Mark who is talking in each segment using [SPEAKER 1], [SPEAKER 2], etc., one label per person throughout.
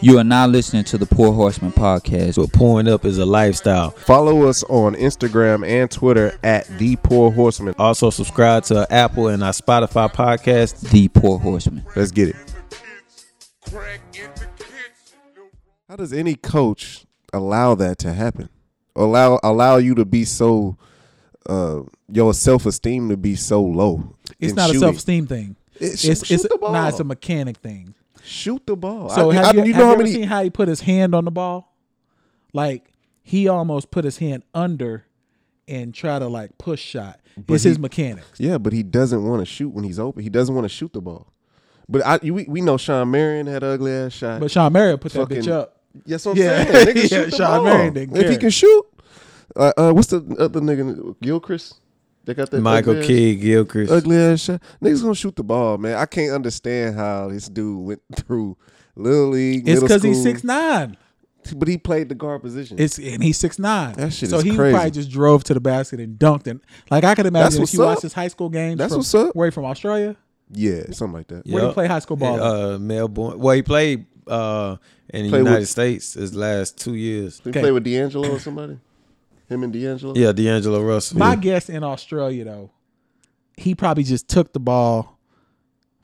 [SPEAKER 1] You are now listening to the Poor Horseman podcast.
[SPEAKER 2] But pouring up is a lifestyle.
[SPEAKER 3] Follow us on Instagram and Twitter at The Poor Horseman.
[SPEAKER 2] Also, subscribe to our Apple and our Spotify podcast.
[SPEAKER 1] The Poor Horseman.
[SPEAKER 3] Let's get it. How does any coach allow that to happen? Allow allow you to be so uh your self esteem to be so low.
[SPEAKER 4] It's
[SPEAKER 3] in
[SPEAKER 4] not a
[SPEAKER 3] shooting?
[SPEAKER 4] self esteem thing.
[SPEAKER 3] It- shoot-
[SPEAKER 4] it's
[SPEAKER 3] shoot
[SPEAKER 4] it's
[SPEAKER 3] the ball.
[SPEAKER 4] nah, it's a mechanic thing.
[SPEAKER 3] Shoot the ball.
[SPEAKER 4] So
[SPEAKER 3] I-
[SPEAKER 4] have
[SPEAKER 3] I-
[SPEAKER 4] you,
[SPEAKER 3] you
[SPEAKER 4] have you
[SPEAKER 3] know how
[SPEAKER 4] ever
[SPEAKER 3] many
[SPEAKER 4] seen how he put his hand on the ball? Like he almost put his hand under and try to like push shot. it's his mechanics.
[SPEAKER 3] Yeah, but he doesn't want to shoot when he's open. He doesn't want to shoot the ball. But I you, we, we know Sean Marion had ugly ass shot.
[SPEAKER 4] But Sean Marion put that
[SPEAKER 3] Fucking-
[SPEAKER 4] bitch up.
[SPEAKER 3] That's what I'm
[SPEAKER 4] Yeah.
[SPEAKER 3] saying. Nigga
[SPEAKER 4] Yeah,
[SPEAKER 3] shoot the
[SPEAKER 4] Sean
[SPEAKER 3] ball.
[SPEAKER 4] Marion didn't
[SPEAKER 3] If he
[SPEAKER 4] care.
[SPEAKER 3] can shoot, uh, uh, what's the other nigga? Gilchrist. They got that
[SPEAKER 2] Michael
[SPEAKER 3] ugly ass-
[SPEAKER 2] Kidd, Gilchrist.
[SPEAKER 4] Uh,
[SPEAKER 3] Ugly ass shot. Niggas gonna shoot the ball, man. I can't understand how this dude went through little league.
[SPEAKER 4] It's
[SPEAKER 3] because
[SPEAKER 4] because he's six nine.
[SPEAKER 3] but he played the guard position.
[SPEAKER 4] It's and he's six nine.
[SPEAKER 3] That shit
[SPEAKER 4] so
[SPEAKER 3] is
[SPEAKER 4] he
[SPEAKER 3] crazy.
[SPEAKER 4] probably just drove to the basket and dunked it. Like I could
[SPEAKER 3] That's
[SPEAKER 4] imagine
[SPEAKER 3] what's
[SPEAKER 4] if you
[SPEAKER 3] up.
[SPEAKER 4] watched his high school games.
[SPEAKER 3] That's
[SPEAKER 4] from,
[SPEAKER 3] what's up.
[SPEAKER 4] Where he from Australia?
[SPEAKER 3] yeah, something like that.
[SPEAKER 2] Yeah.
[SPEAKER 4] Where he
[SPEAKER 2] Yup.
[SPEAKER 4] play high school ball? at?
[SPEAKER 2] Uh, Melbourne. Well, he played uh, in the
[SPEAKER 3] Played with-
[SPEAKER 2] United States his last two years.
[SPEAKER 3] Did he
[SPEAKER 4] Okay.
[SPEAKER 3] play with D'Angelo or somebody? Him and D'Angelo.
[SPEAKER 2] Yeah, D'Angelo Russell.
[SPEAKER 4] My guess in Australia though, he probably just took the ball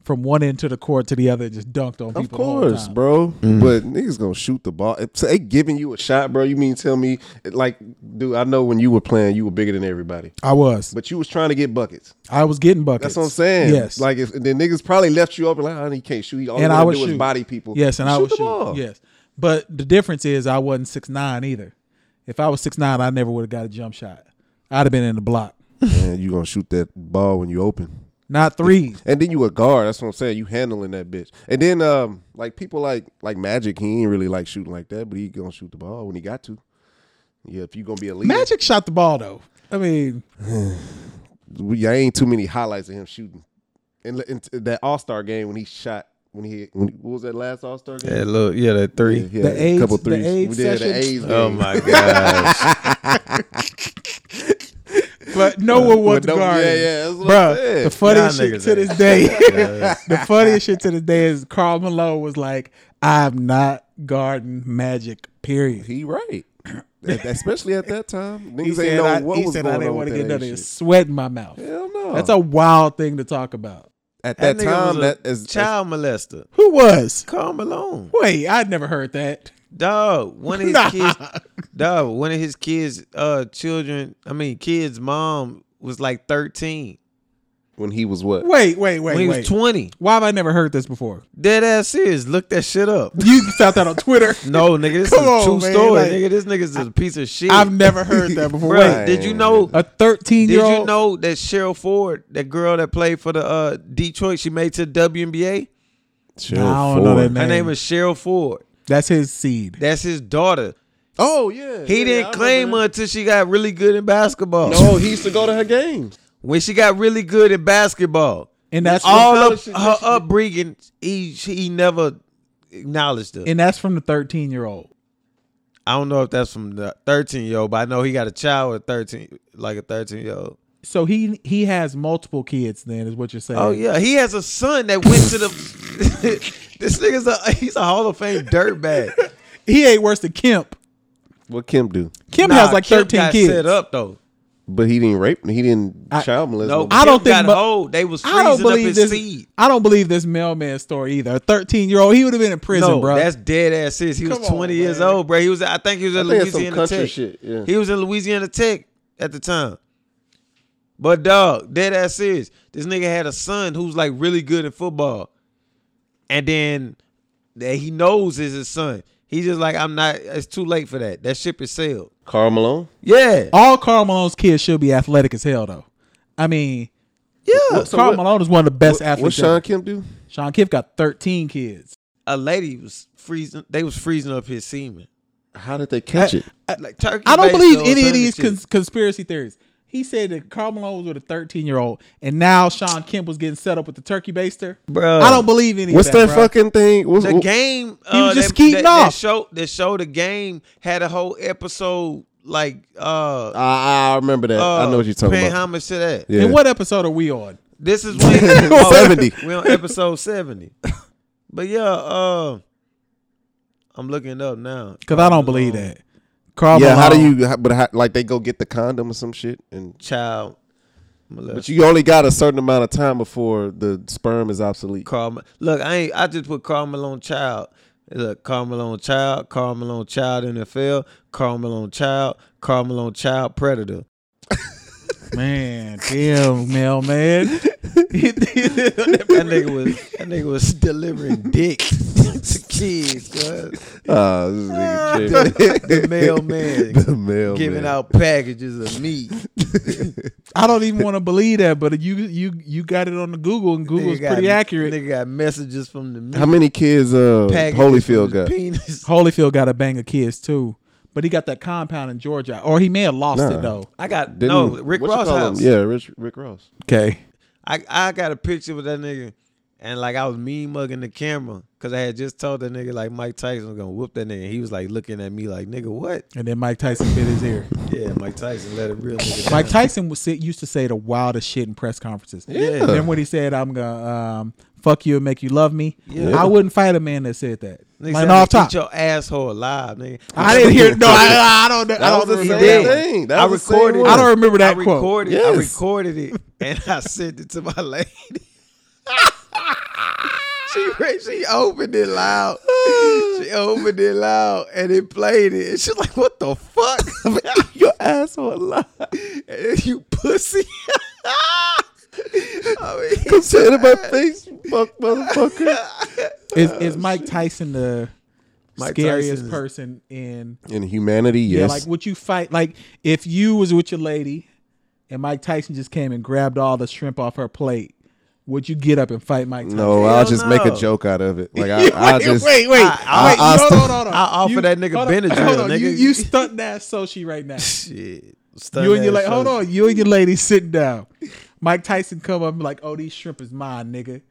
[SPEAKER 4] from one end to the court to the other and just dunked on people.
[SPEAKER 3] Of
[SPEAKER 4] all the
[SPEAKER 3] course,
[SPEAKER 4] time.
[SPEAKER 3] bro.
[SPEAKER 2] Mm.
[SPEAKER 3] But niggas gonna shoot the ball. If they giving you a shot, bro. You mean tell me, like, dude? I know when you were playing, you were bigger than everybody,
[SPEAKER 4] I was.
[SPEAKER 3] but you was trying to get buckets.
[SPEAKER 4] I was getting buckets.
[SPEAKER 3] That's what I'm saying.
[SPEAKER 4] Yes.
[SPEAKER 3] Like, if then niggas probably left you open, like, oh, he can't shoot. He all
[SPEAKER 4] and
[SPEAKER 3] I
[SPEAKER 4] I would
[SPEAKER 3] do
[SPEAKER 4] shoot.
[SPEAKER 3] is body people.
[SPEAKER 4] Yes, and I would
[SPEAKER 3] the
[SPEAKER 4] shoot.
[SPEAKER 3] ball.
[SPEAKER 4] Yes, but the difference is I wasn't six nine either. If I was six nine, I never would have got a jump shot. I'd have been in the block.
[SPEAKER 3] Man, you gonna shoot that ball when you open.
[SPEAKER 4] Not three.
[SPEAKER 3] And then you a guard. That's what I'm saying. You handling that bitch. And then um, like people like like Magic, he ain't really like shooting like that, but he gonna shoot the ball when he got to. Yeah, if you gonna be a leader,
[SPEAKER 4] Magic shot the ball though. I mean,
[SPEAKER 3] we, there ain't too many highlights of him shooting. And, and that All Star game when he shot, when he when what was that last All Star game?
[SPEAKER 2] Yeah, look, yeah, that three.
[SPEAKER 3] Yeah,
[SPEAKER 4] The
[SPEAKER 3] a couple
[SPEAKER 4] AIDS- the
[SPEAKER 3] threes.
[SPEAKER 4] AIDS
[SPEAKER 3] we did
[SPEAKER 4] session.
[SPEAKER 3] the A's game.
[SPEAKER 2] Oh my gosh.
[SPEAKER 4] but no one
[SPEAKER 3] But
[SPEAKER 4] was
[SPEAKER 3] no-
[SPEAKER 4] the guard.
[SPEAKER 3] yeah, yeah, that's what I'm
[SPEAKER 4] Bruh,
[SPEAKER 3] saying.
[SPEAKER 4] the funniest
[SPEAKER 2] Y'all
[SPEAKER 4] shit
[SPEAKER 2] niggas
[SPEAKER 4] to this
[SPEAKER 2] ain't-
[SPEAKER 4] day. the funniest shit to this day is Carl Malone was like, "I'm not guarding Magic." Period.
[SPEAKER 3] He right. Especially at that time, niggas
[SPEAKER 4] He
[SPEAKER 3] ain't
[SPEAKER 4] said,
[SPEAKER 3] know
[SPEAKER 4] I,
[SPEAKER 3] what
[SPEAKER 4] he
[SPEAKER 3] was
[SPEAKER 4] said
[SPEAKER 3] going
[SPEAKER 4] I didn't
[SPEAKER 3] on
[SPEAKER 4] want
[SPEAKER 3] with
[SPEAKER 4] to get
[SPEAKER 3] that
[SPEAKER 4] none of
[SPEAKER 3] shit.
[SPEAKER 4] this sweat in my mouth.
[SPEAKER 3] Hell no.
[SPEAKER 4] That's a wild thing to talk about.
[SPEAKER 3] at that,
[SPEAKER 2] nigga was
[SPEAKER 3] time
[SPEAKER 2] a
[SPEAKER 3] that as, as
[SPEAKER 2] child molester.
[SPEAKER 4] Who was?
[SPEAKER 2] Carl Malone.
[SPEAKER 4] Wait, I'd never heard that.
[SPEAKER 2] Dog, one of his
[SPEAKER 4] Nah.
[SPEAKER 2] kids dog, one of his kids, uh children, I mean kids mom was like thirteen.
[SPEAKER 3] when he was what?
[SPEAKER 4] Wait, wait, wait,
[SPEAKER 2] when he
[SPEAKER 4] wait.
[SPEAKER 2] was twenty.
[SPEAKER 4] Why have I never heard this before?
[SPEAKER 2] Dead ass serious. Look that shit up.
[SPEAKER 4] You found that on Twitter.
[SPEAKER 2] No, nigga, this
[SPEAKER 4] Come
[SPEAKER 2] is a
[SPEAKER 4] on,
[SPEAKER 2] true
[SPEAKER 4] man,
[SPEAKER 2] story.
[SPEAKER 4] like-
[SPEAKER 2] nigga, this nigga's a piece of shit.
[SPEAKER 4] I've never heard that before.
[SPEAKER 2] Bruh,
[SPEAKER 4] Wait,
[SPEAKER 2] did you know
[SPEAKER 4] a thirteen
[SPEAKER 2] Did
[SPEAKER 4] year old?
[SPEAKER 2] you know that Cheryl Ford, that girl that played for the uh, Detroit, she made to the WNBA?
[SPEAKER 4] I don't know that
[SPEAKER 2] Her
[SPEAKER 4] name.
[SPEAKER 2] name is Cheryl Ford.
[SPEAKER 4] That's his seed.
[SPEAKER 2] That's his daughter.
[SPEAKER 3] Oh yeah.
[SPEAKER 2] He
[SPEAKER 3] yeah,
[SPEAKER 2] didn't
[SPEAKER 3] I
[SPEAKER 2] claim her
[SPEAKER 3] remember
[SPEAKER 2] until she got really good in basketball.
[SPEAKER 3] that. No, he used to go to her games.
[SPEAKER 2] When she got really good in basketball,
[SPEAKER 4] And that's
[SPEAKER 2] all
[SPEAKER 4] from,
[SPEAKER 2] of her upbringing, he he never acknowledged her.
[SPEAKER 4] and that's from the thirteen year old.
[SPEAKER 2] I don't know if that's from the thirteen year old, but I know he got a child with thirteen, like a thirteen year old.
[SPEAKER 4] So he he has multiple kids. Then is what you're saying?
[SPEAKER 2] Oh yeah, he has a son that went to the. this nigga's a he's a Hall of Fame dirtbag.
[SPEAKER 4] he ain't worse than Kemp.
[SPEAKER 3] What Kim do?
[SPEAKER 4] Kemp
[SPEAKER 2] Nah,
[SPEAKER 4] has like
[SPEAKER 2] Kemp
[SPEAKER 4] thirteen
[SPEAKER 2] got
[SPEAKER 4] kids.
[SPEAKER 2] Set up though.
[SPEAKER 3] But he didn't rape. He didn't
[SPEAKER 4] I-
[SPEAKER 3] child molest.
[SPEAKER 2] No,
[SPEAKER 3] nobody.
[SPEAKER 4] I don't
[SPEAKER 2] Kemp got
[SPEAKER 4] think-
[SPEAKER 2] old. They was freezing
[SPEAKER 4] I don't
[SPEAKER 2] up
[SPEAKER 4] believe
[SPEAKER 2] his
[SPEAKER 4] this.
[SPEAKER 2] seed.
[SPEAKER 4] I don't believe this mailman story either. A thirteen year old, he would have been in prison,
[SPEAKER 2] no,
[SPEAKER 4] bro.
[SPEAKER 2] that's dead ass serious. He was
[SPEAKER 4] Come on,
[SPEAKER 2] twenty years
[SPEAKER 4] man.
[SPEAKER 2] old, bro. He was. I think he was
[SPEAKER 3] I
[SPEAKER 2] at
[SPEAKER 3] think that's some
[SPEAKER 2] Louisiana
[SPEAKER 3] country
[SPEAKER 2] Tech.
[SPEAKER 3] shit, yeah.
[SPEAKER 2] He was in Louisiana Tech at the time. But dog, dead ass serious. This nigga had a son who's like really good in football, and then that he knows is his son. He's just like, I'm not. It's too late for that. That ship is sailed.
[SPEAKER 3] Carl Malone.
[SPEAKER 2] Yeah,
[SPEAKER 4] All Carl Malone's kids should be athletic as hell, though. I mean,
[SPEAKER 2] yeah.
[SPEAKER 3] So
[SPEAKER 4] Carl
[SPEAKER 3] what-
[SPEAKER 4] Malone is one of the best
[SPEAKER 3] What,
[SPEAKER 4] athletes.
[SPEAKER 3] what
[SPEAKER 4] ever.
[SPEAKER 3] Sean Kim do?
[SPEAKER 4] Sean Kemp got 13 kids.
[SPEAKER 2] A lady was freezing. They was freezing up his semen.
[SPEAKER 3] How did they catch it?
[SPEAKER 2] Like turkey.
[SPEAKER 4] I don't
[SPEAKER 2] based
[SPEAKER 4] believe
[SPEAKER 2] on
[SPEAKER 4] any
[SPEAKER 2] some
[SPEAKER 4] of these
[SPEAKER 2] shit.
[SPEAKER 4] cons- conspiracy theories. He said that Carl Malone was with a 13 year old, and now Sean Kemp was getting set up with the turkey baster.
[SPEAKER 2] Bruh.
[SPEAKER 4] I don't believe any.
[SPEAKER 3] What's
[SPEAKER 4] of that,
[SPEAKER 3] that
[SPEAKER 4] bro.
[SPEAKER 3] fucking thing? What's,
[SPEAKER 2] the
[SPEAKER 3] what-
[SPEAKER 2] game.
[SPEAKER 4] He was
[SPEAKER 2] uh,
[SPEAKER 4] just
[SPEAKER 2] that,
[SPEAKER 4] keeping
[SPEAKER 2] that, That
[SPEAKER 4] off.
[SPEAKER 2] show, that show, the game had a whole episode like uh,
[SPEAKER 3] I, I remember that.
[SPEAKER 2] uh
[SPEAKER 3] I know what you're talking
[SPEAKER 2] paying
[SPEAKER 3] about.
[SPEAKER 2] homage to that.
[SPEAKER 3] Yeah.
[SPEAKER 4] And what episode are we on?
[SPEAKER 2] This is when
[SPEAKER 3] 70.
[SPEAKER 2] We're on episode seventy. But yeah, uh, I'm looking it up now. Um,
[SPEAKER 4] Because I don't believe that. Carl
[SPEAKER 3] yeah, how do
[SPEAKER 4] Malone-
[SPEAKER 3] you? how- But how, like they go get the condom or some shit, and
[SPEAKER 2] Child molester.
[SPEAKER 3] but you only got a certain amount of time before the sperm is obsolete.
[SPEAKER 2] Carl. Ma- Look, I ain't. I just put Carl Malone Child. Look, Carl Malone Child, Carl Malone Child NFL, Carl Malone Child, Carl Malone Child Predator.
[SPEAKER 4] Man, damn, Mel, man.
[SPEAKER 2] that nigga was that nigga was delivering dicks to kids, cuz.
[SPEAKER 3] Ah, this nigga Jay.
[SPEAKER 2] The mailman
[SPEAKER 3] the mailman
[SPEAKER 2] giving out packages of meat.
[SPEAKER 4] I don't even want to believe that, but you you you got it on the Google, and Google's
[SPEAKER 2] Nigga got-
[SPEAKER 4] pretty accurate.
[SPEAKER 2] Nigga got messages from the meat.
[SPEAKER 3] How many kids? Uh,
[SPEAKER 2] packages
[SPEAKER 3] Holyfield
[SPEAKER 2] from
[SPEAKER 3] got.
[SPEAKER 2] his Penis.
[SPEAKER 4] Holyfield got a bang of kids too, but he got that compound in Georgia, or he may have lost
[SPEAKER 3] Nah.
[SPEAKER 4] it though.
[SPEAKER 2] I got
[SPEAKER 3] Didn't-
[SPEAKER 2] no Rick
[SPEAKER 3] what you
[SPEAKER 2] Ross
[SPEAKER 3] call him?
[SPEAKER 2] house.
[SPEAKER 3] Yeah, Rich, Rick Ross.
[SPEAKER 4] Okay,
[SPEAKER 2] I I got a picture with that nigga, and like I was mean mugging the camera because I had just told that nigga like Mike Tyson was gonna whoop that nigga. He was like looking at me like nigga what?
[SPEAKER 4] and then Mike Tyson bit his ear.
[SPEAKER 2] Yeah, Mike Tyson let a real nigga.
[SPEAKER 4] Mike Tyson was sit, used to say the wildest shit in press conferences.
[SPEAKER 2] Yeah.
[SPEAKER 4] Then when he said, "I'm gonna um, fuck you and make you love me,"
[SPEAKER 2] Yeah.
[SPEAKER 4] I wouldn't fight a man that said that.
[SPEAKER 2] Nigga
[SPEAKER 4] Like,
[SPEAKER 2] said,
[SPEAKER 4] no,
[SPEAKER 2] "I'ma
[SPEAKER 4] off top,
[SPEAKER 2] Eat your asshole alive, nigga.
[SPEAKER 4] I didn't hear. No, I, I don't. I
[SPEAKER 3] That
[SPEAKER 4] don't
[SPEAKER 3] was the
[SPEAKER 4] remember
[SPEAKER 3] same
[SPEAKER 4] that. one.
[SPEAKER 3] thing. That
[SPEAKER 2] I
[SPEAKER 3] was the same
[SPEAKER 2] recorded.
[SPEAKER 3] one.
[SPEAKER 4] I don't remember that
[SPEAKER 2] I
[SPEAKER 4] quote.
[SPEAKER 2] recorded. I
[SPEAKER 3] Yes.
[SPEAKER 2] recorded it and I sent it to my lady. she re- she opened it loud. She opened it loud and it played it. And she's like, "What the fuck? Your asshole alive, and you pussy." I mean,
[SPEAKER 3] Come say it in my face, fuck motherfucker.
[SPEAKER 4] Is, is
[SPEAKER 2] Uh,
[SPEAKER 4] Mike Tyson the
[SPEAKER 2] Mike
[SPEAKER 4] scariest
[SPEAKER 2] Tyson is-
[SPEAKER 4] person in?
[SPEAKER 3] In humanity, yes.
[SPEAKER 4] Yeah, like would you fight? Like if you was with your lady, and Mike Tyson just came and grabbed all the shrimp off her plate, would you get up and fight Mike? Tyson?
[SPEAKER 3] no, I'll
[SPEAKER 2] Hell
[SPEAKER 3] just make
[SPEAKER 2] no.
[SPEAKER 3] a joke out of it. Like I, I just
[SPEAKER 4] wait, wait,
[SPEAKER 2] I- I-
[SPEAKER 4] wait,
[SPEAKER 3] I-
[SPEAKER 4] hold,
[SPEAKER 3] I-
[SPEAKER 4] on, hold on.
[SPEAKER 2] I offer
[SPEAKER 4] You-
[SPEAKER 2] that nigga
[SPEAKER 4] hold on,
[SPEAKER 2] Benadryl,
[SPEAKER 4] hold on. You,
[SPEAKER 2] nigga.
[SPEAKER 4] you stunt that Sochi right now.
[SPEAKER 2] shit.
[SPEAKER 4] You and your like, hold on. You and your lady sitting down. Mike Tyson come up and be like, oh, these shrimp is mine, nigga.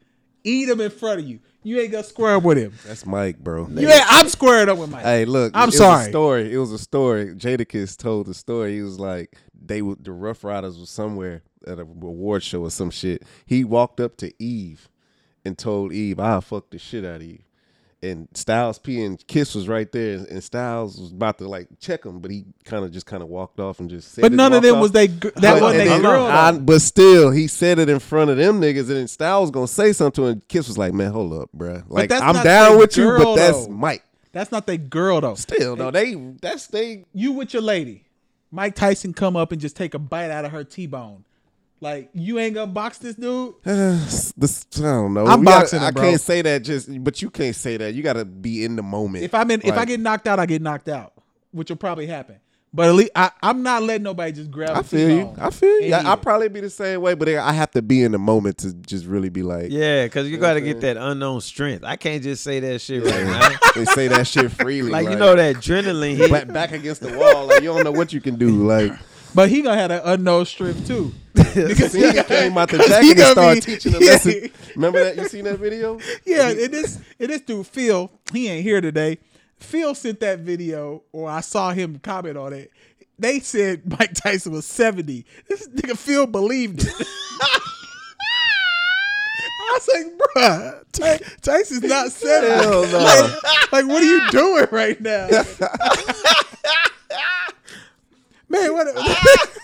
[SPEAKER 4] Eat them in front of you. You ain't gonna square up with him.
[SPEAKER 3] That's Mike, bro.
[SPEAKER 4] You ain't, I'm squared up with Mike.
[SPEAKER 3] Hey, look.
[SPEAKER 4] I'm
[SPEAKER 3] it Was
[SPEAKER 4] sorry.
[SPEAKER 3] a story. It was a story. Jadakiss told the story. He was like, they were the Rough Riders was somewhere at a award show or some shit. He walked up to Eve and told Eve, "I'll fuck the shit out of you." And Styles P and Kiss was right there, and Styles was about to like check him, but he kind of just kind of walked off and just. Said
[SPEAKER 4] but
[SPEAKER 3] it,
[SPEAKER 4] none of
[SPEAKER 3] walked
[SPEAKER 4] them
[SPEAKER 3] off.
[SPEAKER 4] was they. gr- That
[SPEAKER 3] But-
[SPEAKER 4] wasn't
[SPEAKER 3] and
[SPEAKER 4] they
[SPEAKER 3] then-
[SPEAKER 4] girl.
[SPEAKER 3] I-
[SPEAKER 4] though.
[SPEAKER 3] but still, he said it in front of them niggas, and then Styles gonna say something, to him, and Kiss was like, "Man, hold up, bruh. Like
[SPEAKER 4] that's
[SPEAKER 3] I'm
[SPEAKER 4] not
[SPEAKER 3] down
[SPEAKER 4] their
[SPEAKER 3] with you, but
[SPEAKER 4] girl,
[SPEAKER 3] that's
[SPEAKER 4] though.
[SPEAKER 3] Mike.
[SPEAKER 4] That's not they girl though.
[SPEAKER 3] Still, no, they that's they.
[SPEAKER 4] you with your lady, Mike Tyson come up and just take a bite out of her T-bone. Like you ain't gonna box this dude.
[SPEAKER 3] This, I don't know.
[SPEAKER 4] I'm
[SPEAKER 3] We gotta-
[SPEAKER 4] boxing him,
[SPEAKER 3] I
[SPEAKER 4] bro.
[SPEAKER 3] can't say that just, but you can't say that. You gotta be in the moment.
[SPEAKER 4] If I'm in, if I
[SPEAKER 3] Like,
[SPEAKER 4] get knocked out, I get knocked out, which will probably happen. But at least I, I'm not letting nobody just grab.
[SPEAKER 3] I
[SPEAKER 4] a
[SPEAKER 3] feel you.
[SPEAKER 4] T-bone
[SPEAKER 3] I feel
[SPEAKER 4] and
[SPEAKER 3] you. I,
[SPEAKER 4] eat
[SPEAKER 3] I
[SPEAKER 4] it.
[SPEAKER 3] probably be the same way, but I have to be in the moment to just really be like,
[SPEAKER 2] Yeah, because you got to get that unknown strength. I can't just say that shit right now.
[SPEAKER 3] they say that shit freely,
[SPEAKER 2] Like, you know that adrenaline hit.
[SPEAKER 3] back, back against the wall. Like you don't know what you can do. Like
[SPEAKER 4] But he gonna have an unknown strip too. because
[SPEAKER 3] See, he came out the jacket and
[SPEAKER 4] gonna
[SPEAKER 3] started
[SPEAKER 4] be-
[SPEAKER 3] teaching a
[SPEAKER 4] yeah.
[SPEAKER 3] lesson. Remember that? You seen that video?
[SPEAKER 4] yeah, it is. It is through Phil. He ain't here today. Phil sent that video, or I saw him comment on it. They said Mike Tyson was seventy. This nigga Phil believed it. I was like, bruh, Ty- Tyson's not seventy.
[SPEAKER 3] Hell no.
[SPEAKER 4] Like, oh, like, what are you doing right now? Man, what?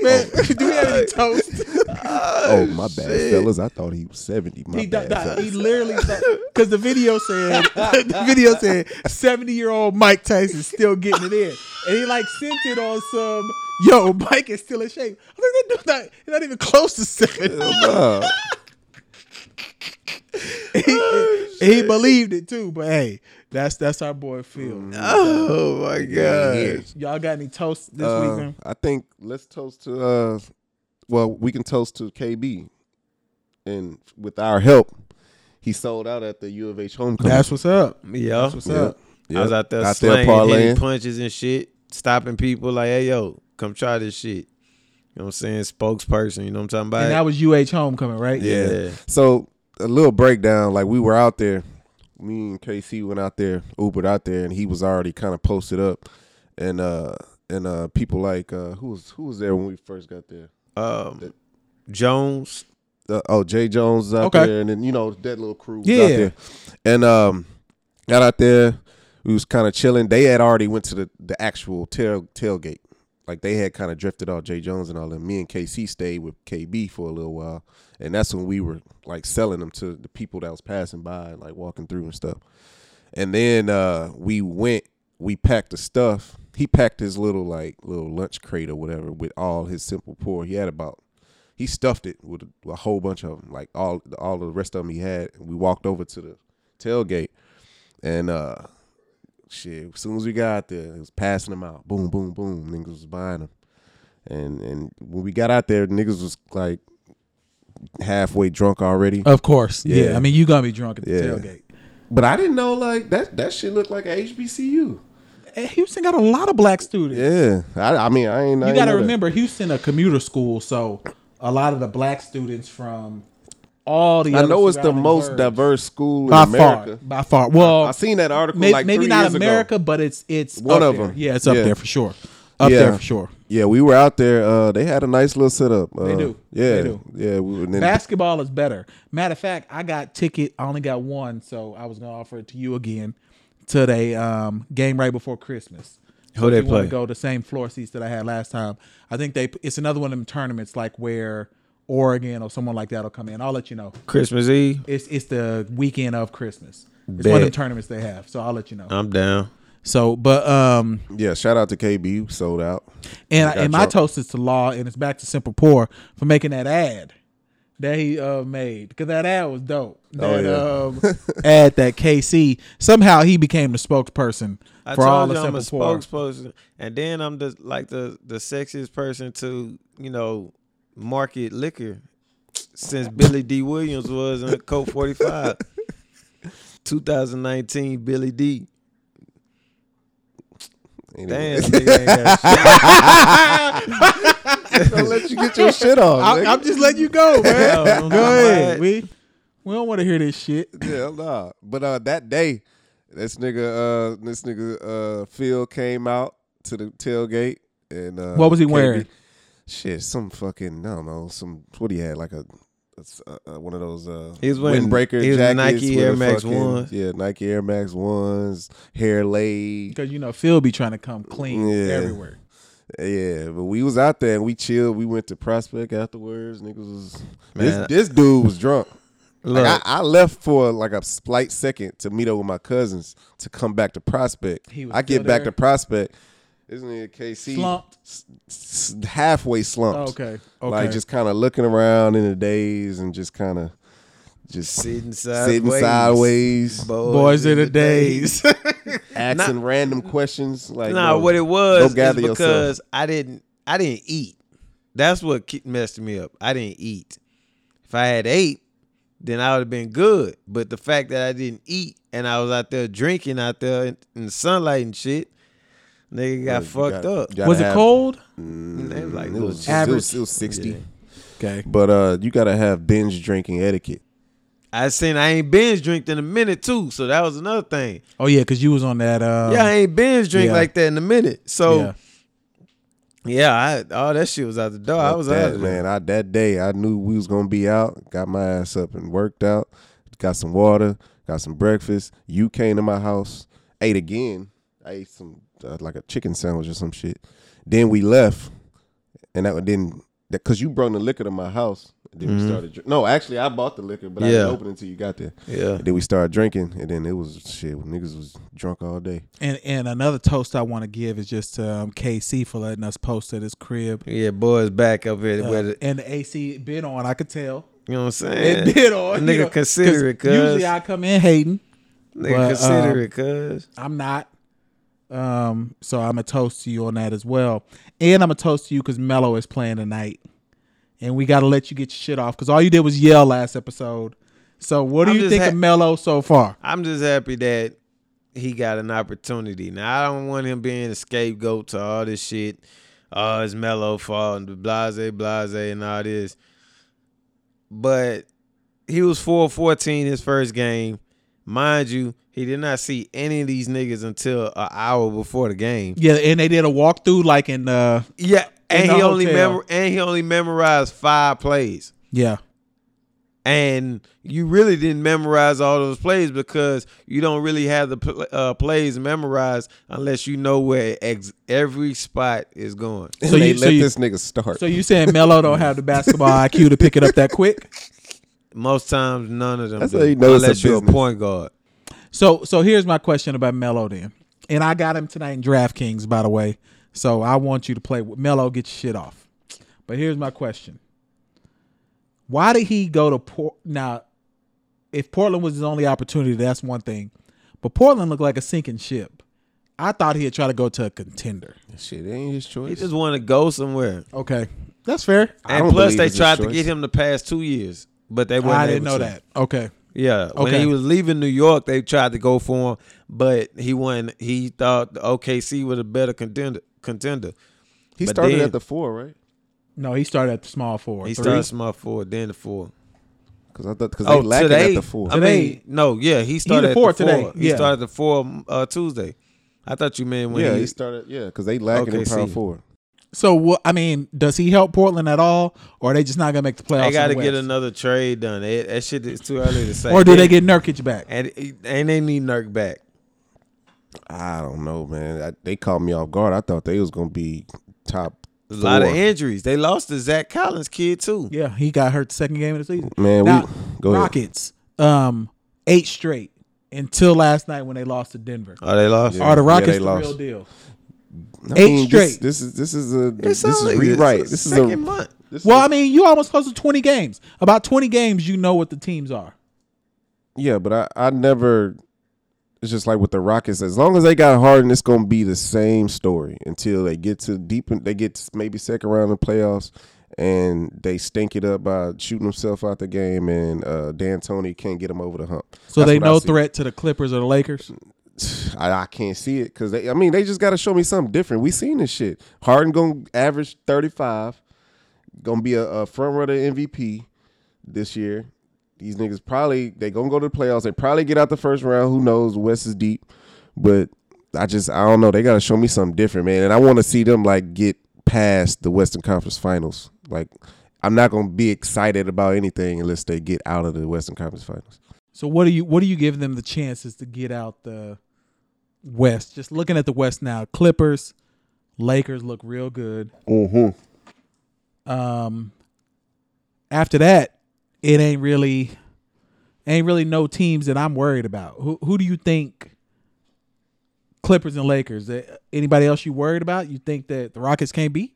[SPEAKER 4] Man, do we have any toast?
[SPEAKER 3] Oh my bad, fellas. I thought he was seventy. My
[SPEAKER 4] He,
[SPEAKER 3] bad.
[SPEAKER 4] di- di-
[SPEAKER 3] fellas.
[SPEAKER 4] he literally because the video said the video said seventy year old Mike Tyson still getting it in, and he like sent it on some yo Mike is still in shape. I'm like that dude not, he's not even close to seventy.
[SPEAKER 3] Oh, Nah.
[SPEAKER 4] he, he believed it too, but hey, that's that's our boy Phil.
[SPEAKER 3] Mm,
[SPEAKER 2] Oh my
[SPEAKER 3] Yeah.
[SPEAKER 2] god!
[SPEAKER 4] Y'all got any toasts this
[SPEAKER 3] Uh,
[SPEAKER 4] weekend?
[SPEAKER 3] I think let's toast to. uh Well, we can toast to KB, and with our help, he sold out at the U of H homecoming.
[SPEAKER 4] That's what's up.
[SPEAKER 2] Yeah,
[SPEAKER 4] What's
[SPEAKER 3] Yep.
[SPEAKER 4] up?
[SPEAKER 3] Yep.
[SPEAKER 2] I was out there
[SPEAKER 3] out there
[SPEAKER 2] slanging, hitting
[SPEAKER 3] parlaying.
[SPEAKER 2] punches and shit, stopping people like, "Hey yo, come try this shit." You know what I'm saying? Spokesperson. You know what I'm talking about?
[SPEAKER 4] And that was UH homecoming, right?
[SPEAKER 3] Yeah.
[SPEAKER 2] Yeah.
[SPEAKER 3] So a little breakdown. Like we were out there, me and KC went out there, Ubered out there, and he was already kind of posted up, and uh and uh people like uh who was who was there when we first got there.
[SPEAKER 2] um, Jones.
[SPEAKER 3] Uh, oh, Jay Jones was out
[SPEAKER 4] Okay.
[SPEAKER 3] there, and then you know that little crew was
[SPEAKER 4] Yeah.
[SPEAKER 3] out there, and um Got out there. We was kind of chilling. They had already went to the, the actual tail, tailgate. Like they had kind of drifted off Jay Jones and all them. Me and KC stayed with KB for a little while, and that's when we were like selling them to the people that was passing by, like walking through and stuff. And then uh, we went. We packed the stuff. He packed his little like little lunch crate or whatever with all his simple pour. He had about he stuffed it with a, a whole bunch of them, like all all the rest of them he had. We walked over to the tailgate, and uh, shit, as soon as we got out there, it was passing them out. Boom, boom, boom. Niggas was buying them, and and when we got out there, niggas was like halfway drunk already.
[SPEAKER 4] Of course. Yeah.
[SPEAKER 3] Yeah.
[SPEAKER 4] I mean, you gonna be drunk at the
[SPEAKER 3] Yeah.
[SPEAKER 4] tailgate.
[SPEAKER 3] But I didn't know like that that shit looked like a HBCU.
[SPEAKER 4] And Houston got a lot of black students.
[SPEAKER 3] Yeah, I, I mean I ain't. I
[SPEAKER 4] You
[SPEAKER 3] ain't
[SPEAKER 4] got to
[SPEAKER 3] know that.
[SPEAKER 4] remember, Houston a commuter school, so a lot of the black students from all the
[SPEAKER 3] I
[SPEAKER 4] other
[SPEAKER 3] know it's the
[SPEAKER 4] surrounding
[SPEAKER 3] most
[SPEAKER 4] boroughs-
[SPEAKER 3] diverse school in
[SPEAKER 4] by
[SPEAKER 3] America.
[SPEAKER 4] far, by far. Well,
[SPEAKER 3] I seen that article
[SPEAKER 4] Oh, may-
[SPEAKER 3] like
[SPEAKER 4] maybe
[SPEAKER 3] three
[SPEAKER 4] not
[SPEAKER 3] years ago.
[SPEAKER 4] America, but it's it's
[SPEAKER 3] One
[SPEAKER 4] up
[SPEAKER 3] of
[SPEAKER 4] there.
[SPEAKER 3] them.
[SPEAKER 4] Yeah, it's up
[SPEAKER 3] Yeah.
[SPEAKER 4] there for sure. Up
[SPEAKER 3] Yeah.
[SPEAKER 4] there for sure.
[SPEAKER 3] Yeah, we were out there. Uh, they had a nice little setup. Uh,
[SPEAKER 4] They do.
[SPEAKER 3] Yeah,
[SPEAKER 4] They do.
[SPEAKER 3] yeah. We were, and then
[SPEAKER 4] Basketball is better. Matter of fact, I got ticket. I only got one, so I was gonna offer it to you again today. Um, game right before Christmas. So
[SPEAKER 2] Who
[SPEAKER 4] if
[SPEAKER 2] they
[SPEAKER 4] you wanna
[SPEAKER 2] play?
[SPEAKER 4] Go the same floor seats that I had last time. I think they. It's another one of them tournaments like where Oregon or someone like that'll come in. I'll let you know.
[SPEAKER 2] Christmas Eve.
[SPEAKER 4] It's it's the weekend of Christmas. It's
[SPEAKER 2] Bet.
[SPEAKER 4] one of the tournaments they have, so I'll let you know.
[SPEAKER 2] I'm down.
[SPEAKER 4] so, but um,
[SPEAKER 3] yeah, shout out to KB. you Sold out.
[SPEAKER 4] and
[SPEAKER 3] got
[SPEAKER 4] and my
[SPEAKER 3] drunk.
[SPEAKER 4] toast is to Law, and it's back to Simple Poor for making that ad that he uh made because that ad was dope.
[SPEAKER 3] Oh,
[SPEAKER 4] That um, ad that KC somehow he became the spokesperson
[SPEAKER 2] I
[SPEAKER 4] for
[SPEAKER 2] told
[SPEAKER 4] all
[SPEAKER 2] you
[SPEAKER 4] the
[SPEAKER 2] I'm a
[SPEAKER 4] Simple Poor.
[SPEAKER 2] spokesperson, and then I'm the like the the sexiest person to you know market liquor since Billy D Williams was in Coke 45, 2019 Billy D.
[SPEAKER 3] Anyway.
[SPEAKER 2] Damn, nigga ain't got shit.
[SPEAKER 3] Don't let you get your shit off.
[SPEAKER 4] I,
[SPEAKER 3] nigga.
[SPEAKER 4] I'm just letting you go, man.
[SPEAKER 2] No, no, no,
[SPEAKER 4] go ahead.
[SPEAKER 2] but-
[SPEAKER 4] We we don't want to hear this shit.
[SPEAKER 3] yeah, nah. But uh, that day, this nigga, uh, this nigga, uh, Phil came out to the tailgate, and uh,
[SPEAKER 4] What was he
[SPEAKER 3] KB
[SPEAKER 4] wearing?
[SPEAKER 3] Shit, some fucking I don't know, some what he had like a. a s- uh, uh, one of those uh,
[SPEAKER 2] He was wearing-
[SPEAKER 3] windbreaker
[SPEAKER 2] he was
[SPEAKER 3] jackets,
[SPEAKER 2] Nike
[SPEAKER 3] with
[SPEAKER 2] Air
[SPEAKER 3] a
[SPEAKER 2] Max
[SPEAKER 3] fucking-
[SPEAKER 2] ones.
[SPEAKER 3] Yeah, Nike Air Max ones, hair laid.
[SPEAKER 4] Because you know Phil be trying to come clean
[SPEAKER 3] Yeah.
[SPEAKER 4] everywhere.
[SPEAKER 3] Uh, Yeah, but we was out there and we chilled. We went to Prospect afterwards. Niggas was
[SPEAKER 2] Man.
[SPEAKER 3] this this dude was drunk. Like,
[SPEAKER 2] Look.
[SPEAKER 3] I, I left for like a slight second to meet up with my cousins to come back to Prospect.
[SPEAKER 4] He was
[SPEAKER 3] I
[SPEAKER 4] still
[SPEAKER 3] get back
[SPEAKER 4] there?
[SPEAKER 3] to Prospect. This nigga KC
[SPEAKER 4] Slumped.
[SPEAKER 3] s- s- halfway
[SPEAKER 2] Oh,
[SPEAKER 3] slumped.
[SPEAKER 4] Okay. Okay.
[SPEAKER 3] Like just kind of looking around in the daze and just kind of just
[SPEAKER 2] Sitting
[SPEAKER 3] sitting
[SPEAKER 2] sideways.
[SPEAKER 3] sideways,
[SPEAKER 4] boys of the days.
[SPEAKER 3] asking random questions. Like
[SPEAKER 2] Nah,
[SPEAKER 3] bro,
[SPEAKER 2] what it was
[SPEAKER 3] go gather
[SPEAKER 2] is
[SPEAKER 3] yourself.
[SPEAKER 2] because I didn't I didn't eat. That's what ke- messed me up. I didn't eat. If I had ate, then I would have been good. But the fact that I didn't eat and I was out there drinking out there in, in the sunlight and shit, nigga got
[SPEAKER 3] You
[SPEAKER 2] fucked
[SPEAKER 3] gotta-
[SPEAKER 2] up.
[SPEAKER 3] you gotta
[SPEAKER 4] was it
[SPEAKER 3] have- Mm,
[SPEAKER 4] cold?
[SPEAKER 2] And they was like,
[SPEAKER 3] It
[SPEAKER 2] little
[SPEAKER 3] was,
[SPEAKER 2] shit.
[SPEAKER 3] it
[SPEAKER 4] average.
[SPEAKER 3] was, it was sixty.
[SPEAKER 4] Okay.
[SPEAKER 3] But uh, you gotta have binge drinking etiquette.
[SPEAKER 2] I seen I ain't binge drinked in a minute too, so that was another thing.
[SPEAKER 4] Oh yeah, because you was on that. Uh,
[SPEAKER 3] Um,
[SPEAKER 2] yeah, I ain't binge drink
[SPEAKER 4] yeah.
[SPEAKER 2] like that in a minute. So
[SPEAKER 4] yeah.
[SPEAKER 2] yeah, I all that shit was out the door. I
[SPEAKER 3] Fuck
[SPEAKER 2] was out
[SPEAKER 3] that
[SPEAKER 2] of there.
[SPEAKER 3] man. I that day I knew we was gonna be out. Got my ass up and worked out. Got some water. Got some breakfast. You came to my house. Ate again. I ate some uh, like a chicken sandwich or some shit. Then we left, and that then that because you brought the liquor to my house. Then
[SPEAKER 4] Mm-hmm.
[SPEAKER 3] we started. Dr- no, actually, I bought the liquor, but I
[SPEAKER 2] Yeah.
[SPEAKER 3] didn't open it until you got there.
[SPEAKER 2] Yeah.
[SPEAKER 3] And then we started drinking, and then it was shit. Niggas was drunk all day.
[SPEAKER 4] And and another toast I want to give is just to um, KC for letting us post at his crib.
[SPEAKER 2] Yeah, boys back up here.
[SPEAKER 4] Uh,
[SPEAKER 2] where the,
[SPEAKER 4] and the AC been on, I could tell.
[SPEAKER 2] you know what I'm saying?
[SPEAKER 4] It been on.
[SPEAKER 2] Nigga,
[SPEAKER 4] you know, 'cause
[SPEAKER 2] consider it, cuz.
[SPEAKER 4] Usually I come in hating.
[SPEAKER 2] Nigga,
[SPEAKER 4] But,
[SPEAKER 2] consider
[SPEAKER 4] uh,
[SPEAKER 2] it, cuz.
[SPEAKER 4] I'm not. Um, so I'm a toast to you on that as well. And I'm a toast to you because Mello is playing tonight. And we gotta let you get your shit off because all you did was yell last episode. So what do
[SPEAKER 2] I'm
[SPEAKER 4] you
[SPEAKER 2] just
[SPEAKER 4] think
[SPEAKER 2] ha-
[SPEAKER 4] of Mello so far?
[SPEAKER 2] I'm just happy that he got an opportunity. Now, I don't want him being a scapegoat to all this shit. Oh, it's mellow fault and blase, blase, and all this. But he was 4 14 his first game. Mind you, he did not see any of these niggas until an hour before the game.
[SPEAKER 4] Yeah, and they did a walkthrough like in uh
[SPEAKER 2] Yeah,
[SPEAKER 4] In
[SPEAKER 2] and
[SPEAKER 4] the
[SPEAKER 2] he only
[SPEAKER 4] hotel.
[SPEAKER 2] memor- and he only memorized five plays.
[SPEAKER 4] yeah.
[SPEAKER 2] and you really didn't memorize all those plays because you don't really have the pl- uh, plays memorized unless you know where ex- every spot is going.
[SPEAKER 3] So
[SPEAKER 4] So
[SPEAKER 3] they
[SPEAKER 4] you-
[SPEAKER 3] let
[SPEAKER 4] so you-
[SPEAKER 3] this nigga start.
[SPEAKER 4] So you saying Melo don't have the basketball IQ to pick it up that quick?
[SPEAKER 2] Most times, none of them.
[SPEAKER 3] That's
[SPEAKER 2] do,
[SPEAKER 3] how you know it's a
[SPEAKER 2] unless you're a
[SPEAKER 3] business.
[SPEAKER 2] point guard.
[SPEAKER 4] So so here's my question about Melo then. And I got him tonight in DraftKings, by the way. So I want you to play with Melo, get your shit off. But here's my question. Why did he go to Port now? If Portland was his only opportunity, that's one thing. But Portland looked like a sinking ship. I thought he'd try to go to a contender.
[SPEAKER 3] Shit, that ain't his
[SPEAKER 2] He
[SPEAKER 3] choice.
[SPEAKER 2] just want to go somewhere.
[SPEAKER 4] Okay. That's fair.
[SPEAKER 3] I
[SPEAKER 2] And
[SPEAKER 3] don't
[SPEAKER 2] plus,
[SPEAKER 3] believe
[SPEAKER 2] they
[SPEAKER 3] it's his
[SPEAKER 2] tried to
[SPEAKER 3] choice.
[SPEAKER 2] get him the past two years, but they weren't
[SPEAKER 4] Oh, I didn't
[SPEAKER 2] able
[SPEAKER 4] know
[SPEAKER 2] to.
[SPEAKER 4] that. Okay.
[SPEAKER 2] Yeah, when
[SPEAKER 4] Okay.
[SPEAKER 2] he was leaving New York, they tried to go for him, but he wasn't. He thought the OKC was a better contender. Contender.
[SPEAKER 3] he
[SPEAKER 2] but
[SPEAKER 3] started
[SPEAKER 2] then-
[SPEAKER 3] at the four, right?
[SPEAKER 4] No, he started at the small four.
[SPEAKER 2] He
[SPEAKER 4] Three?
[SPEAKER 2] started small four, then the four.
[SPEAKER 3] Because I thought because they
[SPEAKER 2] Oh,
[SPEAKER 3] lacking
[SPEAKER 2] today.
[SPEAKER 3] at the four.
[SPEAKER 2] I mean,
[SPEAKER 4] Today-
[SPEAKER 2] no, yeah, he started at
[SPEAKER 4] four
[SPEAKER 2] the four.
[SPEAKER 4] today,
[SPEAKER 2] He
[SPEAKER 4] yeah.
[SPEAKER 2] started at the four uh, Tuesday. I thought you meant when
[SPEAKER 3] yeah,
[SPEAKER 2] he,
[SPEAKER 3] he started. Yeah, because they lacking in
[SPEAKER 2] OKC.
[SPEAKER 3] power four.
[SPEAKER 4] So what? I mean, does he help Portland at all, or are they just not gonna make the playoffs?
[SPEAKER 2] they
[SPEAKER 4] in
[SPEAKER 2] got to
[SPEAKER 4] the
[SPEAKER 2] get
[SPEAKER 4] West?
[SPEAKER 2] another trade done. They- that shit is too early to say.
[SPEAKER 4] Or do they get Nurkic back?
[SPEAKER 2] And and they need Nurk back.
[SPEAKER 3] I don't know, man. I, they caught me off guard. I thought they was gonna be top.
[SPEAKER 2] A lot of
[SPEAKER 3] four.
[SPEAKER 2] injuries. They lost to Zach Collins' kid too.
[SPEAKER 4] Yeah, he got hurt the second game of the season.
[SPEAKER 3] Man,
[SPEAKER 4] Now,
[SPEAKER 3] we go ahead.
[SPEAKER 4] Rockets, um, eight straight until last night when they lost to Denver.
[SPEAKER 2] Oh, they lost.
[SPEAKER 3] Yeah.
[SPEAKER 4] Are the Rockets
[SPEAKER 3] they
[SPEAKER 4] the
[SPEAKER 3] lost.
[SPEAKER 4] real deal?
[SPEAKER 3] I
[SPEAKER 4] Eight
[SPEAKER 3] mean,
[SPEAKER 4] straight.
[SPEAKER 3] This, this is this is a
[SPEAKER 2] It's
[SPEAKER 3] this is
[SPEAKER 2] only-
[SPEAKER 3] rewrite.
[SPEAKER 2] it's the
[SPEAKER 3] This is
[SPEAKER 2] second
[SPEAKER 3] a
[SPEAKER 2] month.
[SPEAKER 3] this
[SPEAKER 4] Well,
[SPEAKER 3] is-
[SPEAKER 4] I mean, you almost close to twenty games. About twenty games, you know what the teams are.
[SPEAKER 3] yeah, but I I never. It's just like with the Rockets. As long as they got Harden, it's gonna be the same story until they get to deep. in- They get to maybe second round of playoffs, and they stink it up by shooting himself out the game, and uh, Dan Tony can't get him over the hump.
[SPEAKER 4] So
[SPEAKER 3] That's
[SPEAKER 4] they
[SPEAKER 3] what I
[SPEAKER 4] no
[SPEAKER 3] see.
[SPEAKER 4] threat to the Clippers or the Lakers.
[SPEAKER 3] I, I can't see it because they. I mean, they just got to show me something different. We seen this shit. Harden gonna average thirty five, gonna be a, a front runner MVP this year. These niggas probably they gonna go to the playoffs. They probably get out the first round. Who knows? West is deep, but I just I don't know. They got to show me something different, man. And I want to see them like get past the Western Conference Finals. Like I'm not gonna be excited about anything unless they get out of the Western Conference Finals.
[SPEAKER 4] So what do you what do you give them the chances to get out the West? Just looking at the West now, Clippers, Lakers look real good.
[SPEAKER 3] Mm-hmm.
[SPEAKER 4] Um, after that, it ain't really ain't really no teams that I'm worried about. Who who do you think? Clippers and Lakers. eh, Anybody else you worried about? You think that the Rockets can't beat?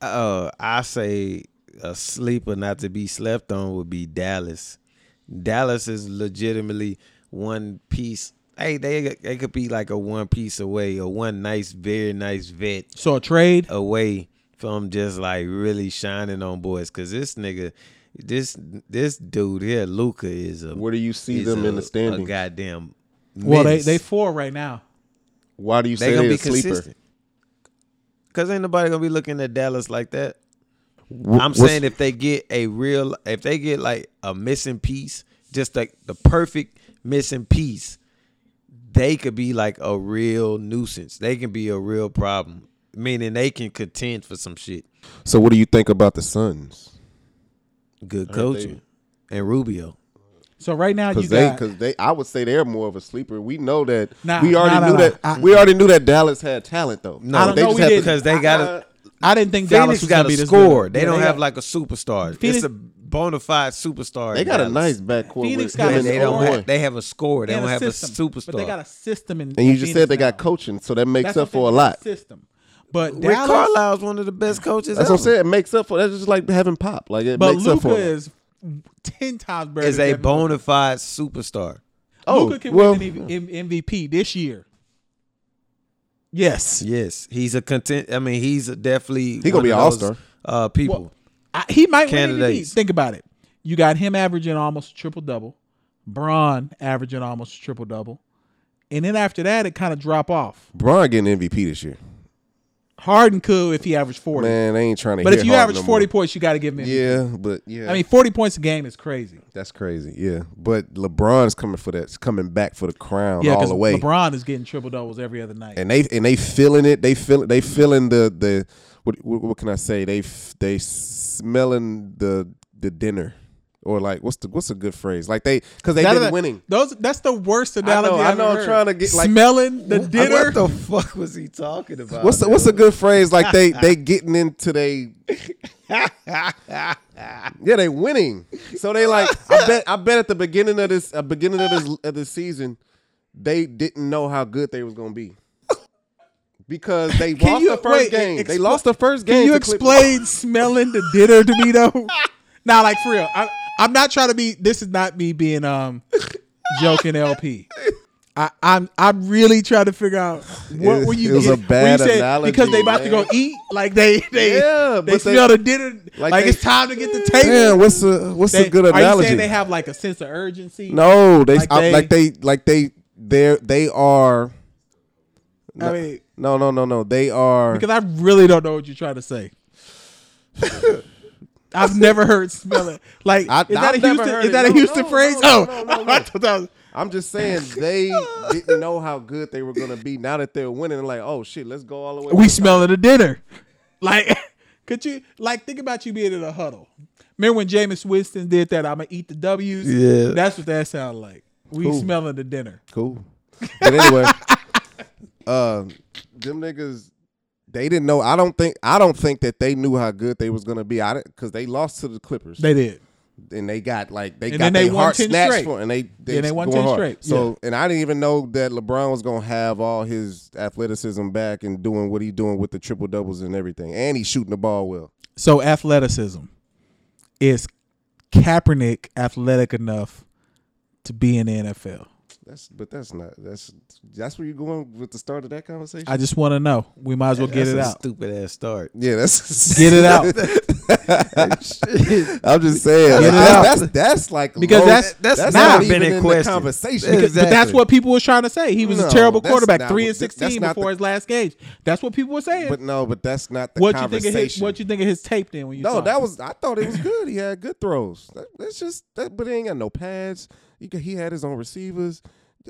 [SPEAKER 2] Uh, I say a sleeper not to be slept on would be Dallas. Dallas is legitimately one piece. Hey, they they could be like a one piece away, or one nice, very nice vet
[SPEAKER 4] So a trade.
[SPEAKER 2] away from just like really shining on boys. Cause this nigga, this this dude here, Luca is a
[SPEAKER 3] Where do you see
[SPEAKER 2] is
[SPEAKER 3] them
[SPEAKER 2] a-
[SPEAKER 3] in the
[SPEAKER 2] A
[SPEAKER 3] standings?
[SPEAKER 2] goddamn.
[SPEAKER 4] Well, they
[SPEAKER 2] menace.
[SPEAKER 4] they four right now.
[SPEAKER 3] Why do you
[SPEAKER 2] they
[SPEAKER 3] say
[SPEAKER 2] gonna be
[SPEAKER 3] they a sleeper?
[SPEAKER 2] consistent. Cause ain't nobody gonna be looking at Dallas like that.
[SPEAKER 3] Wh-
[SPEAKER 2] I'm
[SPEAKER 3] what's-
[SPEAKER 2] saying if they get a real, if they get like a missing piece, just like the perfect missing piece, they could be like a real nuisance. They can be a real problem, meaning they can contend for some shit.
[SPEAKER 3] So what do you think about the Suns?
[SPEAKER 2] Good
[SPEAKER 3] I heard they-
[SPEAKER 2] coaching and Rubio.
[SPEAKER 4] So right now you
[SPEAKER 3] Because they,
[SPEAKER 4] got
[SPEAKER 3] because they, I would say they're more of a sleeper. We know that.
[SPEAKER 4] Nah,
[SPEAKER 3] we already
[SPEAKER 4] nah, nah,
[SPEAKER 3] knew
[SPEAKER 4] nah.
[SPEAKER 3] that.
[SPEAKER 4] I-
[SPEAKER 3] we already knew that Dallas had talent though.
[SPEAKER 2] No, I don't
[SPEAKER 4] know we
[SPEAKER 3] had
[SPEAKER 4] didn't.
[SPEAKER 2] because they got a
[SPEAKER 4] I didn't think Dallas
[SPEAKER 2] Phoenix
[SPEAKER 4] was
[SPEAKER 2] got
[SPEAKER 4] gonna
[SPEAKER 2] a
[SPEAKER 4] be this
[SPEAKER 2] score.
[SPEAKER 4] good.
[SPEAKER 2] They
[SPEAKER 4] Yeah,
[SPEAKER 2] don't have
[SPEAKER 4] got-
[SPEAKER 2] like a superstar.
[SPEAKER 4] Phoenix-
[SPEAKER 2] it's a bona fide superstar.
[SPEAKER 3] they
[SPEAKER 2] in
[SPEAKER 3] got a
[SPEAKER 2] Dallas.
[SPEAKER 3] nice backcourt.
[SPEAKER 4] Phoenix
[SPEAKER 3] with him
[SPEAKER 4] got a
[SPEAKER 2] They,
[SPEAKER 3] and
[SPEAKER 2] they don't.
[SPEAKER 4] score.
[SPEAKER 3] Owen.
[SPEAKER 2] Have, they have a score. They
[SPEAKER 4] and
[SPEAKER 2] don't have
[SPEAKER 4] system.
[SPEAKER 2] a superstar.
[SPEAKER 4] But they got a system, in,
[SPEAKER 3] and you
[SPEAKER 4] in
[SPEAKER 3] just
[SPEAKER 4] Phoenix
[SPEAKER 3] said they got
[SPEAKER 4] now.
[SPEAKER 3] coaching, so that makes
[SPEAKER 4] That's
[SPEAKER 3] up
[SPEAKER 4] what
[SPEAKER 3] for
[SPEAKER 4] they
[SPEAKER 3] a
[SPEAKER 4] got,
[SPEAKER 3] lot.
[SPEAKER 4] system. But
[SPEAKER 2] Rick
[SPEAKER 4] Dallas,
[SPEAKER 2] Carlisle's one of the best coaches.
[SPEAKER 3] That's
[SPEAKER 2] ever.
[SPEAKER 3] what I'm saying. It makes up for. That's just like having pop. Like it
[SPEAKER 4] but
[SPEAKER 3] makes up
[SPEAKER 4] Luca
[SPEAKER 3] for.
[SPEAKER 4] is ten times better.
[SPEAKER 2] Is
[SPEAKER 4] than
[SPEAKER 2] a
[SPEAKER 4] Devin
[SPEAKER 2] bona fide superstar.
[SPEAKER 3] oh
[SPEAKER 4] Luca can
[SPEAKER 3] well,
[SPEAKER 4] win an M- M- MVP this year. Yes,
[SPEAKER 2] Yes, he's a content. I mean, he's a definitely
[SPEAKER 3] gonna
[SPEAKER 2] one
[SPEAKER 3] be
[SPEAKER 2] of
[SPEAKER 3] an
[SPEAKER 2] those,
[SPEAKER 3] all-star.
[SPEAKER 2] Uh, people.
[SPEAKER 4] Well, I, he might win MVP.
[SPEAKER 2] Candidates.
[SPEAKER 4] Think about it. You got him averaging almost triple double. Braun averaging almost triple double, and then after that, it kind of drop off.
[SPEAKER 3] Bron getting MVP this year.
[SPEAKER 4] Harden could if he averaged forty,
[SPEAKER 3] Man, they ain't trying to.
[SPEAKER 4] but
[SPEAKER 3] hear
[SPEAKER 4] if you
[SPEAKER 3] Harden
[SPEAKER 4] average
[SPEAKER 3] no more.
[SPEAKER 4] forty points, you got to give him. MVP.
[SPEAKER 3] yeah, but yeah,
[SPEAKER 4] I mean, forty points a game is crazy.
[SPEAKER 3] that's crazy. Yeah, but LeBron's coming for that. Coming back for the crown
[SPEAKER 4] Yeah,
[SPEAKER 3] all
[SPEAKER 4] because
[SPEAKER 3] the way.
[SPEAKER 4] LeBron is getting triple doubles every other night.
[SPEAKER 3] and they and they feeling it. They feel they feeling the the what what, what can I say? They f- they smelling the the dinner, or like what's the what's a good phrase? Like they because they
[SPEAKER 4] That-
[SPEAKER 3] been
[SPEAKER 4] that-
[SPEAKER 3] winning.
[SPEAKER 4] Those that's the worst
[SPEAKER 3] I
[SPEAKER 4] analogy
[SPEAKER 3] know. I know. I'm trying to get like
[SPEAKER 4] smelling the dinner.
[SPEAKER 2] What the fuck was he talking about?
[SPEAKER 3] what's the, what's a good phrase? Like they they getting into they. yeah, they winning. So they like I bet I bet at the beginning of this uh, beginning of this of this season, they didn't know how good they was gonna be. Because they
[SPEAKER 4] Can
[SPEAKER 3] lost
[SPEAKER 4] you-
[SPEAKER 3] the first
[SPEAKER 4] wait,
[SPEAKER 3] game. they
[SPEAKER 4] expl-
[SPEAKER 3] lost the first game.
[SPEAKER 4] Can you
[SPEAKER 3] to Clippers.
[SPEAKER 4] explain smelling the dinner to me though? nah, like for real. I, I'm not trying to be. This is not me being um joking LP. I, I'm I'm really trying to figure out what
[SPEAKER 3] It-
[SPEAKER 4] were you
[SPEAKER 3] it was a
[SPEAKER 4] getting-
[SPEAKER 3] bad
[SPEAKER 4] when you said
[SPEAKER 3] analogy,
[SPEAKER 4] because they about to
[SPEAKER 3] man.
[SPEAKER 4] go eat like they they
[SPEAKER 3] Yeah,
[SPEAKER 4] they
[SPEAKER 3] but they-
[SPEAKER 4] smell the dinner
[SPEAKER 3] like
[SPEAKER 4] like,
[SPEAKER 3] they-
[SPEAKER 4] it's time to get the table.
[SPEAKER 3] Damn, what's a what's
[SPEAKER 4] They-
[SPEAKER 3] a good
[SPEAKER 4] Are you
[SPEAKER 3] analogy?
[SPEAKER 4] saying they have like a sense of urgency?
[SPEAKER 3] no, they
[SPEAKER 4] Like
[SPEAKER 3] I-
[SPEAKER 4] they-
[SPEAKER 3] like they like they they they are.
[SPEAKER 4] I mean
[SPEAKER 3] No, no, no, no. They are.
[SPEAKER 4] because I really don't know what you're trying to say. I've never heard smell it. Like
[SPEAKER 3] I-
[SPEAKER 4] is that
[SPEAKER 3] I've never
[SPEAKER 4] a Houston?
[SPEAKER 3] heard
[SPEAKER 4] Is
[SPEAKER 3] it.
[SPEAKER 4] that a
[SPEAKER 3] No,
[SPEAKER 4] Houston
[SPEAKER 3] no,
[SPEAKER 4] phrase?
[SPEAKER 3] no,
[SPEAKER 4] Oh,
[SPEAKER 3] no, no, no.
[SPEAKER 4] I thought that was-
[SPEAKER 3] I'm just saying they didn't know how good they were gonna be. Now that they're winning, they're like, oh shit, let's go all the way.
[SPEAKER 4] we smell it at dinner. Like, could you like think about you being in a huddle? Remember when Jameis Winston did that? I'm gonna eat the W's.
[SPEAKER 2] Yeah.
[SPEAKER 4] that's what that sounded like. We
[SPEAKER 3] Cool.
[SPEAKER 4] smelling the dinner.
[SPEAKER 3] cool. But anyway, um, them niggas, they didn't know. I don't think. I don't think that they knew how good they was gonna be. I because they lost to the Clippers.
[SPEAKER 4] They did.
[SPEAKER 3] and they got like they
[SPEAKER 4] And
[SPEAKER 3] got
[SPEAKER 4] then they
[SPEAKER 3] their
[SPEAKER 4] won
[SPEAKER 3] heart
[SPEAKER 4] 10
[SPEAKER 3] snatched
[SPEAKER 4] straight.
[SPEAKER 3] for it, and they they,
[SPEAKER 4] Yeah, they won
[SPEAKER 3] going
[SPEAKER 4] 10
[SPEAKER 3] hard.
[SPEAKER 4] straight,
[SPEAKER 3] So
[SPEAKER 4] yeah.
[SPEAKER 3] and I didn't even know that LeBron was gonna have all his athleticism back and doing what he doing with the triple doubles and everything, and he's shooting the ball well.
[SPEAKER 4] So athleticism is Kaepernick athletic enough to be in the NFL.
[SPEAKER 3] That's but that's not that's that's where you going with the start of that conversation.
[SPEAKER 4] I just want to know. We might as well get
[SPEAKER 2] That's
[SPEAKER 4] it
[SPEAKER 2] a
[SPEAKER 4] out.
[SPEAKER 2] Stupid ass start.
[SPEAKER 3] yeah, that's
[SPEAKER 4] Get it out.
[SPEAKER 3] I'm just saying
[SPEAKER 4] Get it
[SPEAKER 3] that's,
[SPEAKER 4] out.
[SPEAKER 3] that's that's like
[SPEAKER 4] Because
[SPEAKER 3] low-
[SPEAKER 4] that's-
[SPEAKER 3] that's
[SPEAKER 4] that's
[SPEAKER 3] not,
[SPEAKER 4] not
[SPEAKER 3] even
[SPEAKER 2] been in
[SPEAKER 3] in the
[SPEAKER 2] question.
[SPEAKER 3] conversation.
[SPEAKER 2] Because-
[SPEAKER 4] But that's
[SPEAKER 2] Exactly.
[SPEAKER 4] what people were trying to say. He was
[SPEAKER 3] No,
[SPEAKER 4] a terrible
[SPEAKER 3] that's
[SPEAKER 4] quarterback,
[SPEAKER 3] not
[SPEAKER 4] three and
[SPEAKER 3] what- that's
[SPEAKER 4] sixteen
[SPEAKER 3] not
[SPEAKER 4] before
[SPEAKER 3] the-
[SPEAKER 4] his last games. That's what people were saying.
[SPEAKER 3] but no, but that's not the
[SPEAKER 4] what you think
[SPEAKER 3] conversation.
[SPEAKER 4] of his? What you think of his tape then? When you
[SPEAKER 3] No,
[SPEAKER 4] saw
[SPEAKER 3] that
[SPEAKER 4] it?
[SPEAKER 3] was. I thought it was good. He had good throws. That, that's just. That, but he ain't got no pads. He, got- he had his own receivers.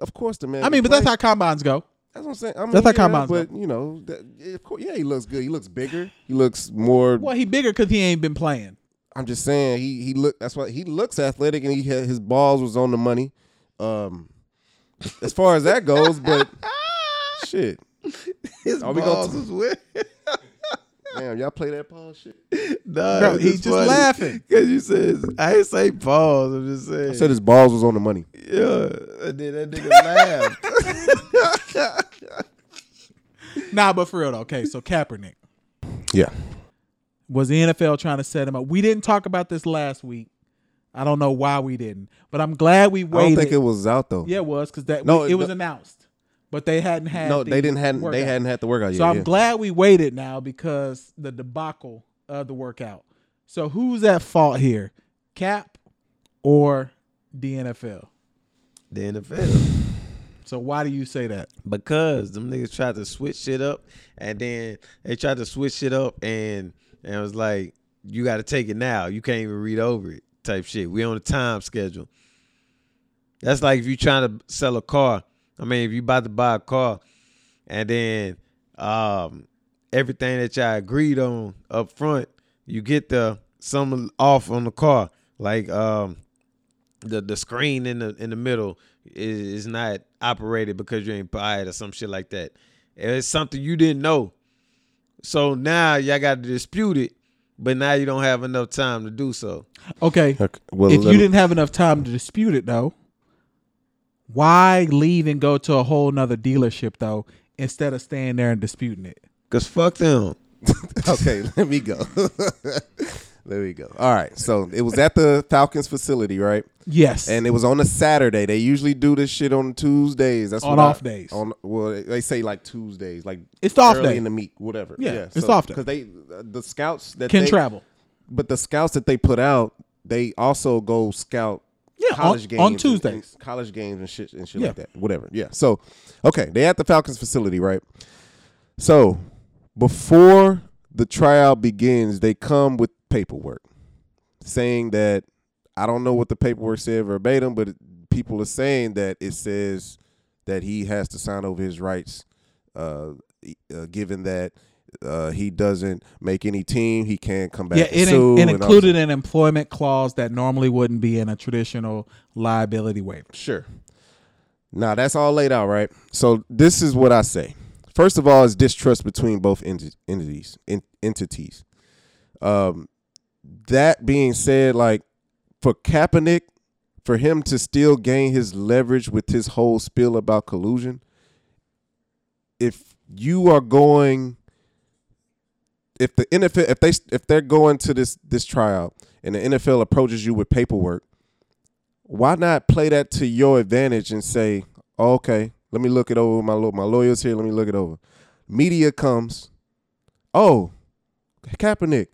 [SPEAKER 3] Of course, the man.
[SPEAKER 4] I mean,
[SPEAKER 3] can
[SPEAKER 4] but that's
[SPEAKER 3] play.
[SPEAKER 4] how combines go.
[SPEAKER 3] That's what I'm saying. I mean,
[SPEAKER 4] that's how
[SPEAKER 3] yeah,
[SPEAKER 4] combines
[SPEAKER 3] But you know, that, yeah, of course, yeah, he looks good. He looks bigger. He looks more.
[SPEAKER 4] Well, he bigger because he ain't been playing.
[SPEAKER 3] I'm just saying. He he look. That's why he looks athletic, and he had, his balls was on the money. Um, as far as that goes, but shit,
[SPEAKER 2] His
[SPEAKER 3] Are
[SPEAKER 2] Are
[SPEAKER 3] we gonna
[SPEAKER 2] balls was weird.
[SPEAKER 3] damn, y'all play that ball shit.
[SPEAKER 2] Nah,
[SPEAKER 4] Bro, he just laughing.
[SPEAKER 2] because you said I ain't say balls. I'm just saying.
[SPEAKER 3] I said his balls was on the money.
[SPEAKER 2] yeah, and then that nigga laughed.
[SPEAKER 4] Nah, but for real though. Okay, so Kaepernick
[SPEAKER 3] Yeah.
[SPEAKER 4] was the NFL trying to set him up. We didn't talk about this last week. I don't know why we didn't, but I'm glad we
[SPEAKER 3] I don't
[SPEAKER 4] waited.
[SPEAKER 3] think it was out though.
[SPEAKER 4] yeah, it was because that
[SPEAKER 3] No,
[SPEAKER 4] we- it was
[SPEAKER 3] no.
[SPEAKER 4] announced, but they hadn't had.
[SPEAKER 3] No,
[SPEAKER 4] the
[SPEAKER 3] they didn't had they
[SPEAKER 4] workout.
[SPEAKER 3] hadn't had the workout yet.
[SPEAKER 4] So I'm
[SPEAKER 3] yeah.
[SPEAKER 4] glad we waited now because the debacle of the workout. So who's at fault here, Cap or the NFL?
[SPEAKER 2] the NFL.
[SPEAKER 4] So why do you say that?
[SPEAKER 2] Because them niggas tried to switch shit up, and then they tried to switch shit up, and and it was like, you got to take it now. You can't even read over it, type shit. We on a time schedule. That's like if you trying to sell a car. I mean, if you about to buy a car, and then um, everything that y'all agreed on up front, you get the some off on the car, like um, the the screen in the in the middle is, is not operated because you ain't buy it or some shit like that. It's something you didn't know. So now y'all got to dispute it, but now you don't have enough time to do so.
[SPEAKER 4] Okay,
[SPEAKER 3] Okay, well,
[SPEAKER 4] if
[SPEAKER 3] let me-
[SPEAKER 4] you didn't have enough time to dispute it though, why leave and go to a whole nother dealership though instead of staying there and disputing it?
[SPEAKER 2] Cause fuck them.
[SPEAKER 3] okay, let me go. there we go. All right, so it was at the Falcons facility, right?
[SPEAKER 4] Yes,
[SPEAKER 3] And it was on a Saturday. They usually do this shit on Tuesdays. That's
[SPEAKER 4] On
[SPEAKER 3] what
[SPEAKER 4] off days.
[SPEAKER 3] On well, they- they say like Tuesdays, like
[SPEAKER 4] It's the off
[SPEAKER 3] early
[SPEAKER 4] day.
[SPEAKER 3] in the meet, whatever.
[SPEAKER 4] Yeah, it's off day.
[SPEAKER 3] because they uh, the scouts that
[SPEAKER 4] can
[SPEAKER 3] they,
[SPEAKER 4] travel.
[SPEAKER 3] but the scouts that they put out, they also go scout
[SPEAKER 4] Yeah,
[SPEAKER 3] college
[SPEAKER 4] on-
[SPEAKER 3] games
[SPEAKER 4] on
[SPEAKER 3] and- and
[SPEAKER 4] Tuesdays.
[SPEAKER 3] college games and shit and shit
[SPEAKER 4] Yeah.
[SPEAKER 3] like that. Whatever. Yeah. So, okay, they at the Falcons facility, right? So, before the tryout begins, they come with paperwork saying that I don't know what the paperwork said verbatim, but it- people are saying that it says that he has to sign over his rights, uh, e- uh, given that uh, he doesn't make any team, he can't come back.
[SPEAKER 4] Yeah,
[SPEAKER 3] to
[SPEAKER 4] it,
[SPEAKER 3] sue
[SPEAKER 4] in, it
[SPEAKER 3] and all this-
[SPEAKER 4] included an employment clause that normally wouldn't be in a traditional liability waiver.
[SPEAKER 3] Sure. Now that's all laid out, right? So this is what I say. First of all, is distrust between both enti- entities. En- entities. Um, that being said, like for Kaepernick, for him to still gain his leverage with his whole spiel about collusion, if you are going, if the NFL, if they if they're going to this this tryout and the NFL approaches you with paperwork, why not play that to your advantage and say, oh, okay, let me look it over. My law- my lawyer's here. Let me look it over. Media comes. Oh, Kaepernick,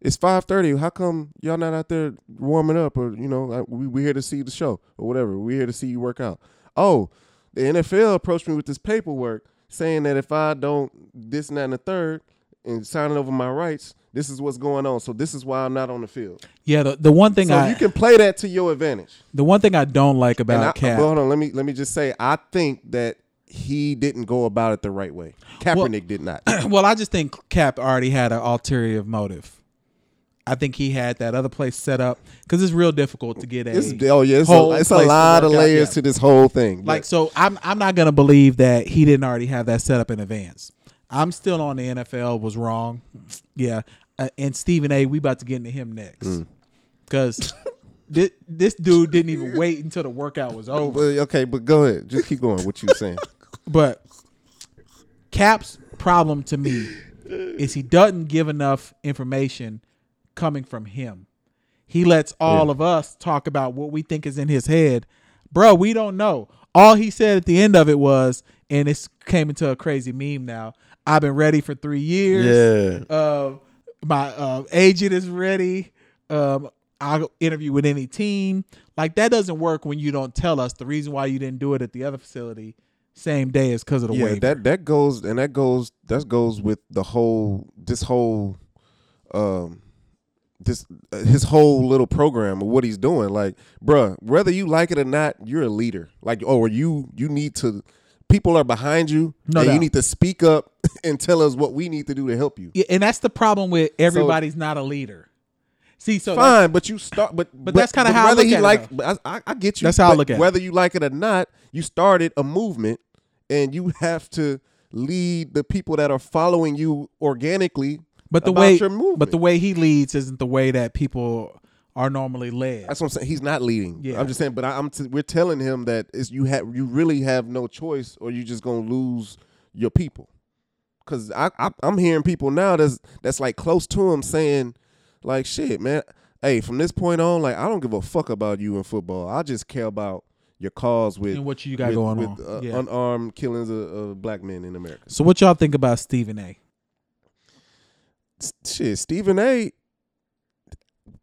[SPEAKER 3] it's five thirty. How come y'all not out there warming up? Or you know, I- we we here to see the show or whatever. We here to see you work out. Oh, the NFL approached me with this paperwork saying that if I don't this and that and the third and signing over my rights, this is what's going on. So this is why I'm not on the field.
[SPEAKER 4] Yeah, the, the one thing
[SPEAKER 3] So
[SPEAKER 4] I
[SPEAKER 3] you can play that to your advantage.
[SPEAKER 4] the one thing I don't like
[SPEAKER 3] And
[SPEAKER 4] about
[SPEAKER 3] I-
[SPEAKER 4] Cap.
[SPEAKER 3] Well, hold on. Let me let me just say, I think that he didn't go about it the right way. Kaepernick did not.
[SPEAKER 4] well, I just think Cap already had an ulterior motive. I think he had that other place set up because it's real difficult to get a
[SPEAKER 3] It's, oh yeah, it's
[SPEAKER 4] whole
[SPEAKER 3] a, it's a
[SPEAKER 4] place to
[SPEAKER 3] lot of
[SPEAKER 4] work out,
[SPEAKER 3] layers
[SPEAKER 4] yeah.
[SPEAKER 3] to this whole thing.
[SPEAKER 4] Like
[SPEAKER 3] But
[SPEAKER 4] so, I'm I'm not gonna believe that he didn't already have that set up in advance. I'm still on the NFL was wrong, yeah. Uh, and Stephen A. We about to get into him
[SPEAKER 3] Mm.
[SPEAKER 4] next because this, dude didn't even wait until the workout was over.
[SPEAKER 3] But, okay, but go ahead. Just keep going. What you saying?
[SPEAKER 4] But Cap's problem to me is he doesn't give enough information coming from him. He lets all of us talk about what we think is in his head. Bro, we don't know. All he said at the end of it was, and it came into a crazy meme now. I've been ready for three years.
[SPEAKER 2] Yeah.
[SPEAKER 4] Uh, my uh, agent is ready. Um, I'll interview with any team. Like, that doesn't work when you don't tell us the reason why you didn't do it at the other facility same day is because of the
[SPEAKER 3] yeah,
[SPEAKER 4] waiver.
[SPEAKER 3] that that goes and that goes that goes with the whole this whole um this uh, his whole little program of what he's doing. Like, bruh, whether you like it or not, you're a leader. Like, or you you need to. People are behind you,
[SPEAKER 4] No
[SPEAKER 3] and you
[SPEAKER 4] doubt.
[SPEAKER 3] need to speak up and tell us what we need to do to help you.
[SPEAKER 4] Yeah, and that's the problem with everybody's not a leader. See, so that's-
[SPEAKER 3] Fine, but you start, but but,
[SPEAKER 4] that's kinda how I
[SPEAKER 3] whether
[SPEAKER 4] look
[SPEAKER 3] he
[SPEAKER 4] at it,
[SPEAKER 3] like.
[SPEAKER 4] though.
[SPEAKER 3] but I, I, I get you.
[SPEAKER 4] That's how I
[SPEAKER 3] but
[SPEAKER 4] look at it.
[SPEAKER 3] Whether you like it or not, you started a movement, and you have to lead the people that are following you organically.
[SPEAKER 4] but the
[SPEAKER 3] about
[SPEAKER 4] way
[SPEAKER 3] your movement.
[SPEAKER 4] but the way he leads isn't the way that people are normally led.
[SPEAKER 3] That's what I'm saying. He's not leading.
[SPEAKER 4] Yeah.
[SPEAKER 3] I'm just saying. But I, I'm. T- we're telling him that is you have you really have no choice, or you just gonna lose your people. Cause I, I I'm hearing people now that's that's like close to him saying, like shit, man. Hey, from this point on, like I don't give a fuck about you in football. I just care about your cause with
[SPEAKER 4] And what you got
[SPEAKER 3] with-
[SPEAKER 4] going
[SPEAKER 3] with,
[SPEAKER 4] on.
[SPEAKER 3] uh,
[SPEAKER 4] Yeah.
[SPEAKER 3] unarmed killings of, of black men in America.
[SPEAKER 4] so what y'all think about Stephen A?
[SPEAKER 3] S- shit, Stephen A.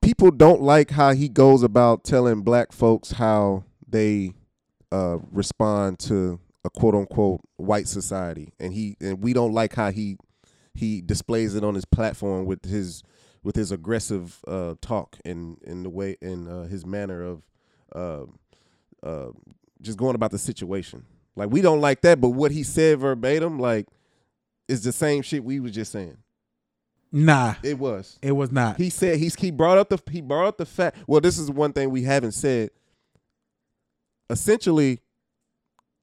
[SPEAKER 3] People don't like how he goes about telling black folks how they uh, respond to a quote unquote white society, and he and we don't like how he he displays it on his platform with his with his aggressive uh, talk and and the way and uh, his manner of uh, uh, just going about the situation. Like we don't like that, but what he said verbatim, like, is the same shit we was just saying.
[SPEAKER 4] Nah,
[SPEAKER 3] It was.
[SPEAKER 4] it was not.
[SPEAKER 3] He said he's he brought up the he brought up the fact. Well, this is one thing we haven't said. Essentially,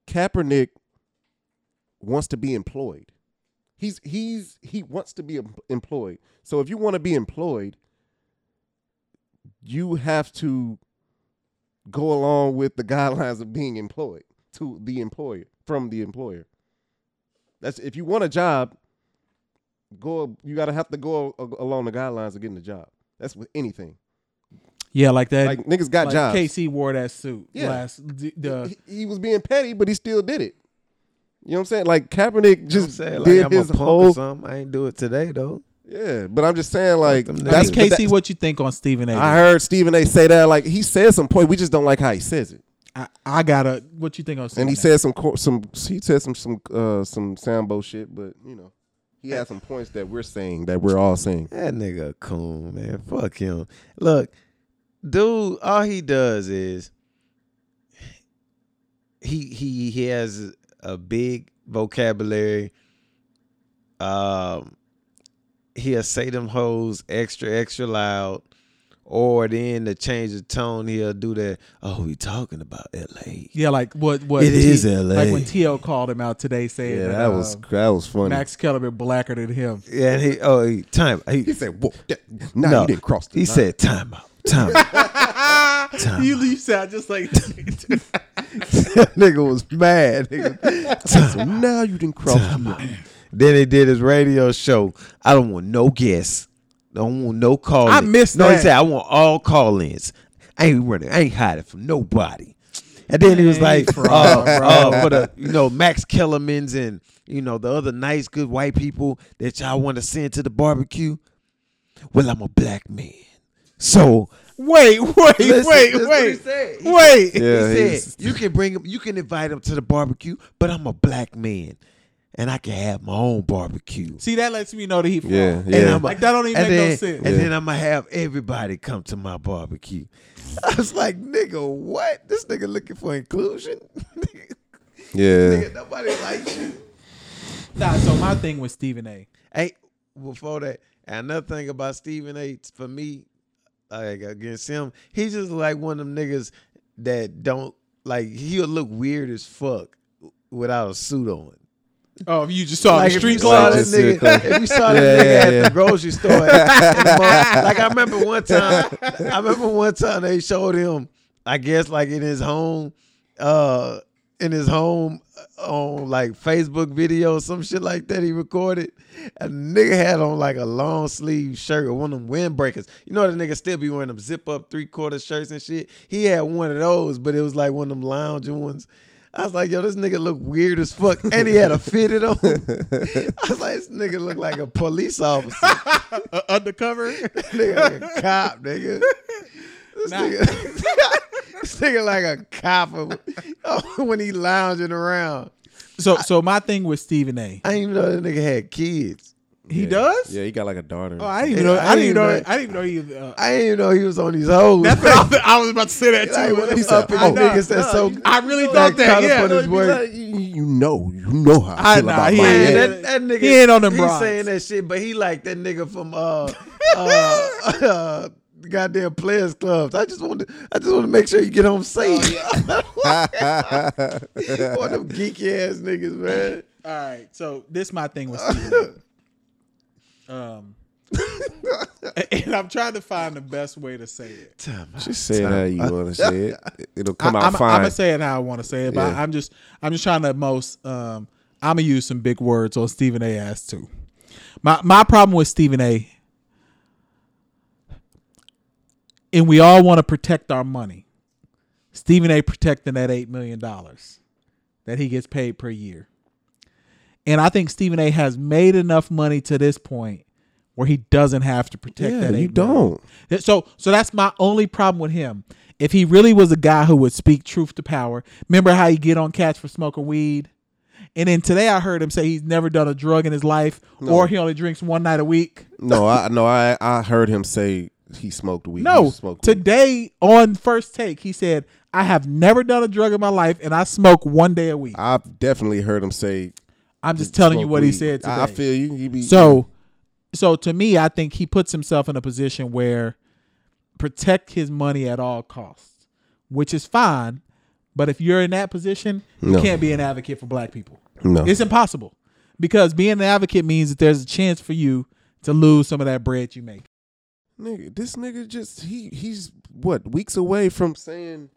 [SPEAKER 3] Kaepernick wants to be employed. He's he's he wants to be em- employed. So if you want to be employed, you have to go along with the guidelines of being employed to the employer from the employer. That's if you want a job, go you gotta have to go a- along the guidelines of getting a job. That's with anything.
[SPEAKER 4] yeah, like that.
[SPEAKER 3] Like niggas got
[SPEAKER 4] like
[SPEAKER 3] jobs.
[SPEAKER 4] KC wore that suit
[SPEAKER 3] Yeah.
[SPEAKER 4] last. The, the-
[SPEAKER 3] he, he was being petty, but he still did it. You know what I'm saying? Like Kaepernick
[SPEAKER 2] I'm
[SPEAKER 3] just
[SPEAKER 2] saying,
[SPEAKER 3] did
[SPEAKER 2] like, I'm a
[SPEAKER 3] his
[SPEAKER 2] punk or
[SPEAKER 3] whole
[SPEAKER 2] something. I ain't do it today though.
[SPEAKER 3] yeah. But I'm just saying like
[SPEAKER 2] them
[SPEAKER 3] that's
[SPEAKER 2] niggas.
[SPEAKER 4] Hey,
[SPEAKER 3] but
[SPEAKER 4] KC,
[SPEAKER 3] that-
[SPEAKER 4] what you think on Stephen A?
[SPEAKER 3] I heard Stephen A. say that like he said some point. We just don't like how he says it,
[SPEAKER 4] I, I gotta. What you think on Stephen?
[SPEAKER 3] and he
[SPEAKER 4] A?
[SPEAKER 3] said some co- some he said some some uh some sambo shit. But you know, he had some points that we're saying that we're all saying.
[SPEAKER 2] That nigga a coon, man. Fuck him. Look, dude, all he does is he he he has a big vocabulary. Um he'll say them hoes extra extra loud, or then to change the tone he'll do that. Oh, we talking about L.A.
[SPEAKER 4] Yeah, like what? What
[SPEAKER 2] It is LA.
[SPEAKER 4] Like when TL called him out today, saying
[SPEAKER 3] Yeah, that
[SPEAKER 4] uh,
[SPEAKER 3] was that was funny.
[SPEAKER 4] Max Kellerman blacker than him.
[SPEAKER 2] Yeah, and he oh he, time he,
[SPEAKER 3] he said, "Whoa, that, nah,
[SPEAKER 2] no
[SPEAKER 3] you didn't cross the
[SPEAKER 2] He
[SPEAKER 3] line."
[SPEAKER 2] said time out, time out, time
[SPEAKER 4] You
[SPEAKER 2] out.
[SPEAKER 4] leave sound just like
[SPEAKER 3] that nigga was mad. Nigga. so now you didn't cross the line.
[SPEAKER 2] Then he did his radio show. I don't want no guests. I don't want no call.
[SPEAKER 4] I missed
[SPEAKER 2] No, he
[SPEAKER 4] that.
[SPEAKER 2] said I want all call ins. I ain't running. I ain't hiding from nobody. And then he was
[SPEAKER 4] Dang,
[SPEAKER 2] like,
[SPEAKER 4] bro,
[SPEAKER 2] uh,
[SPEAKER 4] bro.
[SPEAKER 2] uh, for the you know Max Kellerman's and you know the other nice good white people that y'all want to send to the barbecue. Well, I'm a black man, so
[SPEAKER 4] wait, wait,
[SPEAKER 2] Listen,
[SPEAKER 4] wait,
[SPEAKER 2] that's what he
[SPEAKER 4] wait,
[SPEAKER 2] said. He
[SPEAKER 4] wait.
[SPEAKER 3] Yeah,
[SPEAKER 2] he
[SPEAKER 3] he's-
[SPEAKER 2] said you can bring him, you can invite him to the barbecue, but I'm a black man, and I can have my own barbecue.
[SPEAKER 4] See, that lets me know that he. From.
[SPEAKER 3] Yeah, yeah.
[SPEAKER 2] And I'm
[SPEAKER 4] Like, that don't even
[SPEAKER 2] and
[SPEAKER 4] make no
[SPEAKER 2] then,
[SPEAKER 4] sense.
[SPEAKER 2] And
[SPEAKER 3] Yeah.
[SPEAKER 2] then I'm gonna have everybody come to my barbecue. I was like, nigga, what? This nigga looking for inclusion?
[SPEAKER 3] yeah.
[SPEAKER 2] nigga, nobody likes you.
[SPEAKER 4] Nah, so my thing was Stephen A.
[SPEAKER 2] Hey, before that, another thing about Stephen A. For me, like against him, he's just like one of them niggas that don't like. He'll look weird as fuck without a suit on.
[SPEAKER 4] Oh, if you just saw
[SPEAKER 2] Like
[SPEAKER 4] the
[SPEAKER 2] if
[SPEAKER 4] street
[SPEAKER 2] you saw
[SPEAKER 4] clothes.
[SPEAKER 3] clothes.
[SPEAKER 2] this nigga, if you saw this
[SPEAKER 3] Yeah,
[SPEAKER 2] nigga
[SPEAKER 3] yeah,
[SPEAKER 2] at
[SPEAKER 3] yeah.
[SPEAKER 2] the grocery store, in the mall, like I remember one time, I remember one time they showed him, I guess like in his home, uh, in his home uh, on like Facebook video, some shit like that he recorded. And the nigga had on like a long sleeve shirt, one of them windbreakers. You know the nigga still be wearing them zip up three quarter shirts and shit. He had one of those, but it was like one of them lounge ones. I was like, yo, this nigga look weird as fuck. And he had a fitted on. I was like, this nigga look like a police officer.
[SPEAKER 4] Uh, undercover.
[SPEAKER 2] nigga like a cop, nigga. This,
[SPEAKER 4] Nah.
[SPEAKER 2] nigga, this nigga like a cop when he lounging around.
[SPEAKER 4] so, so my thing was Stephen A.
[SPEAKER 2] I didn't even know that nigga had kids.
[SPEAKER 4] He
[SPEAKER 3] Yeah.
[SPEAKER 4] does.
[SPEAKER 3] Yeah, he got like a daughter.
[SPEAKER 4] Oh, I didn't even
[SPEAKER 2] Yeah,
[SPEAKER 4] know.
[SPEAKER 2] I
[SPEAKER 4] I didn't even know.
[SPEAKER 2] didn't
[SPEAKER 4] I didn't even know you. Uh,
[SPEAKER 2] I didn't even know he was on these hoes.
[SPEAKER 4] that's what I, was- I was about to say that
[SPEAKER 2] like
[SPEAKER 4] too.
[SPEAKER 2] one of
[SPEAKER 4] He
[SPEAKER 2] them
[SPEAKER 4] said,
[SPEAKER 2] up
[SPEAKER 4] I,
[SPEAKER 2] and
[SPEAKER 4] know.
[SPEAKER 2] niggas that's so.
[SPEAKER 4] I really thought that.
[SPEAKER 2] caught up
[SPEAKER 4] Yeah.
[SPEAKER 2] on his work.
[SPEAKER 3] you, you know, you know how I,
[SPEAKER 4] I
[SPEAKER 3] feel
[SPEAKER 4] nah,
[SPEAKER 3] about
[SPEAKER 4] he
[SPEAKER 3] mine.
[SPEAKER 2] Man,
[SPEAKER 4] ain't-
[SPEAKER 2] that, that nigga,
[SPEAKER 4] He ain't on them
[SPEAKER 2] He
[SPEAKER 4] bronze.
[SPEAKER 2] saying that shit, but he like that nigga from uh, uh, uh goddamn players clubs. I just want to, I just want to make sure you get home safe. Oh, One of them geeky ass niggas, man.
[SPEAKER 4] All right, so this my thing with Stephen. A. um, and I'm trying to find the best way to say it.
[SPEAKER 3] Just say it how you want to say it. It'll come out
[SPEAKER 4] I'm,
[SPEAKER 3] fine.
[SPEAKER 4] gonna say it how I want to say it, but
[SPEAKER 3] Yeah.
[SPEAKER 4] I'm just I'm just trying to most um I'm gonna use some big words on Stephen A. ass too. My my problem with Stephen A. And we all want to protect our money. Stephen A. protecting that eight million dollars that he gets paid per year. And I think Stephen A. has made enough money to this point where he doesn't have to protect
[SPEAKER 3] yeah, you
[SPEAKER 4] that. 8 million.
[SPEAKER 3] don't.
[SPEAKER 4] That- So so that's my only problem with him. If he really was a guy who would speak truth to power, remember how he get on catch for smoking weed? And then today I heard him say he's never done a drug in his life or he only drinks one night a week.
[SPEAKER 3] No, I no, I I heard him say he smoked weed.
[SPEAKER 4] No.
[SPEAKER 3] He smoked weed.
[SPEAKER 4] Today on first take, he said, I have never done a drug in my life and I smoke one day a week.
[SPEAKER 3] I've definitely heard him say.
[SPEAKER 4] I'm just telling you
[SPEAKER 3] smoke
[SPEAKER 4] what
[SPEAKER 3] weed.
[SPEAKER 4] he said today.
[SPEAKER 3] I, I feel you. He be,
[SPEAKER 4] So, so to me, I think he puts himself in a position where protect his money at all costs, which is fine. But if you're in that position, you
[SPEAKER 3] No. Oh.
[SPEAKER 4] can't be an advocate for black people.
[SPEAKER 3] no,
[SPEAKER 4] It's impossible because being an advocate means that there's a chance for you to lose some of that bread you make.
[SPEAKER 3] Nigga, this nigga just he he's what weeks away from saying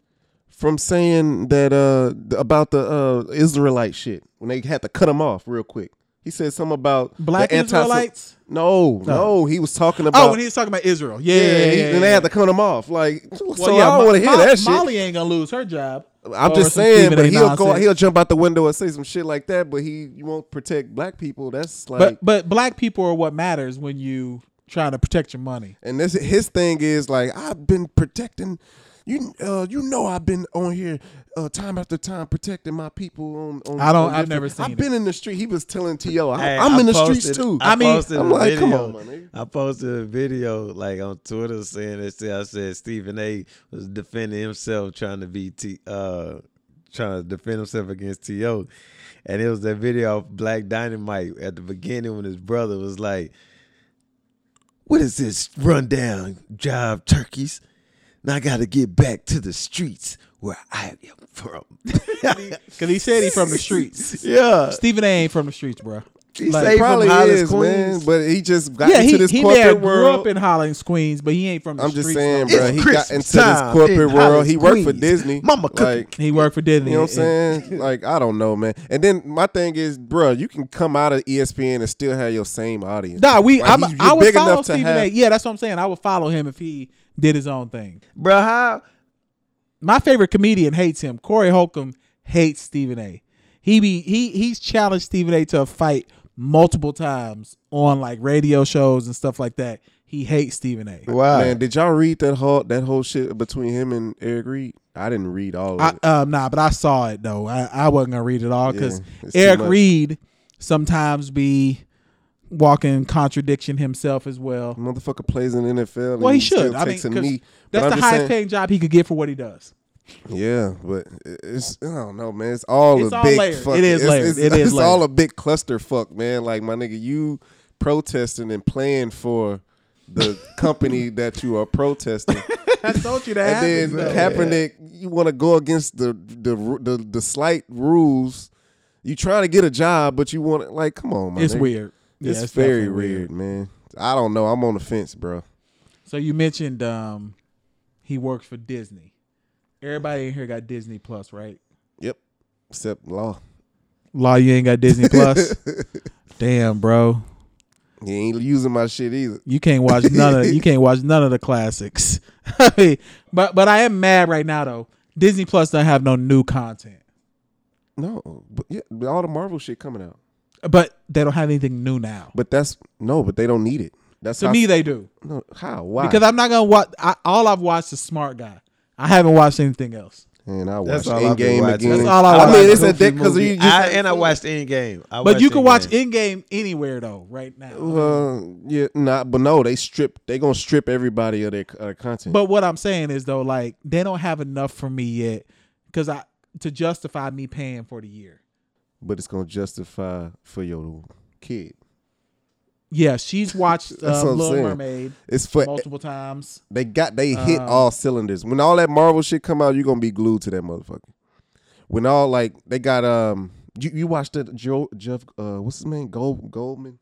[SPEAKER 3] from saying that uh th- about the uh Israelite shit when they had to cut him off real quick. He said something about the
[SPEAKER 4] Black
[SPEAKER 3] anti-
[SPEAKER 4] Israelites?
[SPEAKER 3] No, no, he was talking about.
[SPEAKER 4] Oh, when he was talking about Israel, yeah, yeah,
[SPEAKER 3] yeah,
[SPEAKER 4] yeah,
[SPEAKER 3] he-
[SPEAKER 4] yeah,
[SPEAKER 3] and they
[SPEAKER 4] yeah.
[SPEAKER 3] had to cut him off. Like,
[SPEAKER 4] Well,
[SPEAKER 3] so
[SPEAKER 4] yeah,
[SPEAKER 3] I
[SPEAKER 4] Mo-
[SPEAKER 3] don't want to hear
[SPEAKER 4] Mo-
[SPEAKER 3] that shit.
[SPEAKER 4] Molly ain't gonna lose her job.
[SPEAKER 3] I'm
[SPEAKER 4] over
[SPEAKER 3] just
[SPEAKER 4] some
[SPEAKER 3] saying,
[SPEAKER 4] Stephen
[SPEAKER 3] but
[SPEAKER 4] A.
[SPEAKER 3] he'll go,
[SPEAKER 4] nonsense.
[SPEAKER 3] he'll jump out the window and say some shit like that. But he you won't protect black people. That's like,
[SPEAKER 4] But but black people are what matters when you trying to protect your money.
[SPEAKER 3] and this his thing is like I've been protecting. You uh, you know I've been on here uh, time after time protecting my people. On, on
[SPEAKER 4] I
[SPEAKER 3] on
[SPEAKER 4] don't- I've
[SPEAKER 3] different-
[SPEAKER 4] never seen
[SPEAKER 3] I've
[SPEAKER 4] it.
[SPEAKER 3] been in the street. He was telling To I,
[SPEAKER 2] Hey,
[SPEAKER 3] I'm
[SPEAKER 2] I
[SPEAKER 3] in the streets
[SPEAKER 2] posted-
[SPEAKER 3] too.
[SPEAKER 2] I,
[SPEAKER 4] I mean,
[SPEAKER 2] posted
[SPEAKER 3] I'm
[SPEAKER 2] a
[SPEAKER 3] like, come
[SPEAKER 2] video.
[SPEAKER 3] on, my nigga.
[SPEAKER 2] I posted a video like on Twitter saying that shit. I said Stephen A. was defending himself, trying to be T, uh, trying to defend himself against To, and it was that video of Black Dynamite at the beginning when his brother was like. What is this rundown job, turkeys? Now I gotta get back to the streets where I am from.
[SPEAKER 4] Cause he said he from the streets.
[SPEAKER 2] yeah.
[SPEAKER 4] Stephen A ain't from the streets, bro.
[SPEAKER 2] He
[SPEAKER 4] Like-
[SPEAKER 2] say
[SPEAKER 4] He
[SPEAKER 2] from
[SPEAKER 3] probably
[SPEAKER 2] Hollis,
[SPEAKER 3] is, man.
[SPEAKER 2] Queens.
[SPEAKER 3] But he just got
[SPEAKER 4] Yeah,
[SPEAKER 3] into
[SPEAKER 4] he,
[SPEAKER 3] this
[SPEAKER 4] he
[SPEAKER 3] corporate
[SPEAKER 4] there grew
[SPEAKER 3] world.
[SPEAKER 4] up in Hollins, Queens, but he ain't from the
[SPEAKER 3] I'm just
[SPEAKER 4] streets.
[SPEAKER 3] saying,
[SPEAKER 4] though.
[SPEAKER 3] bro.
[SPEAKER 2] It's
[SPEAKER 3] he
[SPEAKER 2] Christmas
[SPEAKER 3] got into this
[SPEAKER 2] time in
[SPEAKER 3] corporate world.
[SPEAKER 2] Hollis,
[SPEAKER 3] He worked for
[SPEAKER 2] Queens.
[SPEAKER 3] Disney.
[SPEAKER 2] Mama cooking.
[SPEAKER 3] Like,
[SPEAKER 4] He worked for Disney.
[SPEAKER 3] You know what I'm saying? like, I don't know, man. And then my thing is, bro, you can come out of E ESPN and still have your same audience.
[SPEAKER 4] Nah, we.
[SPEAKER 3] Like,
[SPEAKER 4] I'm,
[SPEAKER 3] you- you
[SPEAKER 4] I would
[SPEAKER 3] big
[SPEAKER 4] follow
[SPEAKER 3] enough to
[SPEAKER 4] Stephen
[SPEAKER 3] have-
[SPEAKER 4] A. Yeah, that's what I'm saying. I would follow him if he did his own thing.
[SPEAKER 2] Bro, how
[SPEAKER 4] My favorite comedian hates him. Corey Holcomb hates Stephen A. He be he he's challenged Stephen A. to a fight multiple times on like radio shows and stuff like that. He hates Stephen A.
[SPEAKER 2] wow.
[SPEAKER 3] Man, did y'all read that whole that whole shit between him and Eric Reed? I didn't read all of
[SPEAKER 4] I,
[SPEAKER 3] it.
[SPEAKER 4] um, nah, but I saw it though. I, I wasn't gonna read it all because
[SPEAKER 3] Yeah, it's too
[SPEAKER 4] Eric
[SPEAKER 3] much.
[SPEAKER 4] Reed sometimes be walking contradiction himself as well.
[SPEAKER 3] Motherfucker plays in the NFL. and
[SPEAKER 4] Well, he
[SPEAKER 3] still
[SPEAKER 4] should. I mean,
[SPEAKER 3] takes
[SPEAKER 4] 'cause
[SPEAKER 3] a knee. But
[SPEAKER 4] that's
[SPEAKER 3] I'm
[SPEAKER 4] the
[SPEAKER 3] just
[SPEAKER 4] highest
[SPEAKER 3] saying-
[SPEAKER 4] paying job he could get for what he does.
[SPEAKER 3] Yeah, but it- it's I don't know, man. It's all
[SPEAKER 4] It's
[SPEAKER 3] a
[SPEAKER 4] all
[SPEAKER 3] big
[SPEAKER 4] layered.
[SPEAKER 3] fuck.
[SPEAKER 4] It is
[SPEAKER 3] it's,
[SPEAKER 4] layered.
[SPEAKER 3] It's,
[SPEAKER 4] It is
[SPEAKER 3] it's all
[SPEAKER 4] layered.
[SPEAKER 3] a big cluster fuck, man. Like my nigga, you protesting and playing for the company that you are protesting,
[SPEAKER 4] I told you that.
[SPEAKER 3] and then Kaepernick, you want to go against the the ru- the, the slight rules. You trying to get a job, but you want like, come on, man.
[SPEAKER 4] it's weird. Yeah,
[SPEAKER 3] It's, very
[SPEAKER 4] definitely
[SPEAKER 3] weird, man. I don't know. I'm on the fence, bro.
[SPEAKER 4] So you mentioned um, he works for Disney. Everybody in here got Disney Plus, right?
[SPEAKER 3] Yep. Except law.
[SPEAKER 4] Law, you ain't got Disney Plus. Damn, bro,
[SPEAKER 3] He ain't using my shit either.
[SPEAKER 4] you can't watch none of you can't watch none of the classics. I mean, but but I am mad right now though. Disney Plus doesn't have no new content,
[SPEAKER 3] No, but yeah, but all the Marvel shit coming out.
[SPEAKER 4] but they don't have anything new now.
[SPEAKER 3] But that's no, but they don't need it. That's
[SPEAKER 4] To
[SPEAKER 3] how,
[SPEAKER 4] me, they do
[SPEAKER 3] no, how why?
[SPEAKER 4] because I'm not gonna watch. I, all I've watched is Smart Guy. I haven't watched anything else.
[SPEAKER 3] and I watched
[SPEAKER 2] That's all I be
[SPEAKER 3] Endgame
[SPEAKER 2] watching.
[SPEAKER 3] again.
[SPEAKER 4] That's all I watch.
[SPEAKER 3] mean, it's a
[SPEAKER 2] Goofy
[SPEAKER 3] dick because
[SPEAKER 2] movie.
[SPEAKER 3] you just
[SPEAKER 2] I, and I watched Endgame. I
[SPEAKER 4] But you
[SPEAKER 2] watched
[SPEAKER 4] can watch
[SPEAKER 2] Endgame.
[SPEAKER 4] Endgame anywhere though, right now.
[SPEAKER 3] Uh, yeah, not. But no, they strip. They gonna strip everybody of their uh, content.
[SPEAKER 4] But what I'm saying is though, like they don't have enough for me yet, because I to justify me paying for the year.
[SPEAKER 3] but it's gonna justify for your kid.
[SPEAKER 4] Yeah, she's watched
[SPEAKER 3] That's
[SPEAKER 4] uh,
[SPEAKER 3] what I'm
[SPEAKER 4] Little
[SPEAKER 3] saying.
[SPEAKER 4] Mermaid
[SPEAKER 3] It's for
[SPEAKER 4] multiple times.
[SPEAKER 3] they got they hit
[SPEAKER 4] Uh,
[SPEAKER 3] all cylinders. When all that Marvel shit come out, you gonna be glued to that motherfucker. When all like they got um, you you watched that Joe Jeff uh, what's his name Gold Goldman,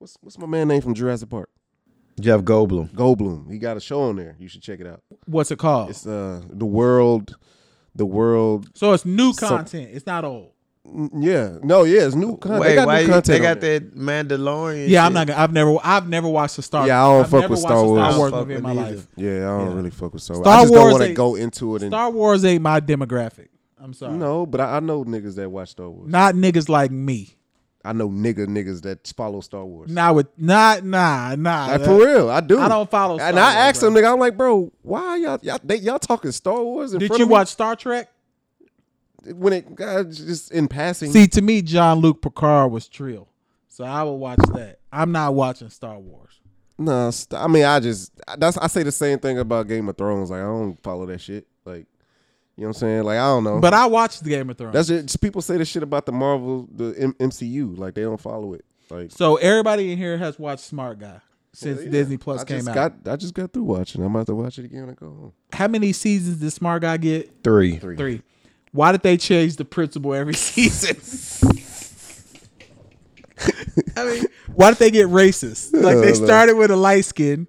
[SPEAKER 3] what's what's my man name from Jurassic Park?
[SPEAKER 2] Jeff Goldblum.
[SPEAKER 3] Goldblum. He got a show on there. You should check it out.
[SPEAKER 4] What's it called?
[SPEAKER 3] It's uh the world, the world.
[SPEAKER 4] so it's new
[SPEAKER 3] so-
[SPEAKER 4] content. it's not old.
[SPEAKER 3] mm, Yeah, no, yeah, it's new content. they
[SPEAKER 2] Wait,
[SPEAKER 3] got
[SPEAKER 2] why
[SPEAKER 3] new
[SPEAKER 2] you,
[SPEAKER 3] content.
[SPEAKER 2] they
[SPEAKER 3] on
[SPEAKER 2] got
[SPEAKER 3] there.
[SPEAKER 2] that Mandalorian?
[SPEAKER 4] Yeah, I'm
[SPEAKER 2] shit?
[SPEAKER 4] not. gonna I've never. I've never watched a Star.
[SPEAKER 3] Yeah, I don't
[SPEAKER 4] I've
[SPEAKER 3] fuck
[SPEAKER 4] never
[SPEAKER 3] with
[SPEAKER 4] watched
[SPEAKER 3] Star
[SPEAKER 4] a
[SPEAKER 3] Wars.
[SPEAKER 4] Star Wars
[SPEAKER 2] I don't
[SPEAKER 4] movie in
[SPEAKER 2] fuck
[SPEAKER 4] my
[SPEAKER 2] with neither.
[SPEAKER 4] life.
[SPEAKER 3] Yeah, I don't
[SPEAKER 4] Yeah.
[SPEAKER 3] really fuck with Star Wars.
[SPEAKER 4] Star
[SPEAKER 3] I just don't
[SPEAKER 4] Wars
[SPEAKER 3] want to
[SPEAKER 4] ain't-
[SPEAKER 3] go into it. And,
[SPEAKER 4] Star Wars ain't my demographic. I'm sorry.
[SPEAKER 3] no, but I, I know niggas that watch Star Wars.
[SPEAKER 4] not niggas like me.
[SPEAKER 3] I know nigga niggas that follow Star Wars.
[SPEAKER 4] Not with not nah nah.
[SPEAKER 3] Like, for real, I do.
[SPEAKER 4] I don't follow Star
[SPEAKER 3] and I
[SPEAKER 4] Wars,
[SPEAKER 3] asked
[SPEAKER 4] bro.
[SPEAKER 3] them, nigga, I'm like, bro, why y'all y'all, they, y'all talking Star Wars? In
[SPEAKER 4] Did
[SPEAKER 3] front
[SPEAKER 4] you
[SPEAKER 3] of me?
[SPEAKER 4] watch Star Trek?
[SPEAKER 3] when it God, just in passing?
[SPEAKER 4] See, to me, John Luke Picard was trill, so I will watch that. I'm not watching Star Wars.
[SPEAKER 3] No, st- I mean, I just that's I say the same thing about Game of Thrones. Like I don't follow that shit. Like you know what I'm saying? Like I don't know.
[SPEAKER 4] But I watched the Game of Thrones.
[SPEAKER 3] Oh. that's it. Just people say the shit about the Marvel, the M- MCU. Like they don't follow it. Like
[SPEAKER 4] so everybody in here has watched Smart Guy since
[SPEAKER 3] Yeah,
[SPEAKER 4] Disney Plus
[SPEAKER 3] I
[SPEAKER 4] came
[SPEAKER 3] just
[SPEAKER 4] out.
[SPEAKER 3] Got, I just got through watching. I'm about to watch it again when I go home.
[SPEAKER 4] How many seasons did Smart Guy get?
[SPEAKER 2] three.
[SPEAKER 4] Three. Why did they change the principal every season? I mean, why did they get racist? Like they started with a light skin,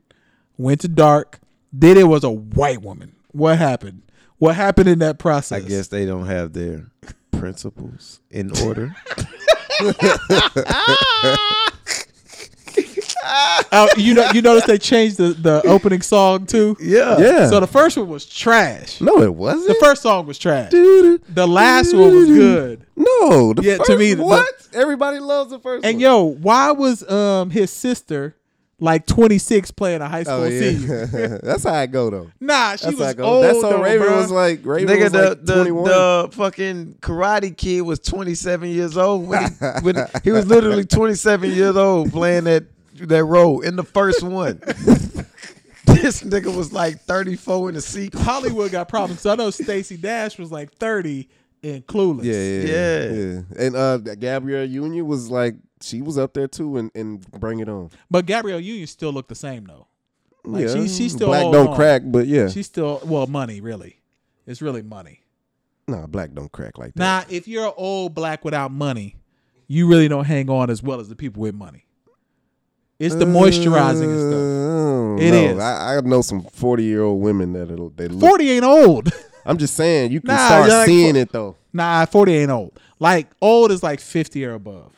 [SPEAKER 4] went to dark, then it was a white woman. What happened? What happened in that
[SPEAKER 2] I
[SPEAKER 4] process?
[SPEAKER 2] guess they don't have their principles in order.
[SPEAKER 4] Oh, you know, you notice they changed the, the opening song too.
[SPEAKER 2] yeah.
[SPEAKER 3] Yeah.
[SPEAKER 4] Uh, So the first one was trash.
[SPEAKER 3] no, it
[SPEAKER 4] The
[SPEAKER 3] wasn't.
[SPEAKER 4] first song was trash.
[SPEAKER 3] Dude,
[SPEAKER 4] The last one was good.
[SPEAKER 3] No, the
[SPEAKER 4] Yeah, to
[SPEAKER 3] first,
[SPEAKER 4] me, the-
[SPEAKER 3] what everybody loves the first.
[SPEAKER 4] And
[SPEAKER 3] one.
[SPEAKER 4] yo, why was um his sister like 26 playing a high school
[SPEAKER 3] oh,
[SPEAKER 4] senior?
[SPEAKER 3] yeah. that's how I go though.
[SPEAKER 4] Nah, she
[SPEAKER 3] That's how I
[SPEAKER 4] was
[SPEAKER 3] go.
[SPEAKER 4] old.
[SPEAKER 3] That's how
[SPEAKER 4] though,
[SPEAKER 3] Raven
[SPEAKER 4] bruh.
[SPEAKER 3] was like. Raven
[SPEAKER 2] Nigga,
[SPEAKER 3] was
[SPEAKER 2] the,
[SPEAKER 3] like
[SPEAKER 2] the,
[SPEAKER 3] 21.
[SPEAKER 2] the fucking karate kid was 27 years old. When he, when he- he was literally 27 years old playing that, that role in the first one. this nigga was like 34 in the sequel.
[SPEAKER 4] Hollywood got problems. So I know Stacey Dash was like 30 and clueless.
[SPEAKER 3] Yeah, yeah,
[SPEAKER 2] Yeah.
[SPEAKER 3] yeah. And uh, Gabrielle Union was like she was up there too, and and bring it on.
[SPEAKER 4] But Gabrielle Union still looked the same though. Like,
[SPEAKER 3] yeah,
[SPEAKER 4] she- she still
[SPEAKER 3] black
[SPEAKER 4] hold
[SPEAKER 3] don't
[SPEAKER 4] on.
[SPEAKER 3] crack, but yeah,
[SPEAKER 4] She's still well, money really. It's really money.
[SPEAKER 3] nah, black don't crack like that.
[SPEAKER 4] Now, if you're an old black without money, you really don't hang on as well as the people with money. It's the moisturizing and stuff.
[SPEAKER 3] and
[SPEAKER 4] It is.
[SPEAKER 3] Mm, I, I know some forty year old women that are- they look.
[SPEAKER 4] Forty ain't old.
[SPEAKER 3] I'm just saying you can
[SPEAKER 4] Nah,
[SPEAKER 3] start
[SPEAKER 4] you're like-
[SPEAKER 3] seeing it though.
[SPEAKER 4] nah, forty ain't old. Like old is like fifty or above.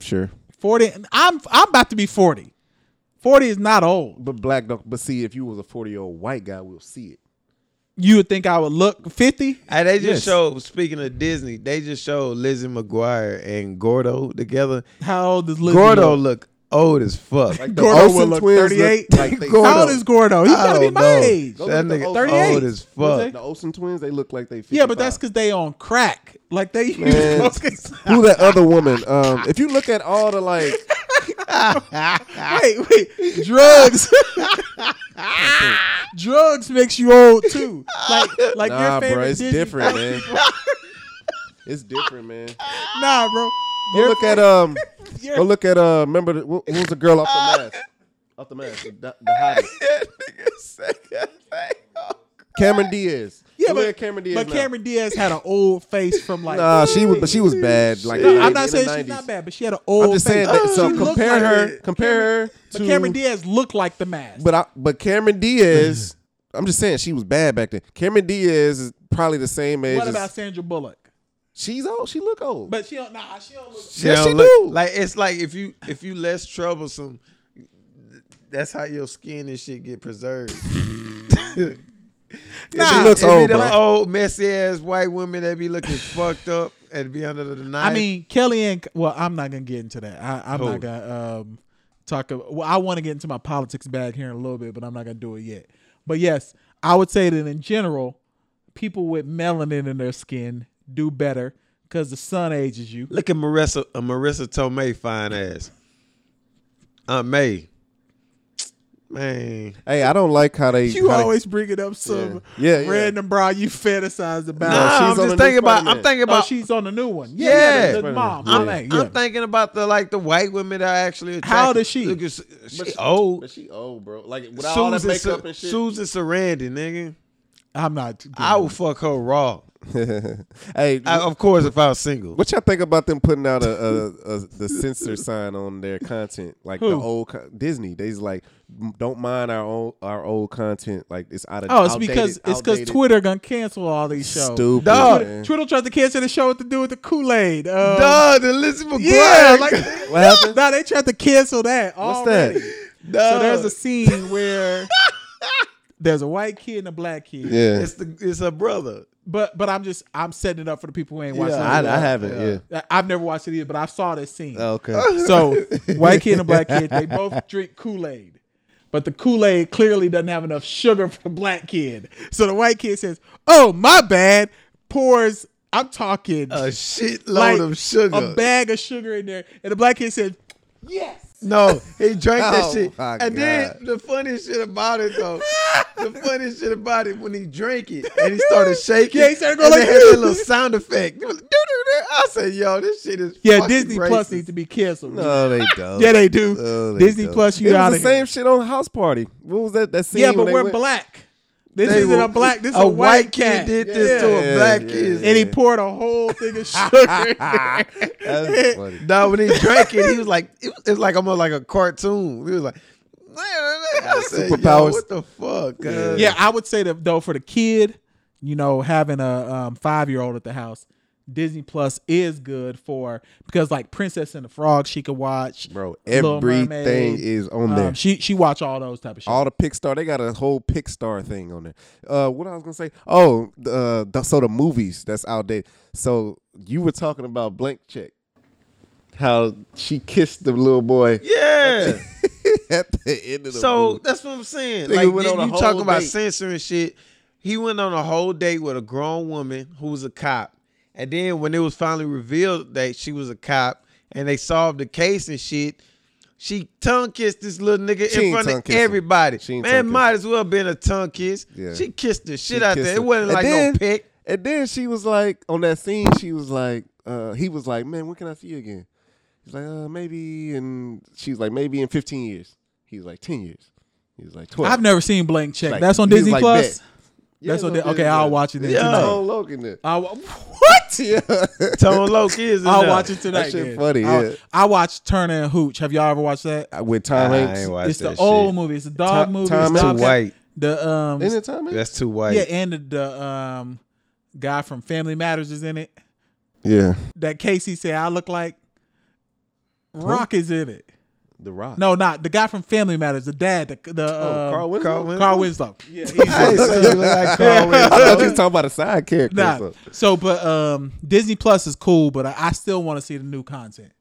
[SPEAKER 3] Sure,
[SPEAKER 4] Forty. I'm I'm about to be forty. Forty is not old.
[SPEAKER 3] but black don't. But see, if you was a forty year old white guy, we'll see it.
[SPEAKER 4] You would think I would look fifty.
[SPEAKER 2] Hey, they just
[SPEAKER 4] Yes.
[SPEAKER 2] showed. Speaking of Disney, they just showed Lizzie McGuire and Gordo together.
[SPEAKER 4] How old is Lizzie?
[SPEAKER 2] Gordo
[SPEAKER 4] Look?
[SPEAKER 2] look old as fuck.
[SPEAKER 3] Like
[SPEAKER 4] Gordo
[SPEAKER 3] Olsen
[SPEAKER 4] would look
[SPEAKER 3] twins
[SPEAKER 4] 38.
[SPEAKER 3] like they-
[SPEAKER 4] How old is Gordo? He's
[SPEAKER 2] I
[SPEAKER 4] gotta be
[SPEAKER 2] don't
[SPEAKER 4] my
[SPEAKER 2] know.
[SPEAKER 4] age.
[SPEAKER 3] Go
[SPEAKER 2] That
[SPEAKER 3] look at
[SPEAKER 2] nigga
[SPEAKER 3] the
[SPEAKER 4] 38.
[SPEAKER 2] old as
[SPEAKER 4] Was they?
[SPEAKER 2] fuck.
[SPEAKER 3] The Olsen twins, they look like they. 55.
[SPEAKER 4] Yeah, but that's because they on crack. Like they use
[SPEAKER 3] Man.
[SPEAKER 4] cocaine.
[SPEAKER 3] who that other woman? Um, if you look at all the like,
[SPEAKER 4] wait, wait, drugs. drugs makes you old too. Like, like
[SPEAKER 3] nah,
[SPEAKER 4] your favorite
[SPEAKER 3] bro, it's
[SPEAKER 4] Disney-
[SPEAKER 3] different, man. it's different, man.
[SPEAKER 4] Nah, bro.
[SPEAKER 3] Go look at um,
[SPEAKER 4] Your-
[SPEAKER 3] go look at uh. Remember the, who who was the girl off the mask? Off the mask, the, the hottest. Cameron Diaz.
[SPEAKER 4] yeah,
[SPEAKER 3] Go look
[SPEAKER 4] but,
[SPEAKER 3] at Cameron Diaz.
[SPEAKER 4] but
[SPEAKER 3] now.
[SPEAKER 4] Cameron Diaz had an old face from like.
[SPEAKER 3] Nah, she was, but she was bad. Like
[SPEAKER 4] No,
[SPEAKER 3] in
[SPEAKER 4] I'm
[SPEAKER 3] the
[SPEAKER 4] not saying
[SPEAKER 3] 90s.
[SPEAKER 4] she's not bad, but she had an old.
[SPEAKER 3] I'm just
[SPEAKER 4] face.
[SPEAKER 3] saying. That, so
[SPEAKER 4] She looked
[SPEAKER 3] compare
[SPEAKER 4] like
[SPEAKER 3] her,
[SPEAKER 4] it.
[SPEAKER 3] compare her
[SPEAKER 4] But
[SPEAKER 3] to
[SPEAKER 4] Cameron Diaz looked like the mask.
[SPEAKER 3] But I, but Cameron Diaz, I'm just saying she was bad back then. Cameron Diaz is probably the same age.
[SPEAKER 4] what
[SPEAKER 3] as-
[SPEAKER 4] about Sandra Bullock?
[SPEAKER 3] she's old? She look old.
[SPEAKER 4] But she don't. Nah, she don't look.
[SPEAKER 2] She
[SPEAKER 3] Yes,
[SPEAKER 2] don't
[SPEAKER 3] she
[SPEAKER 2] look-
[SPEAKER 3] do.
[SPEAKER 2] Like it's like if you if you less troublesome, that's how your skin and shit get preserved.
[SPEAKER 4] Nah,
[SPEAKER 3] she looks
[SPEAKER 2] It be
[SPEAKER 3] old,
[SPEAKER 2] them
[SPEAKER 3] bro.
[SPEAKER 2] old messy ass white women that be looking fucked up and be under the knife.
[SPEAKER 4] I mean, Kellyanne. Well, I'm not gonna get into that. I, I'm
[SPEAKER 2] Who?
[SPEAKER 4] not gonna um, talk. About, well, I want to get into my politics bag here in a little bit, but I'm not gonna do it yet. But yes, I would say that in general, people with melanin in their skin do better because the sun ages you.
[SPEAKER 2] look at Marissa uh, Marissa Tomei fine ass. Aunt May, man,
[SPEAKER 3] hey, I don't like how they.
[SPEAKER 4] You
[SPEAKER 3] how they-
[SPEAKER 4] always bring it up some
[SPEAKER 3] Yeah, yeah.
[SPEAKER 4] random bra you fantasize about.
[SPEAKER 3] No,
[SPEAKER 2] nah,
[SPEAKER 3] she's
[SPEAKER 2] I'm
[SPEAKER 3] on the
[SPEAKER 2] just
[SPEAKER 3] new
[SPEAKER 2] thinking about. I'm
[SPEAKER 3] Spider-Man.
[SPEAKER 2] thinking
[SPEAKER 4] Oh,
[SPEAKER 2] about.
[SPEAKER 4] she's on the new one. Yeah,
[SPEAKER 2] Yeah.
[SPEAKER 4] the, the mom.
[SPEAKER 3] Yeah.
[SPEAKER 4] I'm like, yeah.
[SPEAKER 2] I'm thinking about the like the white women that are actually. Attractive.
[SPEAKER 4] How old is she?
[SPEAKER 2] Look, it's- she old.
[SPEAKER 3] But she old, bro. Like without all that
[SPEAKER 2] Susan,
[SPEAKER 3] makeup and shit.
[SPEAKER 2] Susan Sarandon, nigga.
[SPEAKER 4] I'm not.
[SPEAKER 2] I would
[SPEAKER 3] Mm-hmm.
[SPEAKER 2] fuck her raw.
[SPEAKER 3] hey,
[SPEAKER 2] I, of course, if I was single.
[SPEAKER 3] what y'all think about them putting out a, a, a the censor sign on their content? Like the
[SPEAKER 4] Who?
[SPEAKER 3] old con- Disney, they's like, "M- don't mind our old our old content. Like it's out of
[SPEAKER 4] Oh, it's
[SPEAKER 3] outdated-
[SPEAKER 4] because it's because
[SPEAKER 3] outdated.
[SPEAKER 4] Twitter gonna cancel all these shows.
[SPEAKER 3] Stupid.
[SPEAKER 2] Dog.
[SPEAKER 3] man.
[SPEAKER 4] Twitter tried to cancel the show with the dude with the Kool Aid. Um,
[SPEAKER 2] Duh, the Elizabeth
[SPEAKER 4] Yeah,
[SPEAKER 2] Black.
[SPEAKER 4] like
[SPEAKER 3] What happened?
[SPEAKER 4] no, they tried to cancel that.
[SPEAKER 3] What's
[SPEAKER 4] already.
[SPEAKER 3] that?
[SPEAKER 4] So
[SPEAKER 2] Duh.
[SPEAKER 4] there's a scene where there's a white kid and a black kid.
[SPEAKER 3] Yeah,
[SPEAKER 2] it's the it's her brother.
[SPEAKER 4] But but I'm just I'm setting it up for the people who ain't watching.
[SPEAKER 2] Yeah,
[SPEAKER 3] I,
[SPEAKER 4] it.
[SPEAKER 3] I haven't. Yeah. Oh,
[SPEAKER 4] I, have never watched it either, but I saw this scene.
[SPEAKER 3] Okay.
[SPEAKER 4] So white kid and black kid, they both drink Kool Aid, but the Kool Aid clearly doesn't have enough sugar for the black kid. So the white kid says, "Oh my bad," pours. I'm talking
[SPEAKER 2] A shitload
[SPEAKER 4] like
[SPEAKER 2] of sugar.
[SPEAKER 4] a bag of sugar in there, and the black kid said,
[SPEAKER 2] no, he drank that
[SPEAKER 3] Oh,
[SPEAKER 2] shit.
[SPEAKER 3] my
[SPEAKER 2] And then
[SPEAKER 3] God.
[SPEAKER 2] the funny shit about it though, the funny shit about it when he drank it and he started shaking.
[SPEAKER 4] Yeah, he started going
[SPEAKER 2] and
[SPEAKER 4] like-
[SPEAKER 2] they had that little sound effect. It was like, "Doo-doo-doo." I said, yo, this shit is
[SPEAKER 4] Yeah,
[SPEAKER 2] fucking
[SPEAKER 4] Disney Plus
[SPEAKER 2] racist.
[SPEAKER 4] needs to be canceled.
[SPEAKER 3] No, Oh, they don't.
[SPEAKER 4] Yeah, they do.
[SPEAKER 3] No, they
[SPEAKER 4] Disney
[SPEAKER 3] don't.
[SPEAKER 4] Plus,
[SPEAKER 3] it
[SPEAKER 4] you out
[SPEAKER 3] was
[SPEAKER 4] of
[SPEAKER 3] the same
[SPEAKER 4] here.
[SPEAKER 3] shit on House Party. What was that? That scene?
[SPEAKER 4] Yeah, but
[SPEAKER 3] when they
[SPEAKER 4] we're
[SPEAKER 3] went-
[SPEAKER 4] black. This
[SPEAKER 2] They
[SPEAKER 4] isn't
[SPEAKER 2] were-
[SPEAKER 4] a black. This is a, white, cat.
[SPEAKER 2] kid did this
[SPEAKER 4] Yeah.
[SPEAKER 2] to a
[SPEAKER 3] Yeah,
[SPEAKER 2] black
[SPEAKER 3] yeah.
[SPEAKER 2] kid.
[SPEAKER 4] And he poured a whole thing of sugar.
[SPEAKER 3] That's funny.
[SPEAKER 2] No, when he drank it, he was like, it was, it's like almost like a cartoon. He was like, I said, Yo,
[SPEAKER 3] Superpowers.
[SPEAKER 2] what the fuck? cuz?"
[SPEAKER 4] yeah, I would say that though for the kid, you know, having a um, five year old at the house, Disney Plus is good for because like Princess and the Frog, she could watch.
[SPEAKER 3] Bro,
[SPEAKER 4] Little
[SPEAKER 3] everything
[SPEAKER 4] Mermaid.
[SPEAKER 3] is on
[SPEAKER 4] Um,
[SPEAKER 3] there.
[SPEAKER 4] she she watch all those type of shit.
[SPEAKER 3] all the Pixar, they got a whole Pixar thing on there. Uh, what I was gonna say? Oh, the, uh, the, so the movies that's outdated. So you were talking about Blank Check, how she kissed the little boy
[SPEAKER 2] Yeah.
[SPEAKER 3] at the end of the
[SPEAKER 2] So
[SPEAKER 3] movie.
[SPEAKER 2] that's what I'm saying.
[SPEAKER 3] Nigga
[SPEAKER 2] Like
[SPEAKER 3] went
[SPEAKER 2] you,
[SPEAKER 3] on a
[SPEAKER 2] you talking
[SPEAKER 3] whole
[SPEAKER 2] about
[SPEAKER 3] date.
[SPEAKER 2] censoring shit. He went on a whole date with a grown woman who was a cop, and then when it was finally revealed that she was a cop, and they solved the case and shit, she tongue kissed this little nigga
[SPEAKER 3] She
[SPEAKER 2] in
[SPEAKER 3] ain't
[SPEAKER 2] front of
[SPEAKER 3] tongue kissing.
[SPEAKER 2] everybody.
[SPEAKER 3] She ain't tongue
[SPEAKER 2] Man,
[SPEAKER 3] kissing.
[SPEAKER 2] might as well been a tongue kiss.
[SPEAKER 3] Yeah.
[SPEAKER 2] She kissed the shit
[SPEAKER 3] She
[SPEAKER 2] out there.
[SPEAKER 3] kissed
[SPEAKER 2] It
[SPEAKER 3] him.
[SPEAKER 2] wasn't
[SPEAKER 3] And
[SPEAKER 2] like
[SPEAKER 3] then-
[SPEAKER 2] no pick.
[SPEAKER 3] And then she was like, on that scene, she was like, uh, he was like, man, when can I see you again? He's like, uh, maybe, and she's like, maybe in 15 years. He's like, 10 years. He's like, 12.
[SPEAKER 4] I've never seen Blank Check.
[SPEAKER 3] Like,
[SPEAKER 4] That's on
[SPEAKER 3] he was
[SPEAKER 4] Disney
[SPEAKER 3] like,
[SPEAKER 4] Plus.
[SPEAKER 3] bet.
[SPEAKER 4] That's
[SPEAKER 3] Yeah,
[SPEAKER 4] on.
[SPEAKER 3] no,
[SPEAKER 4] Di- okay,
[SPEAKER 3] yeah,
[SPEAKER 4] I'll
[SPEAKER 3] yeah.
[SPEAKER 4] watch it then
[SPEAKER 2] Yeah.
[SPEAKER 4] tonight.
[SPEAKER 3] Tone Logan there.
[SPEAKER 4] I wa- what?
[SPEAKER 3] Yeah.
[SPEAKER 2] Tone Loke is. in
[SPEAKER 4] I'll
[SPEAKER 2] there.
[SPEAKER 4] watch it tonight.
[SPEAKER 3] shit
[SPEAKER 4] then.
[SPEAKER 3] funny,
[SPEAKER 4] I'll-
[SPEAKER 3] yeah.
[SPEAKER 4] I watched Turner and Hooch. Have y'all ever watched that?
[SPEAKER 3] Uh, With Tom
[SPEAKER 5] I
[SPEAKER 3] Hanks.
[SPEAKER 5] ain't watched
[SPEAKER 4] it's the
[SPEAKER 5] that
[SPEAKER 4] old
[SPEAKER 5] shit.
[SPEAKER 4] movie. It's a dog
[SPEAKER 3] Tom-
[SPEAKER 4] movie.
[SPEAKER 3] Tom
[SPEAKER 4] It's
[SPEAKER 3] Hanks.
[SPEAKER 4] dog-
[SPEAKER 3] Too
[SPEAKER 5] white.
[SPEAKER 4] The um,
[SPEAKER 3] Isn't it Tom Hanks?
[SPEAKER 5] That's too white.
[SPEAKER 4] yeah, and the, the um, guy from Family Matters is in it.
[SPEAKER 3] Yeah.
[SPEAKER 4] That Casey said I look like. Rock is in it.
[SPEAKER 3] The Rock.
[SPEAKER 4] No, not the guy from Family Matters. The dad. The the
[SPEAKER 3] Oh,
[SPEAKER 4] um,
[SPEAKER 3] Carl Winslow.
[SPEAKER 2] Carl Winslow.
[SPEAKER 4] Carl Winslow. Yeah,
[SPEAKER 5] I didn't say you look like Carl
[SPEAKER 3] I
[SPEAKER 5] Winslow.
[SPEAKER 3] thought you was talking about a side character. or
[SPEAKER 4] nah.
[SPEAKER 3] something.
[SPEAKER 4] So, but um, Disney Plus is cool, but I, I still want to see the new content.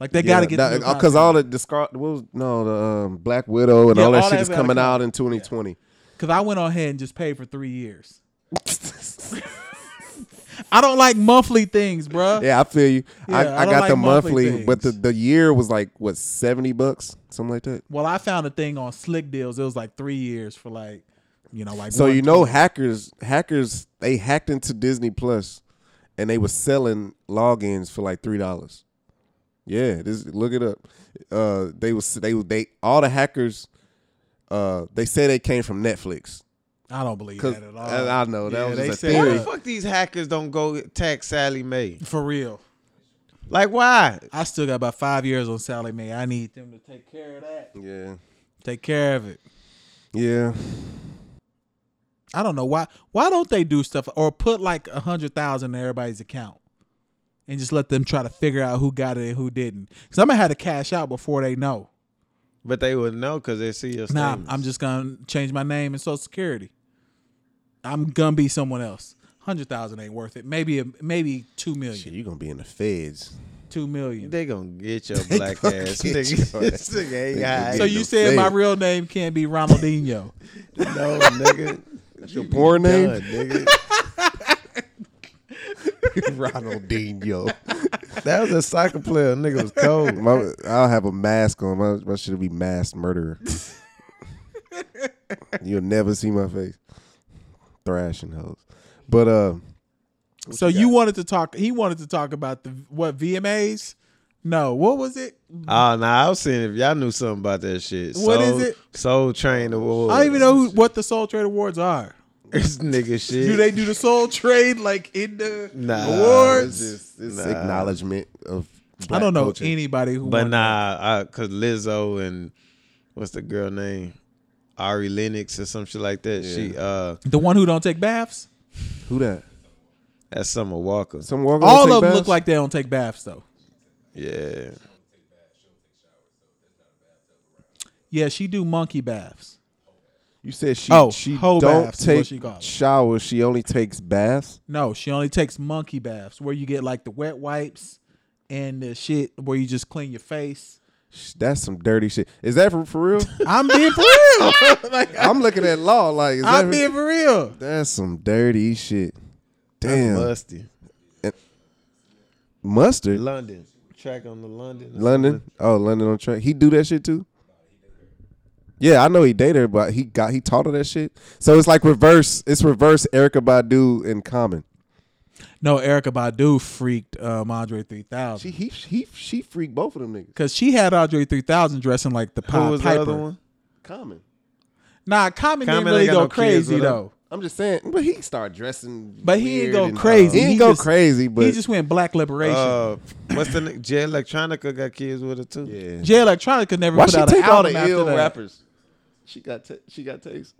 [SPEAKER 4] Like they gotta get the new
[SPEAKER 3] because
[SPEAKER 4] content.
[SPEAKER 3] uh, all the, the Scar, what was, no the um, Black Widow and
[SPEAKER 4] Yeah,
[SPEAKER 3] all that
[SPEAKER 4] all
[SPEAKER 3] shit
[SPEAKER 4] that
[SPEAKER 3] is
[SPEAKER 4] gotta
[SPEAKER 3] coming
[SPEAKER 4] come.
[SPEAKER 3] out in 2020.
[SPEAKER 4] Because I went on ahead and just paid for three years. I don't like monthly things, bruh.
[SPEAKER 3] Yeah, I feel you. I,
[SPEAKER 4] Yeah, I
[SPEAKER 3] I,
[SPEAKER 4] don't
[SPEAKER 3] got
[SPEAKER 4] like
[SPEAKER 3] the
[SPEAKER 4] monthly
[SPEAKER 3] monthly, but the,
[SPEAKER 4] things.
[SPEAKER 3] the year was like what 70 bucks, something like that.
[SPEAKER 4] Well, I found a thing on Slick Deals. It was like three years for like, you know, like.
[SPEAKER 3] So
[SPEAKER 4] one
[SPEAKER 3] you know,
[SPEAKER 4] twenty.
[SPEAKER 3] hackers hackers they hacked into Disney Plus, and they were selling logins for like three dollars. Yeah, this look it up. Uh, they was they they all the hackers. Uh, they say they came from Netflix.
[SPEAKER 4] I don't believe
[SPEAKER 3] 'Cause-
[SPEAKER 4] that at all.
[SPEAKER 3] I I know that
[SPEAKER 4] Yeah,
[SPEAKER 3] was
[SPEAKER 4] they
[SPEAKER 3] just a
[SPEAKER 4] said-
[SPEAKER 2] Why the
[SPEAKER 3] theory.
[SPEAKER 4] Period.
[SPEAKER 2] fuck these hackers don't go attack Sally Mae?
[SPEAKER 4] For real,
[SPEAKER 2] Like why?
[SPEAKER 4] I still got about five years on Sally Mae. I need them to take care of that.
[SPEAKER 3] Yeah,
[SPEAKER 4] Take care of it.
[SPEAKER 3] yeah.
[SPEAKER 4] I don't know why. Why don't they do stuff or put like a hundred thousand in everybody's account and just let them try to figure out who got it and who didn't? Because I'm gonna have to cash out before they know.
[SPEAKER 2] But they would know because they see your
[SPEAKER 4] Nah,
[SPEAKER 2] statements.
[SPEAKER 4] I'm just gonna change my name and Social Security. I'm gonna be someone else. Hundred thousand ain't worth it. Maybe maybe two
[SPEAKER 3] Shit,
[SPEAKER 4] million.
[SPEAKER 3] you gonna be in the feds.
[SPEAKER 4] Two million.
[SPEAKER 2] They gonna get your black ass.
[SPEAKER 3] get
[SPEAKER 2] nigga.
[SPEAKER 3] your
[SPEAKER 2] This nigga ain't
[SPEAKER 3] ass.
[SPEAKER 2] high.
[SPEAKER 4] So you said my real name can't be Ronaldinho.
[SPEAKER 2] no, nigga.
[SPEAKER 3] That's your porn name,
[SPEAKER 2] Done, nigga.
[SPEAKER 3] Ronaldinho.
[SPEAKER 2] That was a soccer player. Nigga was cold.
[SPEAKER 3] My, I'll have a mask on. My, my shit'll be masked murderer. You'll never see my face. Thrashing hoes. But uh
[SPEAKER 4] so you wanted to talk. He wanted to talk about the what VMAs. No, what was it?
[SPEAKER 2] Oh, nah, I was seeing if y'all knew something about that shit.
[SPEAKER 4] What is
[SPEAKER 2] Soul-
[SPEAKER 4] it?
[SPEAKER 2] Soul Train Award.
[SPEAKER 4] I don't even know who, what the Soul Trade Awards are.
[SPEAKER 2] this nigga shit.
[SPEAKER 4] Do they do the Soul Trade like in the
[SPEAKER 2] Nah,
[SPEAKER 4] awards?
[SPEAKER 3] it's, it's
[SPEAKER 2] Nah.
[SPEAKER 3] acknowledgement of
[SPEAKER 4] I
[SPEAKER 3] black
[SPEAKER 4] don't know
[SPEAKER 3] culture.
[SPEAKER 4] anybody who.
[SPEAKER 2] But
[SPEAKER 4] won
[SPEAKER 2] nah, I, cause Lizzo and what's the girl name? Ari Lennox or some shit like that. She uh,
[SPEAKER 4] that. the one who don't take baths.
[SPEAKER 3] who that.
[SPEAKER 2] that's Summer Walker.
[SPEAKER 3] Some walk
[SPEAKER 4] All of them look like they don't take baths though.
[SPEAKER 2] Yeah,
[SPEAKER 4] Yeah, she do monkey baths.
[SPEAKER 3] you said she
[SPEAKER 4] Oh,
[SPEAKER 3] she
[SPEAKER 4] hoe
[SPEAKER 3] don't
[SPEAKER 4] baths is what
[SPEAKER 3] take
[SPEAKER 4] she call it.
[SPEAKER 3] showers. She only takes baths.
[SPEAKER 4] No, she only takes monkey baths where you get like the wet wipes and the shit where you just clean your face.
[SPEAKER 3] Sh- That's some dirty shit. Is that for, for real?
[SPEAKER 4] I'm being for real. like,
[SPEAKER 3] I'm looking at law like is that
[SPEAKER 4] I'm
[SPEAKER 3] for-
[SPEAKER 4] being for real.
[SPEAKER 3] That's some dirty shit.
[SPEAKER 2] Damn.
[SPEAKER 3] Damn.
[SPEAKER 2] musty.
[SPEAKER 3] Mustard.
[SPEAKER 2] London track on the London. or
[SPEAKER 3] London. Oh, London on track. He do that shit too. Yeah, I know he dated her, but he got he taught her that shit. So it's like reverse. It's reverse Erica Badu and Common.
[SPEAKER 4] No, Erica Badu freaked um, Andre 3000.
[SPEAKER 3] She he he she freaked both of them niggas.
[SPEAKER 4] Cause she had Andre 3000 dressing like the
[SPEAKER 2] something.
[SPEAKER 4] Pied
[SPEAKER 2] Who was
[SPEAKER 4] Piper.
[SPEAKER 2] the other one?
[SPEAKER 3] Common.
[SPEAKER 4] Nah,
[SPEAKER 2] Common
[SPEAKER 4] Common, didn't really
[SPEAKER 2] ain't got
[SPEAKER 4] go
[SPEAKER 2] no kids
[SPEAKER 4] crazy
[SPEAKER 2] with her.
[SPEAKER 4] though.
[SPEAKER 3] I'm just saying, but he started dressing.
[SPEAKER 4] But he ain't
[SPEAKER 3] weird
[SPEAKER 4] go
[SPEAKER 3] and- uh,
[SPEAKER 4] crazy.
[SPEAKER 3] He ain't
[SPEAKER 4] He
[SPEAKER 3] go
[SPEAKER 4] just-
[SPEAKER 3] crazy, but
[SPEAKER 4] he just went black liberation.
[SPEAKER 2] Uh, what's the name? Jay Electronica got kids with her too.
[SPEAKER 3] yeah.
[SPEAKER 4] Jay Electronica never
[SPEAKER 3] Why
[SPEAKER 4] put
[SPEAKER 3] she
[SPEAKER 4] out an
[SPEAKER 3] take all
[SPEAKER 4] album
[SPEAKER 3] the
[SPEAKER 4] after
[SPEAKER 3] ill
[SPEAKER 4] that.
[SPEAKER 3] rappers? She got ta- she got taste.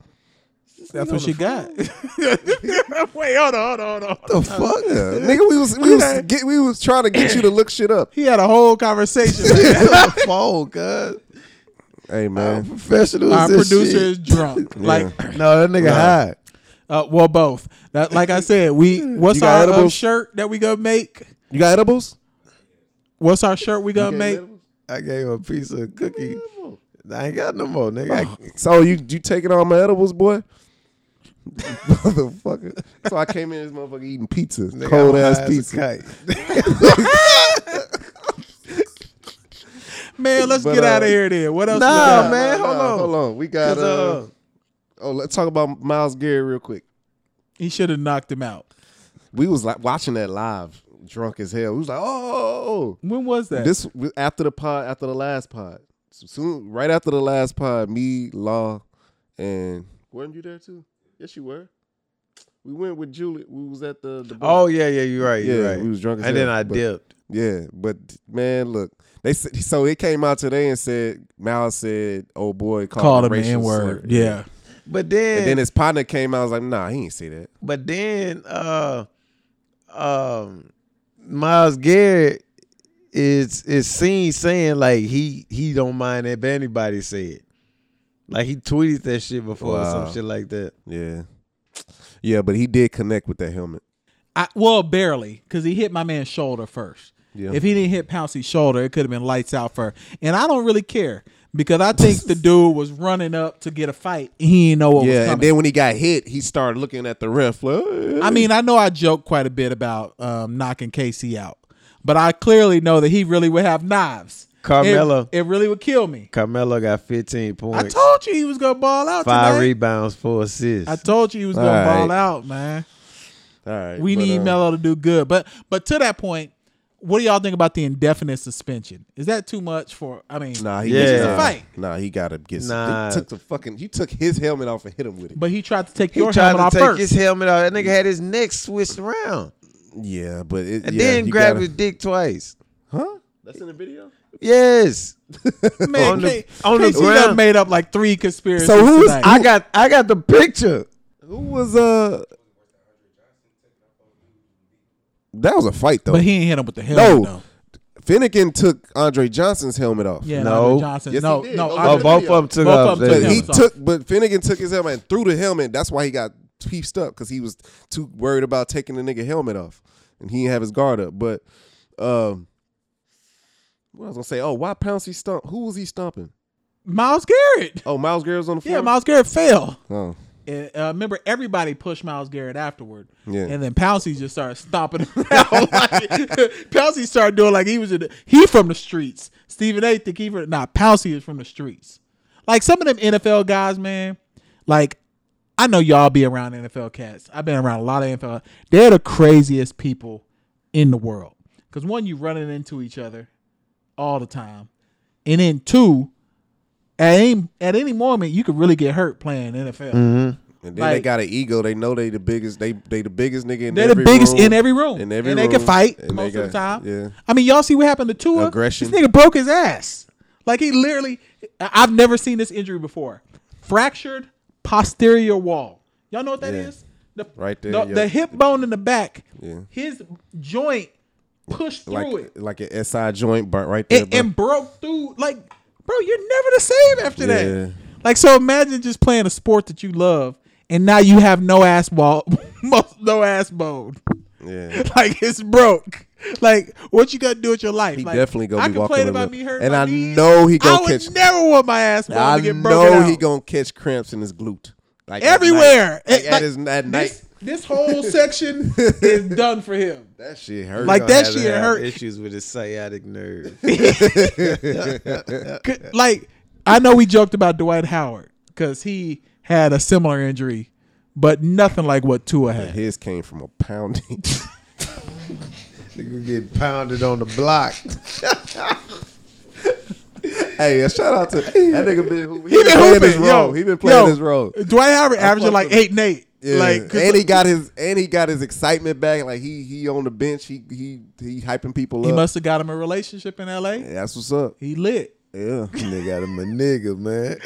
[SPEAKER 4] That's what she got. Wait, hold on, hold on, hold on.
[SPEAKER 3] The fuck, Uh, nigga. We was we was get, we was trying to get you to look shit up.
[SPEAKER 4] He had a whole conversation.
[SPEAKER 2] Phone, cuz.
[SPEAKER 3] Hey man,
[SPEAKER 2] Professional.
[SPEAKER 4] Our
[SPEAKER 2] Our
[SPEAKER 4] producer is drunk. Like,
[SPEAKER 2] No, that nigga high.
[SPEAKER 4] uh, well, both. That, like I said, we. What's
[SPEAKER 3] You got
[SPEAKER 4] our um,
[SPEAKER 3] edibles?
[SPEAKER 4] shirt that we gonna make?
[SPEAKER 3] you got edibles?
[SPEAKER 4] What's our shirt we gonna make?
[SPEAKER 2] I gave him a piece of cookie. I ain't got no more, nigga. I-
[SPEAKER 3] So you you taking all my edibles, boy? Motherfucker. So I came in this motherfucker eating pizza.
[SPEAKER 2] nigga,
[SPEAKER 3] cold
[SPEAKER 2] I'm
[SPEAKER 3] ass
[SPEAKER 2] high as a
[SPEAKER 3] pizza.
[SPEAKER 2] kite.
[SPEAKER 4] Man, let's
[SPEAKER 3] But,
[SPEAKER 4] get
[SPEAKER 3] uh,
[SPEAKER 4] out of here. Then what else? we
[SPEAKER 2] Nah,
[SPEAKER 4] got?
[SPEAKER 2] man, hold on.
[SPEAKER 3] Hold on. We got
[SPEAKER 2] 'Cause,
[SPEAKER 3] uh,
[SPEAKER 2] uh,
[SPEAKER 3] oh let's talk about Miles Garrett real quick.
[SPEAKER 4] He should have knocked him out.
[SPEAKER 3] We was like watching that live. drunk as hell. He was like, "Oh,
[SPEAKER 4] When was that?
[SPEAKER 3] this was after the pod, after the last pod, So soon right after the last pod, me, Law, and weren't you there too? Yes, you were. We went with Julie. We was at the, the bar.
[SPEAKER 2] Oh yeah, yeah, you're right. You're
[SPEAKER 3] Yeah,
[SPEAKER 2] right.
[SPEAKER 3] we was drunk as
[SPEAKER 2] and then
[SPEAKER 3] hell,
[SPEAKER 2] I
[SPEAKER 3] but-
[SPEAKER 2] dipped.
[SPEAKER 3] Yeah, but man, look, they said, so it came out today and said Miles said, "Oh boy, called,
[SPEAKER 4] Call him
[SPEAKER 3] racial
[SPEAKER 4] N word.
[SPEAKER 3] slur."
[SPEAKER 4] Yeah.
[SPEAKER 2] But then,
[SPEAKER 3] And then his partner came out. I was like, "Nah, he ain't say that."
[SPEAKER 2] but then, uh, um, Miles Garrett is is seen saying like he he don't mind if anybody say it. Like he tweeted that shit before or
[SPEAKER 3] Wow.
[SPEAKER 2] some shit like that.
[SPEAKER 3] Yeah, yeah, but he did connect with that helmet.
[SPEAKER 4] I, well, barely, because he hit my man's shoulder first.
[SPEAKER 3] Yeah.
[SPEAKER 4] If he didn't hit Pouncey's shoulder, it could have been lights out for. And I don't really care because I think the dude was running up to get a fight. and He didn't know what was
[SPEAKER 3] yeah,
[SPEAKER 4] coming.
[SPEAKER 3] and then when he got hit, he started looking at the ref. Like, "Hey."
[SPEAKER 4] I mean, I know I joke quite a bit about um, knocking Casey out, but I clearly know that he really would have knives.
[SPEAKER 2] Carmelo.
[SPEAKER 4] It, it really would kill me.
[SPEAKER 2] Carmelo got 15
[SPEAKER 4] I
[SPEAKER 2] points,
[SPEAKER 4] told you he was going to ball out
[SPEAKER 2] five
[SPEAKER 4] tonight.
[SPEAKER 2] rebounds, four assists.
[SPEAKER 4] I told you he was going
[SPEAKER 3] All
[SPEAKER 4] to ball
[SPEAKER 3] right.
[SPEAKER 4] out, man.
[SPEAKER 3] all right,
[SPEAKER 4] We
[SPEAKER 3] but,
[SPEAKER 4] need
[SPEAKER 2] uh,
[SPEAKER 3] um,
[SPEAKER 4] Melo to do good. But but to that point, what do y'all think about the indefinite suspension? Is that too much for? I mean,
[SPEAKER 3] Nah, he
[SPEAKER 2] Yeah.
[SPEAKER 3] yeah.
[SPEAKER 2] This is a
[SPEAKER 4] fight.
[SPEAKER 3] Nah, he gotta get.
[SPEAKER 2] Nah.
[SPEAKER 3] Some, he took the fucking. He took his helmet off and hit him with it.
[SPEAKER 4] but he tried to take
[SPEAKER 2] he
[SPEAKER 4] your
[SPEAKER 2] tried
[SPEAKER 4] helmet
[SPEAKER 2] to
[SPEAKER 4] off
[SPEAKER 2] take
[SPEAKER 4] first.
[SPEAKER 2] his helmet off. That nigga had his neck switched around
[SPEAKER 3] yeah, but it,
[SPEAKER 2] and
[SPEAKER 3] yeah,
[SPEAKER 2] then
[SPEAKER 3] you
[SPEAKER 2] grabbed
[SPEAKER 3] gotta-
[SPEAKER 2] his dick twice.
[SPEAKER 3] Huh? That's in the video.
[SPEAKER 2] Yes.
[SPEAKER 4] man,
[SPEAKER 2] on the-
[SPEAKER 4] K-
[SPEAKER 2] on the
[SPEAKER 4] Casey done
[SPEAKER 2] ground.
[SPEAKER 4] made up like three conspiracies.
[SPEAKER 3] So who's-
[SPEAKER 4] tonight.
[SPEAKER 2] I got I got the picture.
[SPEAKER 3] Who was uh? That was a fight though.
[SPEAKER 4] but he ain't hit him with the helmet.
[SPEAKER 3] no,
[SPEAKER 4] though.
[SPEAKER 3] Finnegan took Andre Johnson's helmet off.
[SPEAKER 4] Yeah,
[SPEAKER 2] No.
[SPEAKER 4] Andre Johnson.
[SPEAKER 3] Yes,
[SPEAKER 4] no,
[SPEAKER 3] he did.
[SPEAKER 4] no.
[SPEAKER 3] Oh,
[SPEAKER 2] Oh,
[SPEAKER 3] both
[SPEAKER 4] Andre-
[SPEAKER 2] both of them took
[SPEAKER 4] Both
[SPEAKER 2] off.
[SPEAKER 4] of 'em took
[SPEAKER 3] but
[SPEAKER 4] Yeah,
[SPEAKER 3] he
[SPEAKER 4] it was
[SPEAKER 3] took. But Finnegan took his helmet and threw the helmet. That's why he got pieced up because he was too worried about taking the nigga helmet off, and he didn't have his guard up. But um, what I was gonna say? Oh, why Pouncey stomp? Who was he stomping?
[SPEAKER 4] Miles Garrett.
[SPEAKER 3] Oh, Miles Garrett's on the floor.
[SPEAKER 4] Yeah, Miles Garrett fell.
[SPEAKER 3] Oh,
[SPEAKER 4] And, uh, remember, everybody pushed Miles Garrett afterward.
[SPEAKER 3] Yeah.
[SPEAKER 4] And then Pouncey just started stomping him out. like, Pouncey started doing like he was in the, he from the streets. Stephen A. think he from, nah, Pouncey is from the streets. Like some of them NFL guys, man, like I know y'all be around NFL cats. I've been around a lot of NFL. They're the craziest people in the world. Because one, you running into each other all the time. And then two, at any, at any moment, you could really get hurt playing NFL.
[SPEAKER 3] and then they
[SPEAKER 4] Like-
[SPEAKER 3] got an ego. They know they the biggest. They they the biggest nigga in
[SPEAKER 4] They're the
[SPEAKER 3] every
[SPEAKER 4] biggest
[SPEAKER 3] room.
[SPEAKER 4] in every room.
[SPEAKER 3] In every
[SPEAKER 4] and
[SPEAKER 3] room.
[SPEAKER 4] they can fight
[SPEAKER 3] And they
[SPEAKER 4] most of the
[SPEAKER 3] got-
[SPEAKER 4] time.
[SPEAKER 3] Yeah.
[SPEAKER 4] I mean, y'all see what happened to Tua?
[SPEAKER 3] Aggression.
[SPEAKER 4] This nigga broke his ass. Like he literally I- I've never seen this injury before. Fractured posterior wall. Y'all know what that is?
[SPEAKER 3] Yeah.
[SPEAKER 4] The,
[SPEAKER 3] Right there,
[SPEAKER 4] The,
[SPEAKER 3] yeah.
[SPEAKER 4] the hip bone in the back.
[SPEAKER 3] Yeah.
[SPEAKER 4] His joint pushed through
[SPEAKER 3] like
[SPEAKER 4] it
[SPEAKER 3] like an SI joint burnt right there.
[SPEAKER 4] and,
[SPEAKER 3] bro.
[SPEAKER 4] and broke through. Like, bro, you're never the same after
[SPEAKER 3] Yeah.
[SPEAKER 4] that. Like, so imagine just playing a sport that you love, and now you have no ass ball, most no ass bone.
[SPEAKER 3] yeah.
[SPEAKER 4] Like it's broke. Like what you gonna do with your life?
[SPEAKER 3] He
[SPEAKER 4] like,
[SPEAKER 3] definitely gonna
[SPEAKER 4] I
[SPEAKER 3] be
[SPEAKER 4] complain
[SPEAKER 3] walking
[SPEAKER 4] about
[SPEAKER 3] with
[SPEAKER 4] me
[SPEAKER 3] it.
[SPEAKER 4] hurting
[SPEAKER 3] and
[SPEAKER 4] my
[SPEAKER 3] I
[SPEAKER 4] knees.
[SPEAKER 3] know he
[SPEAKER 4] I
[SPEAKER 3] gonna
[SPEAKER 4] would
[SPEAKER 3] catch.
[SPEAKER 4] never want my ass bone
[SPEAKER 3] I
[SPEAKER 4] to get broken
[SPEAKER 3] know he
[SPEAKER 4] out.
[SPEAKER 3] gonna catch cramps in his glute. Like at
[SPEAKER 4] everywhere.
[SPEAKER 3] night. Like,
[SPEAKER 4] It-
[SPEAKER 3] at
[SPEAKER 4] like,
[SPEAKER 3] his, at night.
[SPEAKER 4] This, this whole section is done for him.
[SPEAKER 3] That shit hurt.
[SPEAKER 4] Like
[SPEAKER 2] He
[SPEAKER 4] that
[SPEAKER 2] gonna
[SPEAKER 4] shit
[SPEAKER 2] have
[SPEAKER 4] hurt.
[SPEAKER 2] Issues with his sciatic nerve.
[SPEAKER 4] C- like I know we joked about Dwight Howard because he had a similar injury, but nothing like what Tua had.
[SPEAKER 3] his came from a pounding.
[SPEAKER 2] Nigga get pounded on the block.
[SPEAKER 3] hey, a shout out to that nigga. Been, he,
[SPEAKER 4] He
[SPEAKER 3] been, playing his
[SPEAKER 4] hooping,
[SPEAKER 3] role.
[SPEAKER 4] yo,
[SPEAKER 3] he been playing
[SPEAKER 4] yo,
[SPEAKER 3] his role.
[SPEAKER 4] Dwight Howard averaging like
[SPEAKER 3] fucking-
[SPEAKER 4] eight and eight.
[SPEAKER 3] Yeah.
[SPEAKER 4] Like 'cause
[SPEAKER 3] and he got his and he got his excitement back. Like he he on the bench. He he he hyping people
[SPEAKER 4] he
[SPEAKER 3] up.
[SPEAKER 4] must have got him a relationship in L.A.
[SPEAKER 3] That's what's up.
[SPEAKER 4] He lit.
[SPEAKER 3] Yeah, they got him a nigga, man.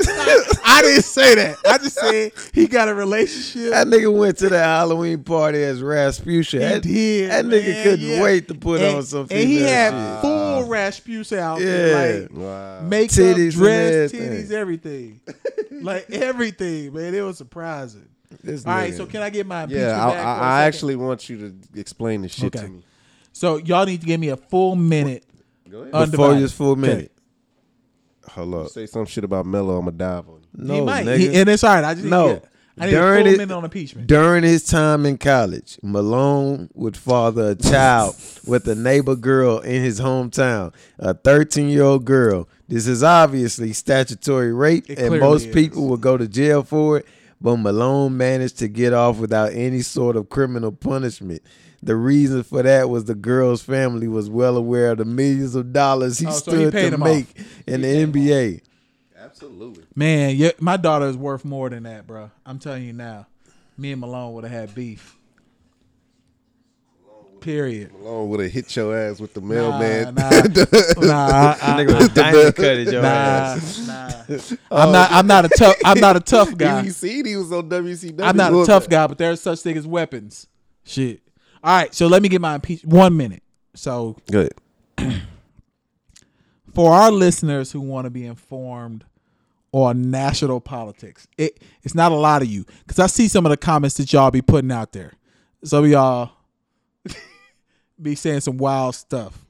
[SPEAKER 4] I didn't say that. I just said he got a relationship.
[SPEAKER 2] That nigga went to the Halloween party as Rasputia.
[SPEAKER 4] He
[SPEAKER 2] That,
[SPEAKER 4] did.
[SPEAKER 2] that nigga
[SPEAKER 4] man,
[SPEAKER 2] couldn't
[SPEAKER 4] yeah.
[SPEAKER 2] wait to put
[SPEAKER 4] and,
[SPEAKER 2] on something.
[SPEAKER 4] And he had full Rasputin out.
[SPEAKER 2] Yeah.
[SPEAKER 4] Like,
[SPEAKER 3] wow.
[SPEAKER 4] makeup,
[SPEAKER 2] Titties and
[SPEAKER 4] dress,
[SPEAKER 2] everything.
[SPEAKER 4] titties, everything. like everything, man. It was surprising.
[SPEAKER 2] This
[SPEAKER 4] All right,
[SPEAKER 2] nigga.
[SPEAKER 4] so can I get my impeachment
[SPEAKER 3] Yeah, I,
[SPEAKER 4] back for
[SPEAKER 3] I,
[SPEAKER 4] a
[SPEAKER 3] I
[SPEAKER 4] second?
[SPEAKER 3] actually want you to explain this shit
[SPEAKER 4] Okay.
[SPEAKER 3] to me.
[SPEAKER 4] So y'all need to give me a full minute.
[SPEAKER 3] Go ahead.
[SPEAKER 2] before
[SPEAKER 4] undivided.
[SPEAKER 2] his full minute.
[SPEAKER 3] Hold up. Say some shit about Mello, I'ma dive on you.
[SPEAKER 2] No,
[SPEAKER 4] he might,
[SPEAKER 2] nigga.
[SPEAKER 4] He- and it's all right. I just
[SPEAKER 2] No.
[SPEAKER 4] need to get, I need
[SPEAKER 2] During
[SPEAKER 4] a full
[SPEAKER 2] it-
[SPEAKER 4] minute on impeachment.
[SPEAKER 2] During his time in college, Malone would father a child with a neighbor girl in his hometown, a 13 year old girl. This is obviously statutory rape,
[SPEAKER 4] It
[SPEAKER 2] and
[SPEAKER 4] clearly
[SPEAKER 2] most
[SPEAKER 4] is.
[SPEAKER 2] people will go to jail for it. but Malone managed to get off without any sort of criminal punishment. The reason for that was the girl's family was well aware of the millions of dollars he
[SPEAKER 4] Oh, so he
[SPEAKER 2] stood
[SPEAKER 4] paid
[SPEAKER 2] to
[SPEAKER 4] him off.
[SPEAKER 2] make in the NBA.
[SPEAKER 3] Absolutely.
[SPEAKER 4] Man, yeah, my daughter is worth more than that, bro. I'm telling you now. Me and Malone would have had beef. Period.
[SPEAKER 3] Malone would have hit your ass with the
[SPEAKER 4] Nah,
[SPEAKER 3] mailman.
[SPEAKER 4] nah, nah, I-
[SPEAKER 2] Nigga was diamond cutting your
[SPEAKER 4] nah, nah. I'm not. I'm not a tough. I'm not a tough guy.
[SPEAKER 3] You seen he was on WCW.
[SPEAKER 4] I'm not a
[SPEAKER 3] wasn't
[SPEAKER 4] tough
[SPEAKER 3] it?
[SPEAKER 4] guy, but there's such thing as weapons. Shit. All right, so let me get my impeach. One minute. So
[SPEAKER 3] Good.
[SPEAKER 4] for our listeners who want to be informed on national politics, it it's not a lot of you because I see some of the comments that y'all be putting out there. Some of y'all be saying some wild stuff,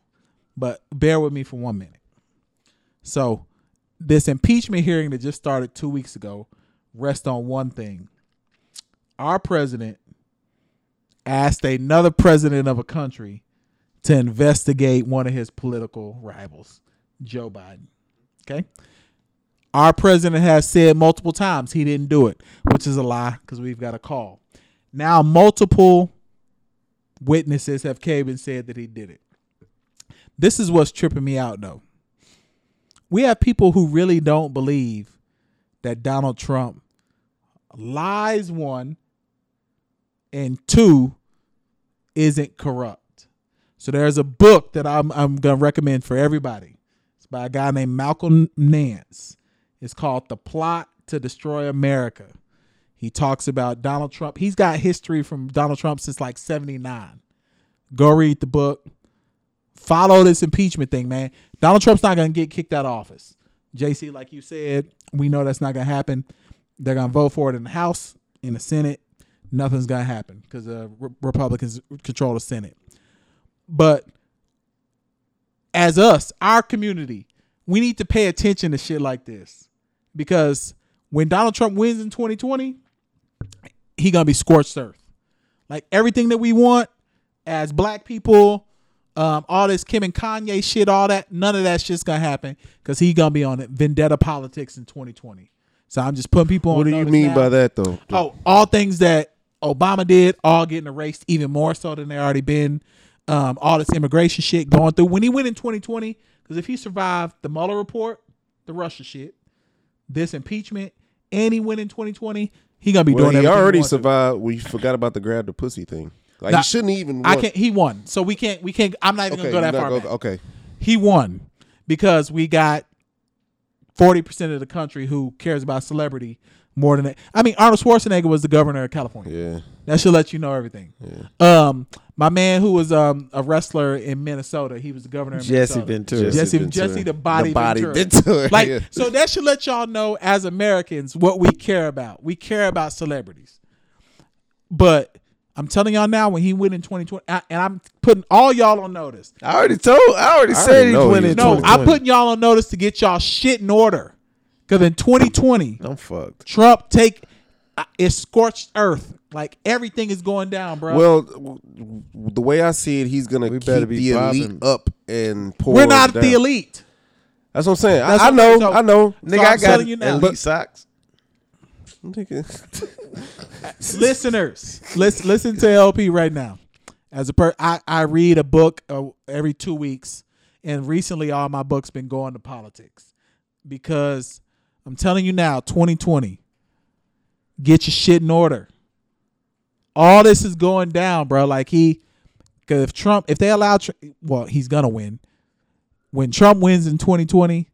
[SPEAKER 4] but bear with me for one minute. So this impeachment hearing that just started two weeks ago rests on one thing: our president asked another president of a country to investigate one of his political rivals, Joe Biden. Okay. Our president has said multiple times he didn't do it, which is a lie because we've got a call. Now, multiple witnesses have came and said that he did it. This is what's tripping me out, though. We have people who really don't believe that Donald Trump lies, one, and two, isn't corrupt. So there's a book that I'm I'm gonna recommend for everybody. It's by a guy named Malcolm Nance. It's called The Plot to Destroy America. He talks about Donald Trump. He's got history from Donald Trump since like 79. Go read the book. Follow this impeachment thing, man. Donald Trump's not gonna get kicked out of office. JC, like you said, we know that's not gonna happen. They're gonna vote for it in the House, in the Senate. Nothing's gonna happen because uh, Re- Republicans control the Senate but as us, our community, we need to pay attention to shit like this because when Donald Trump wins in 2020, he gonna be scorched earth. Like everything that we want as black people, um, all this Kim and Kanye shit, all that, none of that shit's gonna happen because he gonna be on vendetta politics in 2020. So I'm just putting people on.
[SPEAKER 3] What do you
[SPEAKER 4] notice
[SPEAKER 3] mean
[SPEAKER 4] now.
[SPEAKER 3] by that though?
[SPEAKER 4] Oh, all things that Obama did, all getting erased even more so than they already been. Um, all this immigration shit going through. When he went in 2020, because if he survived the Mueller report, the Russia shit, this impeachment, and he went in 2020, he gonna be
[SPEAKER 3] well,
[SPEAKER 4] doing
[SPEAKER 3] he
[SPEAKER 4] everything he
[SPEAKER 3] already
[SPEAKER 4] wants to.
[SPEAKER 3] survived. We forgot about the grab the pussy thing. Like
[SPEAKER 4] Nah,
[SPEAKER 3] he shouldn't even.
[SPEAKER 4] I
[SPEAKER 3] want-
[SPEAKER 4] can't. He won, so we can't. We can't. I'm not even
[SPEAKER 3] Okay,
[SPEAKER 4] gonna go that
[SPEAKER 3] you're
[SPEAKER 4] far.
[SPEAKER 3] not
[SPEAKER 4] back.
[SPEAKER 3] gonna- okay.
[SPEAKER 4] he won because we got 40% of the country who cares about celebrity more than that. I mean, Arnold Schwarzenegger was the governor of California.
[SPEAKER 3] Yeah.
[SPEAKER 4] That should let you know everything. Um, my man who was um a wrestler in Minnesota, he was the governor of
[SPEAKER 2] Jesse
[SPEAKER 4] Minnesota.
[SPEAKER 2] Ventura.
[SPEAKER 3] Jesse
[SPEAKER 4] Jesse,
[SPEAKER 3] Ventura.
[SPEAKER 4] Jesse the body,
[SPEAKER 3] The body
[SPEAKER 4] Ventura.
[SPEAKER 3] Ventura,
[SPEAKER 4] Like
[SPEAKER 3] yeah.
[SPEAKER 4] so that should let y'all know as Americans what we care about. We care about celebrities. But I'm telling y'all now when he went in 2020 I- and I'm putting all y'all on notice.
[SPEAKER 2] I already told. I already
[SPEAKER 3] I
[SPEAKER 2] said
[SPEAKER 3] already
[SPEAKER 2] he
[SPEAKER 3] know
[SPEAKER 2] went
[SPEAKER 3] he
[SPEAKER 2] in.
[SPEAKER 3] was
[SPEAKER 4] No, I'm
[SPEAKER 2] 2020.
[SPEAKER 4] putting y'all on notice to get y'all shit in order. Cuz in 2020
[SPEAKER 2] I'm fucked.
[SPEAKER 4] Trump take uh, it's scorched earth. Like everything is going down, bro.
[SPEAKER 3] Well, w- w- the way I see it, he's gonna
[SPEAKER 2] We better
[SPEAKER 3] keep
[SPEAKER 2] be
[SPEAKER 3] the elite
[SPEAKER 2] bobbing.
[SPEAKER 3] up and pour.
[SPEAKER 4] We're not
[SPEAKER 3] down.
[SPEAKER 4] the elite.
[SPEAKER 3] That's what I'm saying. I,
[SPEAKER 4] That's
[SPEAKER 3] I
[SPEAKER 4] what I'm
[SPEAKER 3] know.
[SPEAKER 4] saying.
[SPEAKER 3] I know.
[SPEAKER 4] So
[SPEAKER 2] Nigga, I
[SPEAKER 4] I'm
[SPEAKER 2] got
[SPEAKER 4] telling you
[SPEAKER 2] elite
[SPEAKER 4] now.
[SPEAKER 2] socks.
[SPEAKER 3] Nigga.
[SPEAKER 4] listeners, let's listen to LP right now. As a per, I, I read a book uh, every two weeks, and recently all my books been going to politics because I'm telling you now, 2020, get your shit in order. All this is going down, bro. Like he, because if Trump, if they allow, Tr- well, he's gonna win. When Trump wins in 2020,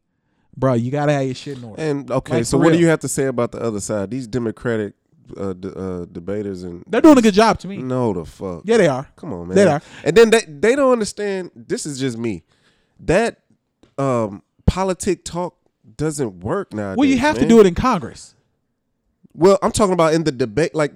[SPEAKER 4] bro, you gotta have your shit in order.
[SPEAKER 3] And okay,
[SPEAKER 4] Like,
[SPEAKER 3] so
[SPEAKER 4] for
[SPEAKER 3] what do
[SPEAKER 4] real.
[SPEAKER 3] you have to say about the other side? These Democratic uh, d- uh, debaters and
[SPEAKER 4] They're doing a good job to me.
[SPEAKER 3] no the fuck.
[SPEAKER 4] Yeah, they are.
[SPEAKER 3] Come on, man.
[SPEAKER 4] They are.
[SPEAKER 3] And then they they don't understand. This is just me. That um politic talk doesn't work nowadays.
[SPEAKER 4] Well, you have to do it in Congress.
[SPEAKER 3] Well, I'm talking about in the debate. Like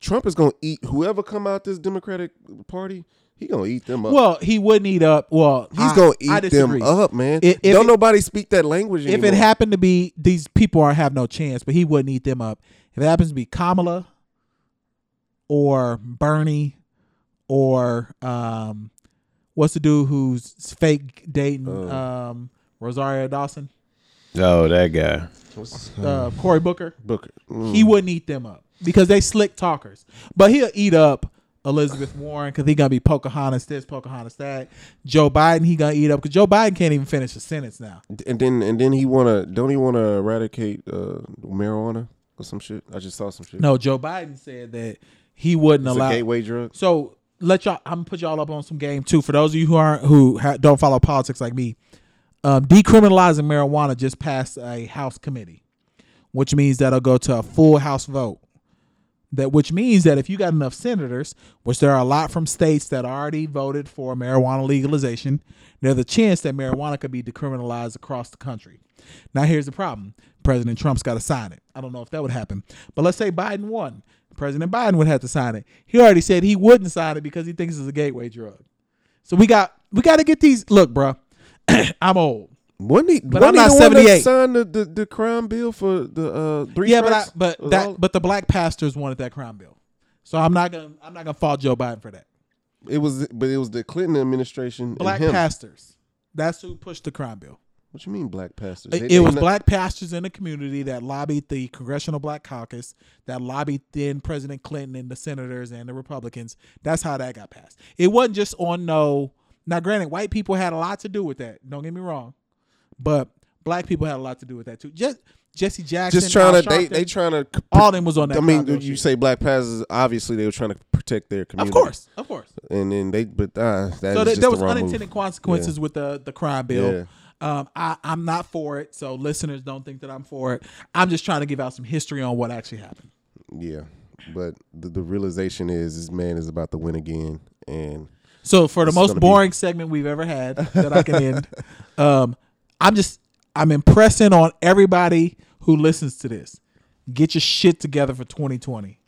[SPEAKER 3] Trump is gonna eat whoever come out this Democratic Party. He gonna eat them up.
[SPEAKER 4] Well, he wouldn't eat up. Well,
[SPEAKER 3] He's
[SPEAKER 4] I-
[SPEAKER 3] gonna
[SPEAKER 4] I
[SPEAKER 3] eat
[SPEAKER 4] disagree.
[SPEAKER 3] them up, man.
[SPEAKER 4] If- if
[SPEAKER 3] don't
[SPEAKER 4] it-
[SPEAKER 3] nobody speak that language
[SPEAKER 4] If
[SPEAKER 3] anymore.
[SPEAKER 4] it happened to be these people are have no chance, but he wouldn't eat them up. If it happens to be Kamala or Bernie or um, what's the dude
[SPEAKER 3] Uh.
[SPEAKER 4] who's fake dating um Rosario Dawson?
[SPEAKER 2] Oh, that guy.
[SPEAKER 4] uh, Cory Booker.
[SPEAKER 3] Booker. Mm.
[SPEAKER 4] He wouldn't eat them up because they slick talkers. But he'll eat up Elizabeth Warren because he gonna be Pocahontas this, Pocahontas that. Joe Biden he gonna eat up because Joe Biden can't even finish a sentence now.
[SPEAKER 3] and then and then he wanna don't he wanna eradicate uh, marijuana or some shit? I just saw some shit.
[SPEAKER 4] No, Joe Biden said that he wouldn't
[SPEAKER 3] it's
[SPEAKER 4] allow.
[SPEAKER 3] a gateway drug.
[SPEAKER 4] So let y'all. I'm gonna put y'all up on some game too. For those of you who aren't who ha- don't follow politics like me, um, decriminalizing marijuana just passed a House committee, which means that'll go to a full House vote. That which means that if you got enough senators, which there are a lot from states that already voted for marijuana legalization, there's a chance that marijuana could be decriminalized across the country. Now here's the problem: President Trump's got to sign it. I don't know if that would happen, but let's say Biden won. President Biden would have to sign it. He already said he wouldn't sign it because he thinks it's a gateway drug. So we got we got to get these. Look, bruh, I'm old.
[SPEAKER 3] Wasn't he,
[SPEAKER 4] But
[SPEAKER 3] wasn't
[SPEAKER 4] I'm not
[SPEAKER 3] he the one that
[SPEAKER 4] 78.
[SPEAKER 3] Signed the, the, the crime bill for the uh, three.
[SPEAKER 4] yeah, but I,
[SPEAKER 3] strikes?
[SPEAKER 4] but
[SPEAKER 3] Was all-
[SPEAKER 4] that but the black pastors wanted that crime bill, so I'm not gonna I'm not gonna fault Joe Biden for that.
[SPEAKER 3] it was but it was the Clinton administration.
[SPEAKER 4] Black
[SPEAKER 3] and him.
[SPEAKER 4] pastors, that's who pushed the crime bill.
[SPEAKER 3] What you mean black pastors?
[SPEAKER 4] It,
[SPEAKER 3] They-
[SPEAKER 4] it
[SPEAKER 3] they
[SPEAKER 4] was
[SPEAKER 3] not-
[SPEAKER 4] black pastors in the community that lobbied the Congressional Black Caucus, that lobbied then President Clinton and the senators and the Republicans. That's how that got passed. It wasn't just on no. Now, granted, white people had a lot to do with that. Don't get me wrong, but black people had a lot to do with that too. Just Jesse Jackson,
[SPEAKER 3] Just trying
[SPEAKER 4] Al
[SPEAKER 3] to they
[SPEAKER 4] Sharpton,
[SPEAKER 3] they trying to.
[SPEAKER 4] all them was on that.
[SPEAKER 3] I mean,
[SPEAKER 4] Congo
[SPEAKER 3] you
[SPEAKER 4] shit.
[SPEAKER 3] say black pastors. Obviously, they were trying to protect their
[SPEAKER 4] of
[SPEAKER 3] community.
[SPEAKER 4] course, of course.
[SPEAKER 3] And then they, but uh, that
[SPEAKER 4] so
[SPEAKER 3] was just
[SPEAKER 4] there, there
[SPEAKER 3] the
[SPEAKER 4] was
[SPEAKER 3] wrong
[SPEAKER 4] unintended
[SPEAKER 3] move.
[SPEAKER 4] consequences with the the crime bill.
[SPEAKER 3] Yeah.
[SPEAKER 4] Um, I, I'm not for it, so listeners don't think that I'm for it. I'm just trying to give out some history on what actually happened.
[SPEAKER 3] Yeah, but the, the realization is this man is about to win again, and
[SPEAKER 4] So for the
[SPEAKER 3] This is
[SPEAKER 4] most
[SPEAKER 3] gonna be-
[SPEAKER 4] boring segment we've ever had that I can end, um, I'm just I'm impressing on everybody who listens to this. Get your shit together for 2020,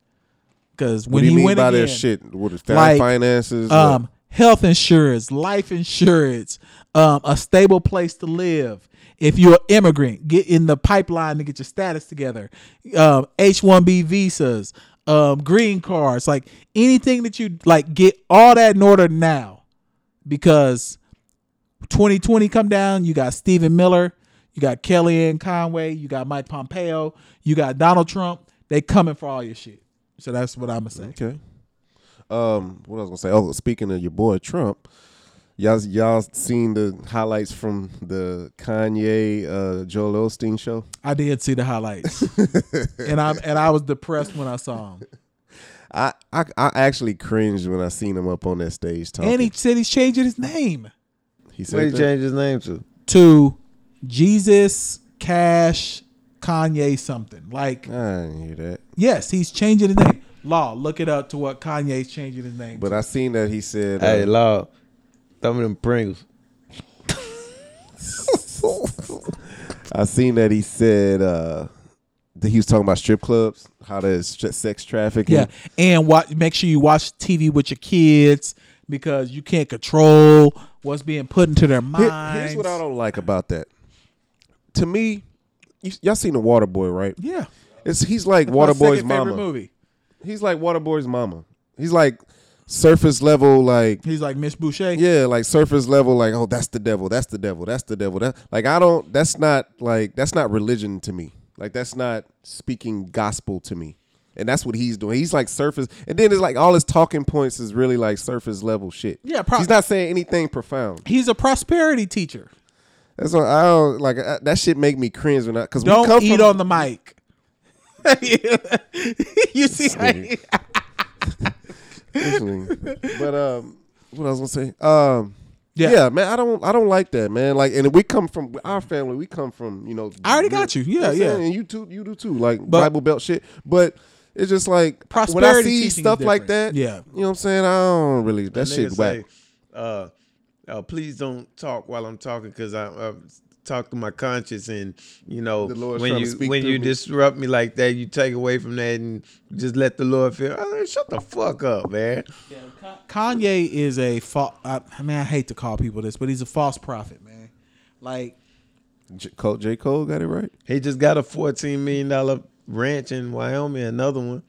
[SPEAKER 4] because
[SPEAKER 3] what
[SPEAKER 4] when
[SPEAKER 3] do
[SPEAKER 4] he
[SPEAKER 3] you mean
[SPEAKER 4] went
[SPEAKER 3] by
[SPEAKER 4] again,
[SPEAKER 3] that shit? What is
[SPEAKER 4] Like,
[SPEAKER 3] finances? or-
[SPEAKER 4] um, health insurance, life insurance, um, a stable place to live. If you're an immigrant, get in the pipeline to get your status together. Um, H-1B visas, um, green cards, like anything that you like, get all that in order now, because 2020 come down. You got Stephen Miller, you got Kellyanne Conway, you got Mike Pompeo, you got Donald Trump. They coming for all your shit. So that's what I'm gonna say.
[SPEAKER 3] Okay. Um, what I was gonna say? Oh, speaking of your boy Trump, y'all y'all seen the highlights from the Kanye uh, Joel Osteen show?
[SPEAKER 4] I did see the highlights, and I and I was depressed when I saw him.
[SPEAKER 3] I, I I actually cringed when I seen him up on that stage talking.
[SPEAKER 4] And he said he's changing his name
[SPEAKER 2] What
[SPEAKER 3] he
[SPEAKER 2] he
[SPEAKER 3] said that?
[SPEAKER 2] changed his name to?
[SPEAKER 4] to Jesus Cash Kanye something. Like
[SPEAKER 3] I didn't hear that,
[SPEAKER 4] yes, he's changing his name. Law, look it up to what Kanye's changing his name.
[SPEAKER 3] but
[SPEAKER 4] But
[SPEAKER 3] I seen that he said, uh,
[SPEAKER 2] Hey, Lord, thumb them Pringles.
[SPEAKER 3] uh, I seen that he said uh, that he was talking about strip clubs, how there's tr- sex trafficking.
[SPEAKER 4] yeah, and watch. Make sure you watch TV with your kids because you can't control what's being put into their
[SPEAKER 3] Here-
[SPEAKER 4] minds.
[SPEAKER 3] here's what I don't like about that. To me, you, y'all seen the Water Boy, right?
[SPEAKER 4] yeah,
[SPEAKER 3] It's he's like
[SPEAKER 4] My
[SPEAKER 3] Waterboy's
[SPEAKER 4] second favorite
[SPEAKER 3] mama.
[SPEAKER 4] movie.
[SPEAKER 3] He's like Waterboy's mama. He's like surface level, like
[SPEAKER 4] He's like Miss Boucher.
[SPEAKER 3] yeah, like surface level, like oh that's the devil, that's the devil, that's the devil. That like I don't. That's not like that's not religion to me. Like that's not speaking gospel to me. And that's what he's doing. He's like surface, and then it's like all his talking points is really like surface level shit.
[SPEAKER 4] Yeah, prob-
[SPEAKER 3] he's not saying anything profound.
[SPEAKER 4] He's a prosperity teacher.
[SPEAKER 3] That's what I don't like. I, that shit make me cringe when I because we
[SPEAKER 4] Don't
[SPEAKER 3] come
[SPEAKER 4] eat
[SPEAKER 3] from,
[SPEAKER 4] on the mic. you see, I,
[SPEAKER 3] Usually. but um, what I was gonna say, um,
[SPEAKER 4] Yeah.
[SPEAKER 3] yeah. man, I don't, I don't like that, man. Like, and we come from our family. We come from, you know,
[SPEAKER 4] I already got you. Yeah,
[SPEAKER 3] know what I'm
[SPEAKER 4] yeah.
[SPEAKER 3] saying? and you too, you do too, like
[SPEAKER 4] But-
[SPEAKER 3] Bible Belt shit. But it's just like when I
[SPEAKER 4] Prosperity
[SPEAKER 3] see
[SPEAKER 4] teaching is
[SPEAKER 3] stuff like
[SPEAKER 4] different.
[SPEAKER 3] that,
[SPEAKER 4] Yeah.
[SPEAKER 3] you know what I'm saying. I don't really that
[SPEAKER 2] Nigga
[SPEAKER 3] shit
[SPEAKER 2] say,
[SPEAKER 3] whack.
[SPEAKER 2] Uh, uh, please don't talk while I'm talking because I, I talk to my conscience, and you know
[SPEAKER 3] The Lord's
[SPEAKER 2] when
[SPEAKER 3] trying to
[SPEAKER 2] you
[SPEAKER 3] speak
[SPEAKER 2] when
[SPEAKER 3] through
[SPEAKER 2] you
[SPEAKER 3] me.
[SPEAKER 2] disrupt me like that, you take away from that and just let the Lord feel. "Oh, shut the fuck up, man.
[SPEAKER 4] Kanye is a false. I, I mean, I hate to call people this, but he's a false prophet, man. Like,
[SPEAKER 3] J. Cole, J. Cole got it right.
[SPEAKER 2] He just got a fourteen million dollar ranch in Wyoming, another one.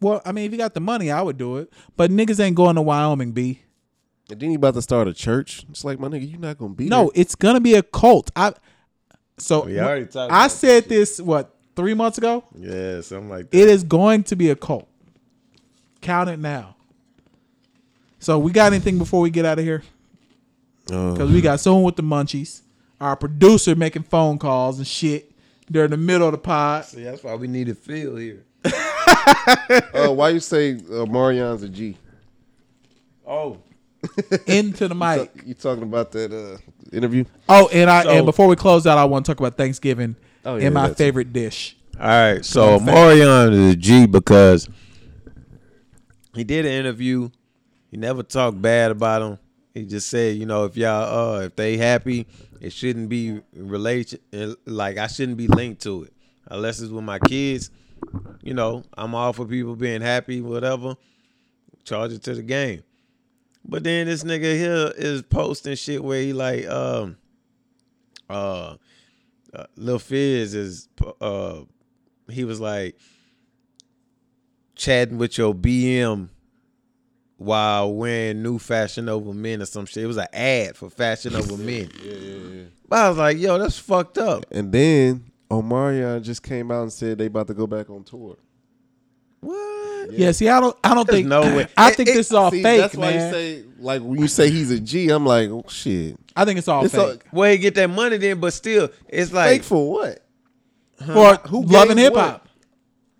[SPEAKER 4] well, I mean, if you got the money, I would do it. But niggas ain't going to Wyoming, b.
[SPEAKER 3] And then he about to start a church. It's like my nigga, you not gonna be
[SPEAKER 4] No,
[SPEAKER 3] there.
[SPEAKER 4] it's gonna be a cult. I So
[SPEAKER 3] We already talked
[SPEAKER 4] I
[SPEAKER 3] about
[SPEAKER 4] said this what three months ago.
[SPEAKER 3] Yeah, something like that.
[SPEAKER 4] It is going to be a cult. Count it now. So we got anything before we get out of here?
[SPEAKER 3] Uh,
[SPEAKER 4] Because we got someone with the munchies, our producer making phone calls and shit during the middle of the pod.
[SPEAKER 2] See, that's why we need to feel here.
[SPEAKER 3] Uh, why you say uh, Marion's a G?
[SPEAKER 2] Oh,
[SPEAKER 4] Into the mic.
[SPEAKER 3] You talking about that uh, interview?
[SPEAKER 4] Oh, and I
[SPEAKER 2] So-
[SPEAKER 4] and before we close out, I want to talk about Thanksgiving
[SPEAKER 3] Oh, yeah,
[SPEAKER 4] and my
[SPEAKER 3] that's-
[SPEAKER 4] favorite dish.
[SPEAKER 2] All right, so Marion is a G because he did an interview. He never talked bad about him. He just said, you know, if y'all uh if they happy, it shouldn't be relation like I shouldn't be linked to it unless it's with my kids. You know, I'm all for people being happy, whatever. Charge it to the game. But then this nigga here is posting shit where he like um uh, uh Lil Fizz is uh he was like chatting with your BM while wearing new fashion over men or some shit. It was an ad for fashion over men. But I was like, yo, that's fucked up.
[SPEAKER 3] And then Omarion just came out and said they about to go back on tour.
[SPEAKER 2] What?
[SPEAKER 4] Yeah, see, I don't, I don't think,
[SPEAKER 2] no way.
[SPEAKER 4] I
[SPEAKER 2] It-
[SPEAKER 4] think
[SPEAKER 2] it-
[SPEAKER 4] this is all
[SPEAKER 3] See,
[SPEAKER 4] fake,
[SPEAKER 3] that's why
[SPEAKER 4] man.
[SPEAKER 3] you say like when you say he's a G, I'm like, oh, shit.
[SPEAKER 4] I think it's all
[SPEAKER 3] It's
[SPEAKER 4] fake.
[SPEAKER 2] Where he get that money then, but still, it's
[SPEAKER 3] a,
[SPEAKER 2] like
[SPEAKER 3] fake for what?
[SPEAKER 4] For
[SPEAKER 3] Who
[SPEAKER 4] loving
[SPEAKER 3] gave
[SPEAKER 4] hip
[SPEAKER 3] what?
[SPEAKER 4] hop,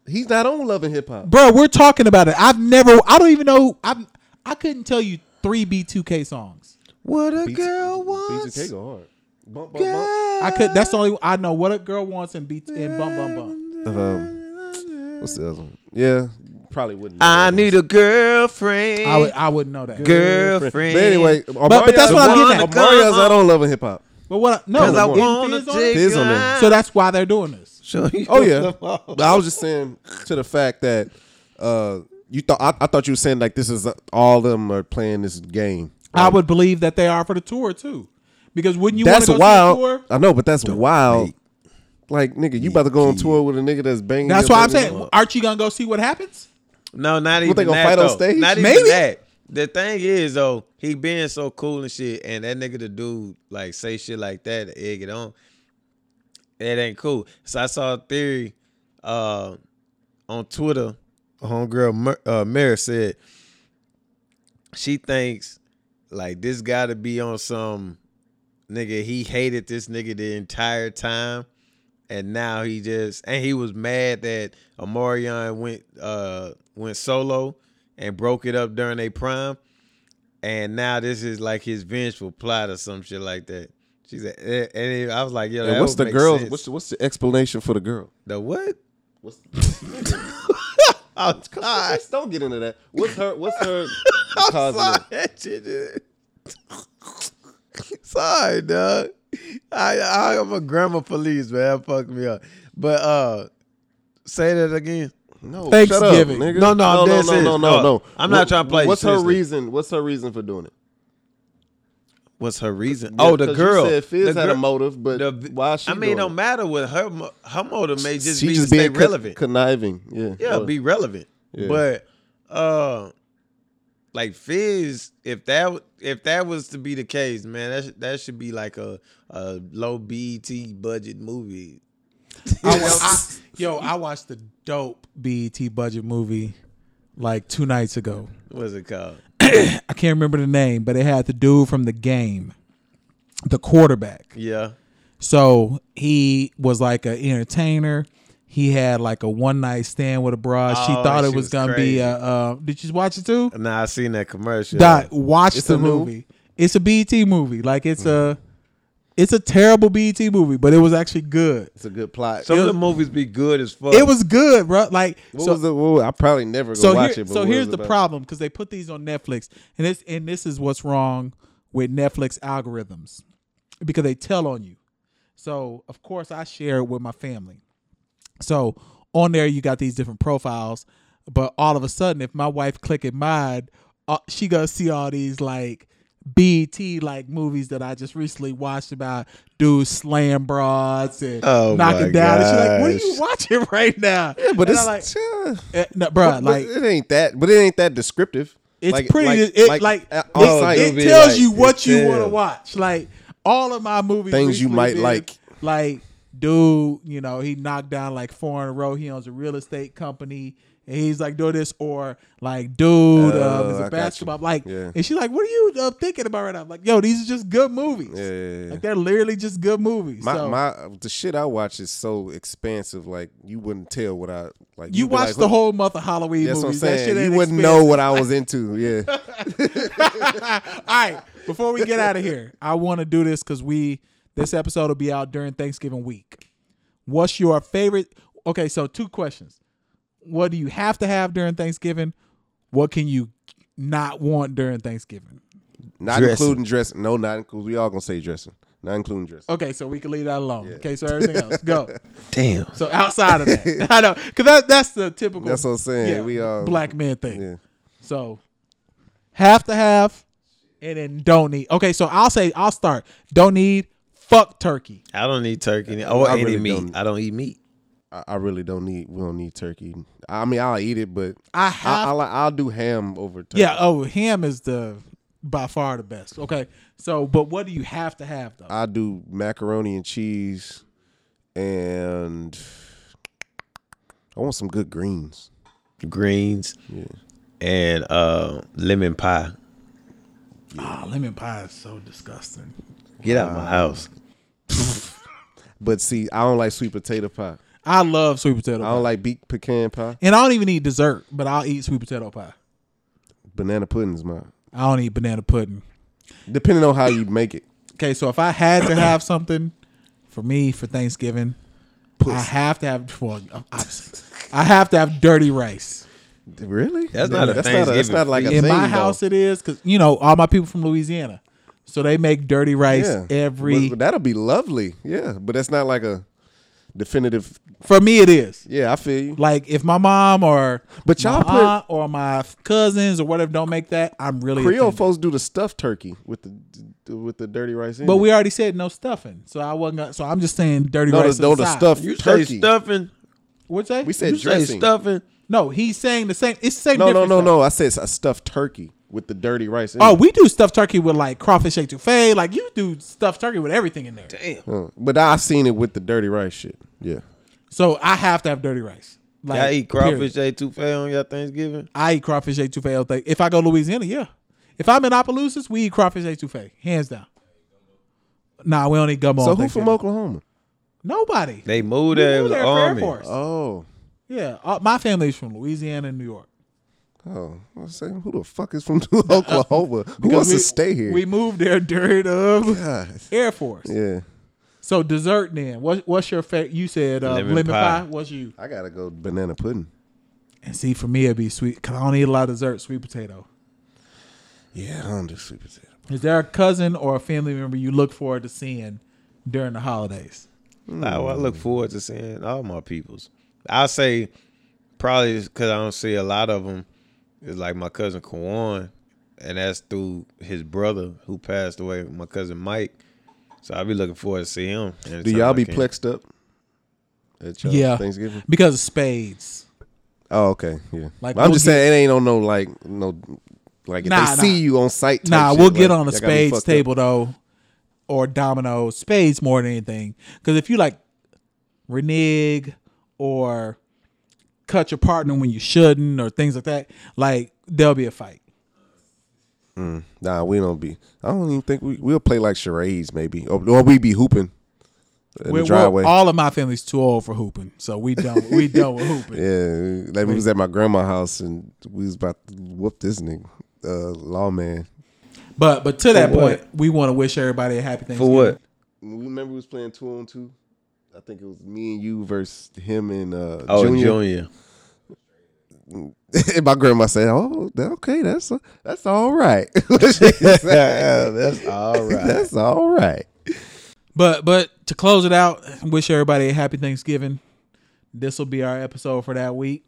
[SPEAKER 3] He's not on loving hip hop.
[SPEAKER 4] bro. We're talking about it. I've never, I don't even know. I, I couldn't tell you three B2K songs.
[SPEAKER 2] what a
[SPEAKER 3] Beats-
[SPEAKER 2] girl wants.
[SPEAKER 3] BGK go hard. Bump, bump, bump.
[SPEAKER 4] I could. That's the only I know. What a girl wants and beat and bum bum bum.
[SPEAKER 3] Um, what's the other one? Yeah, probably wouldn't. know
[SPEAKER 2] I
[SPEAKER 3] that
[SPEAKER 2] need a girlfriend.
[SPEAKER 4] I would, I wouldn't know that.
[SPEAKER 3] one.
[SPEAKER 2] girlfriend.
[SPEAKER 3] But anyway, Omarion,
[SPEAKER 4] but that's what I'm
[SPEAKER 2] getting at.
[SPEAKER 3] Omarion's not on loving hip hop.
[SPEAKER 4] But what? I, no,
[SPEAKER 2] Cause I
[SPEAKER 4] Fizz
[SPEAKER 2] wanna
[SPEAKER 4] on
[SPEAKER 2] take
[SPEAKER 4] it?
[SPEAKER 3] Fizz on
[SPEAKER 2] you
[SPEAKER 3] there.
[SPEAKER 2] out.
[SPEAKER 4] So that's why they're doing this.
[SPEAKER 2] Show you
[SPEAKER 3] Oh yeah,
[SPEAKER 2] the phone.
[SPEAKER 3] But I was just saying to the fact that uh, you thought I, I thought you were saying like this is uh, all of them are playing this game.
[SPEAKER 4] I would believe that they are for the tour too, because wouldn't you want
[SPEAKER 3] that's
[SPEAKER 4] to go
[SPEAKER 3] wild.
[SPEAKER 4] see the tour?
[SPEAKER 3] I know, but that's wild. Like nigga, you about to go on tour with a nigga that's banging.
[SPEAKER 4] That's
[SPEAKER 3] your
[SPEAKER 4] why I'm
[SPEAKER 3] baby
[SPEAKER 4] saying,
[SPEAKER 3] mama.
[SPEAKER 4] aren't you gonna go see what happens?
[SPEAKER 2] No, not even
[SPEAKER 3] What, they gonna
[SPEAKER 2] that.
[SPEAKER 3] fight on
[SPEAKER 2] though.
[SPEAKER 3] stage?
[SPEAKER 2] Not even
[SPEAKER 4] Maybe.
[SPEAKER 2] that. The thing is though, he being so cool and shit, and that nigga the dude like say shit like that to egg it on. That ain't cool. So I saw a theory uh, on Twitter. Homegirl Mer- uh, Mary said she thinks like this got to be on some nigga. He hated this nigga the entire time and now he just and he was mad that Omarion went uh went solo and broke it up during their prime, and now this is like his vengeful plot or some shit like that. She said, eh, and it- I was like, yo,
[SPEAKER 3] And
[SPEAKER 2] that
[SPEAKER 3] what's
[SPEAKER 2] would
[SPEAKER 3] the
[SPEAKER 2] make
[SPEAKER 3] girl?
[SPEAKER 2] sense.
[SPEAKER 3] What's the, what's the explanation for the girl?
[SPEAKER 2] the what? Oh, I
[SPEAKER 3] What's
[SPEAKER 2] was crying.
[SPEAKER 3] Let's don't get into that. What's her? What's her?
[SPEAKER 2] I'm
[SPEAKER 3] cause of
[SPEAKER 2] sorry,
[SPEAKER 3] it?
[SPEAKER 2] that shit just- sorry, dog. I, I I'm a grammar police man. Fuck me up, but uh, say that again.
[SPEAKER 3] No,
[SPEAKER 4] Thanksgiving.
[SPEAKER 3] Shut up, nigga.
[SPEAKER 2] No, no, I'm
[SPEAKER 3] no,
[SPEAKER 2] dead
[SPEAKER 3] no,
[SPEAKER 2] serious.
[SPEAKER 3] no, no,
[SPEAKER 2] No,
[SPEAKER 3] no.
[SPEAKER 2] I'm not trying to play you
[SPEAKER 3] What's her
[SPEAKER 2] seriously.
[SPEAKER 3] reason? What's her reason for doing it?
[SPEAKER 2] What's her reason?
[SPEAKER 3] Yeah,
[SPEAKER 2] oh, the
[SPEAKER 3] 'cause
[SPEAKER 2] girl.
[SPEAKER 3] You said Fizz
[SPEAKER 2] the
[SPEAKER 3] had
[SPEAKER 2] gir-
[SPEAKER 3] a motive, but
[SPEAKER 2] the-
[SPEAKER 3] why is she?
[SPEAKER 2] I mean, it
[SPEAKER 3] doing
[SPEAKER 2] don't
[SPEAKER 3] it?
[SPEAKER 2] matter what her mo- her motive may just
[SPEAKER 3] She
[SPEAKER 2] be
[SPEAKER 3] just
[SPEAKER 2] to stay
[SPEAKER 3] being con-
[SPEAKER 2] relevant.
[SPEAKER 3] conniving. Yeah,
[SPEAKER 2] yeah,
[SPEAKER 3] Or-
[SPEAKER 2] be relevant.
[SPEAKER 3] Yeah.
[SPEAKER 2] But uh, like Fizz, if that w- if that was to be the case, man, that sh- that should be like a a low BT budget movie.
[SPEAKER 4] I, wa- I, yo, I watched the dope BET budget movie like two nights ago.
[SPEAKER 2] What's it called?
[SPEAKER 4] I can't remember the name, but it had the dude from the game, the quarterback.
[SPEAKER 2] Yeah.
[SPEAKER 4] So he was like an entertainer. He had like a one night stand with a broad. she
[SPEAKER 2] Oh,
[SPEAKER 4] thought it
[SPEAKER 2] she
[SPEAKER 4] was,
[SPEAKER 2] was
[SPEAKER 4] gonna
[SPEAKER 2] crazy.
[SPEAKER 4] be a. Uh, did you watch it too?
[SPEAKER 2] Nah, I seen that commercial.
[SPEAKER 4] Dot, watch
[SPEAKER 3] It's
[SPEAKER 4] the
[SPEAKER 3] a new-
[SPEAKER 4] movie. It's a BET movie. Like it's a, it's a terrible BET movie, but it was actually good.
[SPEAKER 3] it's a good plot.
[SPEAKER 2] Some
[SPEAKER 3] So,
[SPEAKER 2] of the movies be good as fuck.
[SPEAKER 4] It was good, bro. Like
[SPEAKER 3] Oh. what
[SPEAKER 4] so,
[SPEAKER 3] was the? Well, I probably never gonna
[SPEAKER 4] so
[SPEAKER 3] watch
[SPEAKER 4] here-
[SPEAKER 3] it. But
[SPEAKER 4] so
[SPEAKER 3] what
[SPEAKER 4] here's
[SPEAKER 3] was it
[SPEAKER 4] the
[SPEAKER 3] about?
[SPEAKER 4] problem because they put these on Netflix, and this and this is what's wrong with Netflix algorithms because they tell on you. So of course I share it with my family. So on there you got these different profiles, but all of a sudden if my wife clicking mine, uh, she gonna see all these like BET like movies that I just recently watched about dudes slam broads and
[SPEAKER 2] Oh, my
[SPEAKER 4] knocking down. And she's like, "What are you
[SPEAKER 2] gosh.
[SPEAKER 4] watching right now?" Yeah,
[SPEAKER 3] But it's
[SPEAKER 4] like,
[SPEAKER 3] yeah.
[SPEAKER 4] eh, no, bro,
[SPEAKER 3] But
[SPEAKER 4] like
[SPEAKER 3] it ain't that. But it ain't that descriptive.
[SPEAKER 4] it's
[SPEAKER 3] Like-
[SPEAKER 4] pretty. it like,
[SPEAKER 3] uh,
[SPEAKER 4] it,
[SPEAKER 3] all
[SPEAKER 2] like,
[SPEAKER 4] it
[SPEAKER 3] site,
[SPEAKER 2] be
[SPEAKER 4] tells
[SPEAKER 2] like,
[SPEAKER 4] you what
[SPEAKER 2] it's
[SPEAKER 4] you
[SPEAKER 2] there.
[SPEAKER 4] want to watch. Like all of my movies,
[SPEAKER 3] Things you
[SPEAKER 4] recently
[SPEAKER 3] might
[SPEAKER 4] been,
[SPEAKER 3] like.
[SPEAKER 4] Like dude, you know, he knocked down like four in a row. He owns a real estate company. And he's like doing this, or like, dude,
[SPEAKER 3] Oh,
[SPEAKER 4] um, it's
[SPEAKER 3] I got
[SPEAKER 4] a
[SPEAKER 3] you.
[SPEAKER 4] basketball. Like,
[SPEAKER 3] Yeah.
[SPEAKER 4] and she's like, "What are you uh, thinking about right now?" I'm like, "Yo, these are just good movies.
[SPEAKER 3] Yeah, yeah, yeah.
[SPEAKER 4] Like, they're literally just good movies."
[SPEAKER 3] My,
[SPEAKER 4] so
[SPEAKER 3] my the shit I watch is so expansive, like you wouldn't tell what I like.
[SPEAKER 4] you
[SPEAKER 3] you'd be
[SPEAKER 4] watch
[SPEAKER 3] like,
[SPEAKER 4] the
[SPEAKER 3] "Look,
[SPEAKER 4] whole month of Halloween
[SPEAKER 3] That's what I'm
[SPEAKER 4] movies. That
[SPEAKER 3] saying.
[SPEAKER 4] shit
[SPEAKER 3] You
[SPEAKER 4] ain't
[SPEAKER 3] wouldn't
[SPEAKER 4] expensive.
[SPEAKER 3] know what I was into. Yeah,
[SPEAKER 4] All right, before we get out of here, I want to do this because we this episode will be out during Thanksgiving week. What's your favorite? Okay, so two questions: What do you have to have during Thanksgiving? What can you not want during Thanksgiving?
[SPEAKER 3] not
[SPEAKER 2] Dressing.
[SPEAKER 3] including dressing. No, not including. We all gonna say dressing. Not including dressing.
[SPEAKER 4] Okay, so we can leave that alone. Okay, so everything else, go.
[SPEAKER 2] Damn.
[SPEAKER 4] So outside of that, I know because that, that's the typical.
[SPEAKER 3] That's what I'm saying. we all
[SPEAKER 4] black man thing.
[SPEAKER 3] Yeah.
[SPEAKER 4] So have to have, and then don't need. Okay, so I'll say I'll start. Don't need. Fuck turkey.
[SPEAKER 2] I don't eat turkey or
[SPEAKER 3] I
[SPEAKER 2] any
[SPEAKER 3] really
[SPEAKER 2] meat.
[SPEAKER 3] don't.
[SPEAKER 2] I don't eat meat.
[SPEAKER 3] I, I really don't need. We don't need turkey. I mean, I'll eat it, but
[SPEAKER 4] I
[SPEAKER 3] I,
[SPEAKER 4] have.
[SPEAKER 3] I, like- I'll do ham over turkey.
[SPEAKER 4] Uh, yeah. Oh, ham is the by far the best. Okay. So, but what do you have to have though?
[SPEAKER 3] I do macaroni and cheese, and I want some good greens.
[SPEAKER 2] Greens and uh, lemon pie.
[SPEAKER 4] Ah, lemon pie is so disgusting.
[SPEAKER 2] Get out my house.
[SPEAKER 3] But see, I don't like sweet potato pie.
[SPEAKER 4] I love sweet potato
[SPEAKER 3] I
[SPEAKER 4] pie,
[SPEAKER 3] don't like beet pecan pie.
[SPEAKER 4] and I don't even eat dessert, but I'll eat sweet potato pie.
[SPEAKER 3] Banana pudding's mine.
[SPEAKER 4] I don't eat banana pudding.
[SPEAKER 3] Depending on how you make it.
[SPEAKER 4] Okay, so if I had to have something for me for Thanksgiving, I have to have well, obviously, I have to have dirty rice.
[SPEAKER 3] Really?
[SPEAKER 2] That's not a
[SPEAKER 3] That's not like a
[SPEAKER 4] In
[SPEAKER 3] thing.
[SPEAKER 4] my house, it is because you know all my people from Louisiana, so they make dirty
[SPEAKER 3] though.
[SPEAKER 4] rice every.
[SPEAKER 3] But that'll be lovely. Yeah, but that's not like a definitive.
[SPEAKER 4] for me, it is.
[SPEAKER 3] Yeah, I feel you.
[SPEAKER 4] Like if my mom or
[SPEAKER 3] But y'all
[SPEAKER 4] my aunt or my cousins or whatever don't make that, I'm really
[SPEAKER 3] Creole
[SPEAKER 4] offended.
[SPEAKER 3] folks do the stuffed turkey with the with the dirty rice in.
[SPEAKER 4] But
[SPEAKER 3] it.
[SPEAKER 4] we already said no stuffing, so I wasn't. Gonna, so I'm just saying dirty
[SPEAKER 3] no,
[SPEAKER 4] rice.
[SPEAKER 3] the, no, the
[SPEAKER 4] aside.
[SPEAKER 3] stuffed
[SPEAKER 2] You say
[SPEAKER 3] turkey.
[SPEAKER 2] stuffing.
[SPEAKER 4] What's that?
[SPEAKER 3] We said
[SPEAKER 2] You say
[SPEAKER 3] dressing.
[SPEAKER 2] stuffing.
[SPEAKER 4] no. He's saying the same. It's the same.
[SPEAKER 3] no, no,
[SPEAKER 4] difference,
[SPEAKER 3] no,
[SPEAKER 4] though.
[SPEAKER 3] no. I said it's a stuffed turkey with the dirty rice. In
[SPEAKER 4] Oh,
[SPEAKER 3] it.
[SPEAKER 4] we do stuffed turkey with like crawfish etouffee. Like you do stuffed turkey with everything in there.
[SPEAKER 3] Huh. but I've seen it with the dirty rice shit. Yeah,
[SPEAKER 4] So I have to have dirty rice. Like
[SPEAKER 2] Y'all eat crawfish
[SPEAKER 4] period.
[SPEAKER 2] etouffee on your Thanksgiving?
[SPEAKER 4] I eat crawfish etouffee. all day. If I go to Louisiana, yeah. If I'm in Opelousas, we eat crawfish etouffee, hands down. Nah, we don't eat gumbo.
[SPEAKER 3] So
[SPEAKER 4] on
[SPEAKER 3] who from
[SPEAKER 4] Thanksgiving.
[SPEAKER 3] Oklahoma?
[SPEAKER 4] Nobody.
[SPEAKER 2] They moved
[SPEAKER 4] We
[SPEAKER 2] there. It
[SPEAKER 4] moved
[SPEAKER 2] was an
[SPEAKER 4] there for Air
[SPEAKER 2] army.
[SPEAKER 4] Force.
[SPEAKER 3] Oh,
[SPEAKER 4] Yeah, uh, my family's from Louisiana and New York.
[SPEAKER 3] oh. I was saying, who the fuck is from Oklahoma? Who wants to
[SPEAKER 4] we-
[SPEAKER 3] stay here?
[SPEAKER 4] We moved there during um,
[SPEAKER 3] God.
[SPEAKER 4] Air Force.
[SPEAKER 3] Yeah,
[SPEAKER 4] So dessert then. What, what's your favorite? You said uh, lemon,
[SPEAKER 2] Lemon
[SPEAKER 4] pie.
[SPEAKER 2] pie.
[SPEAKER 4] What's you?
[SPEAKER 3] I gotta go banana pudding.
[SPEAKER 4] And see, for me, it'd be sweet. Cause I don't eat a lot of dessert. Sweet potato.
[SPEAKER 3] Yeah, I don't do sweet potato.
[SPEAKER 4] Is there a cousin or a family member you look forward to seeing during the holidays?
[SPEAKER 2] Nah, well, I look forward to seeing all my peoples. I say probably because I don't see a lot of them. Is like my cousin Kawan, and that's through his brother who passed away. My cousin Mike. So I be looking forward to see him.
[SPEAKER 3] Do y'all be plexed up at y'all
[SPEAKER 4] Yeah.
[SPEAKER 3] Thanksgiving?
[SPEAKER 4] Because of spades.
[SPEAKER 3] Oh, okay, yeah. Like,
[SPEAKER 4] Like,
[SPEAKER 3] I'm
[SPEAKER 4] we'll
[SPEAKER 3] just
[SPEAKER 4] get-
[SPEAKER 3] saying, it ain't on no like no like if
[SPEAKER 4] Nah,
[SPEAKER 3] they
[SPEAKER 4] nah.
[SPEAKER 3] see you on site. type
[SPEAKER 4] Nah,
[SPEAKER 3] shit,
[SPEAKER 4] we'll get
[SPEAKER 3] like,
[SPEAKER 4] on a
[SPEAKER 3] y'all gotta be
[SPEAKER 4] spades
[SPEAKER 3] fucked
[SPEAKER 4] table though, or domino spades more than anything. Because if you like renege or cut your partner when you shouldn't or things like that, like there'll be a fight.
[SPEAKER 3] Up. Nah, we don't be. I don't even think we we'll play like charades maybe, or, or we be hooping in
[SPEAKER 4] We're-
[SPEAKER 3] the
[SPEAKER 4] we're-
[SPEAKER 3] driveway.
[SPEAKER 4] all of my family's too old for hooping, so we done we done with hooping.
[SPEAKER 3] yeah, like we was at my grandma's house and we was about to whoop this nigga, uh, lawman.
[SPEAKER 4] But but to that
[SPEAKER 2] what?
[SPEAKER 4] point, we want to wish everybody a happy Thanksgiving.
[SPEAKER 2] for what?
[SPEAKER 3] We remember we was playing two on two. I think it was me and you versus him and uh,
[SPEAKER 2] Oh, Junior.
[SPEAKER 3] Junior. and my grandma said, "Oh, that- okay, that's that's all right.
[SPEAKER 2] that's all right.
[SPEAKER 3] that's all right."
[SPEAKER 4] But but to close it out, wish everybody a happy Thanksgiving. This will be our episode for that week.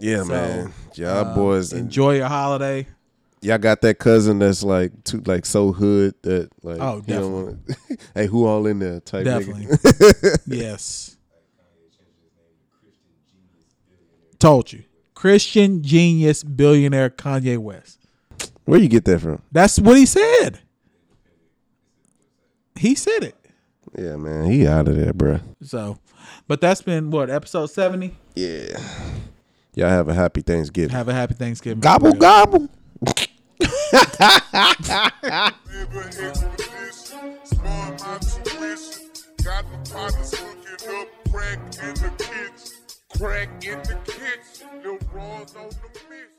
[SPEAKER 3] Yeah, man. Y'all boys, um, and
[SPEAKER 4] Enjoy your holiday.
[SPEAKER 3] y'all got that cousin that's like too, like so hood that like
[SPEAKER 4] Oh,
[SPEAKER 3] you don't wanna- hey, who all in there? Type
[SPEAKER 4] Definitely.
[SPEAKER 3] nigga.
[SPEAKER 4] yes. Told you. Christian genius billionaire Kanye West.
[SPEAKER 3] Where you get that from?
[SPEAKER 4] That's what he said. He said it.
[SPEAKER 3] Yeah, man, he out of there, bruh.
[SPEAKER 4] So, but that's been what episode seventy.
[SPEAKER 3] Yeah. Y'all have a happy Thanksgiving.
[SPEAKER 4] Have a happy Thanksgiving.
[SPEAKER 3] gobble gobble.
[SPEAKER 6] neighbor April this. Small amounts of bliss. Got the partners hooking up. Crack in the kids. Crack in the kids. Little rolls on the mist.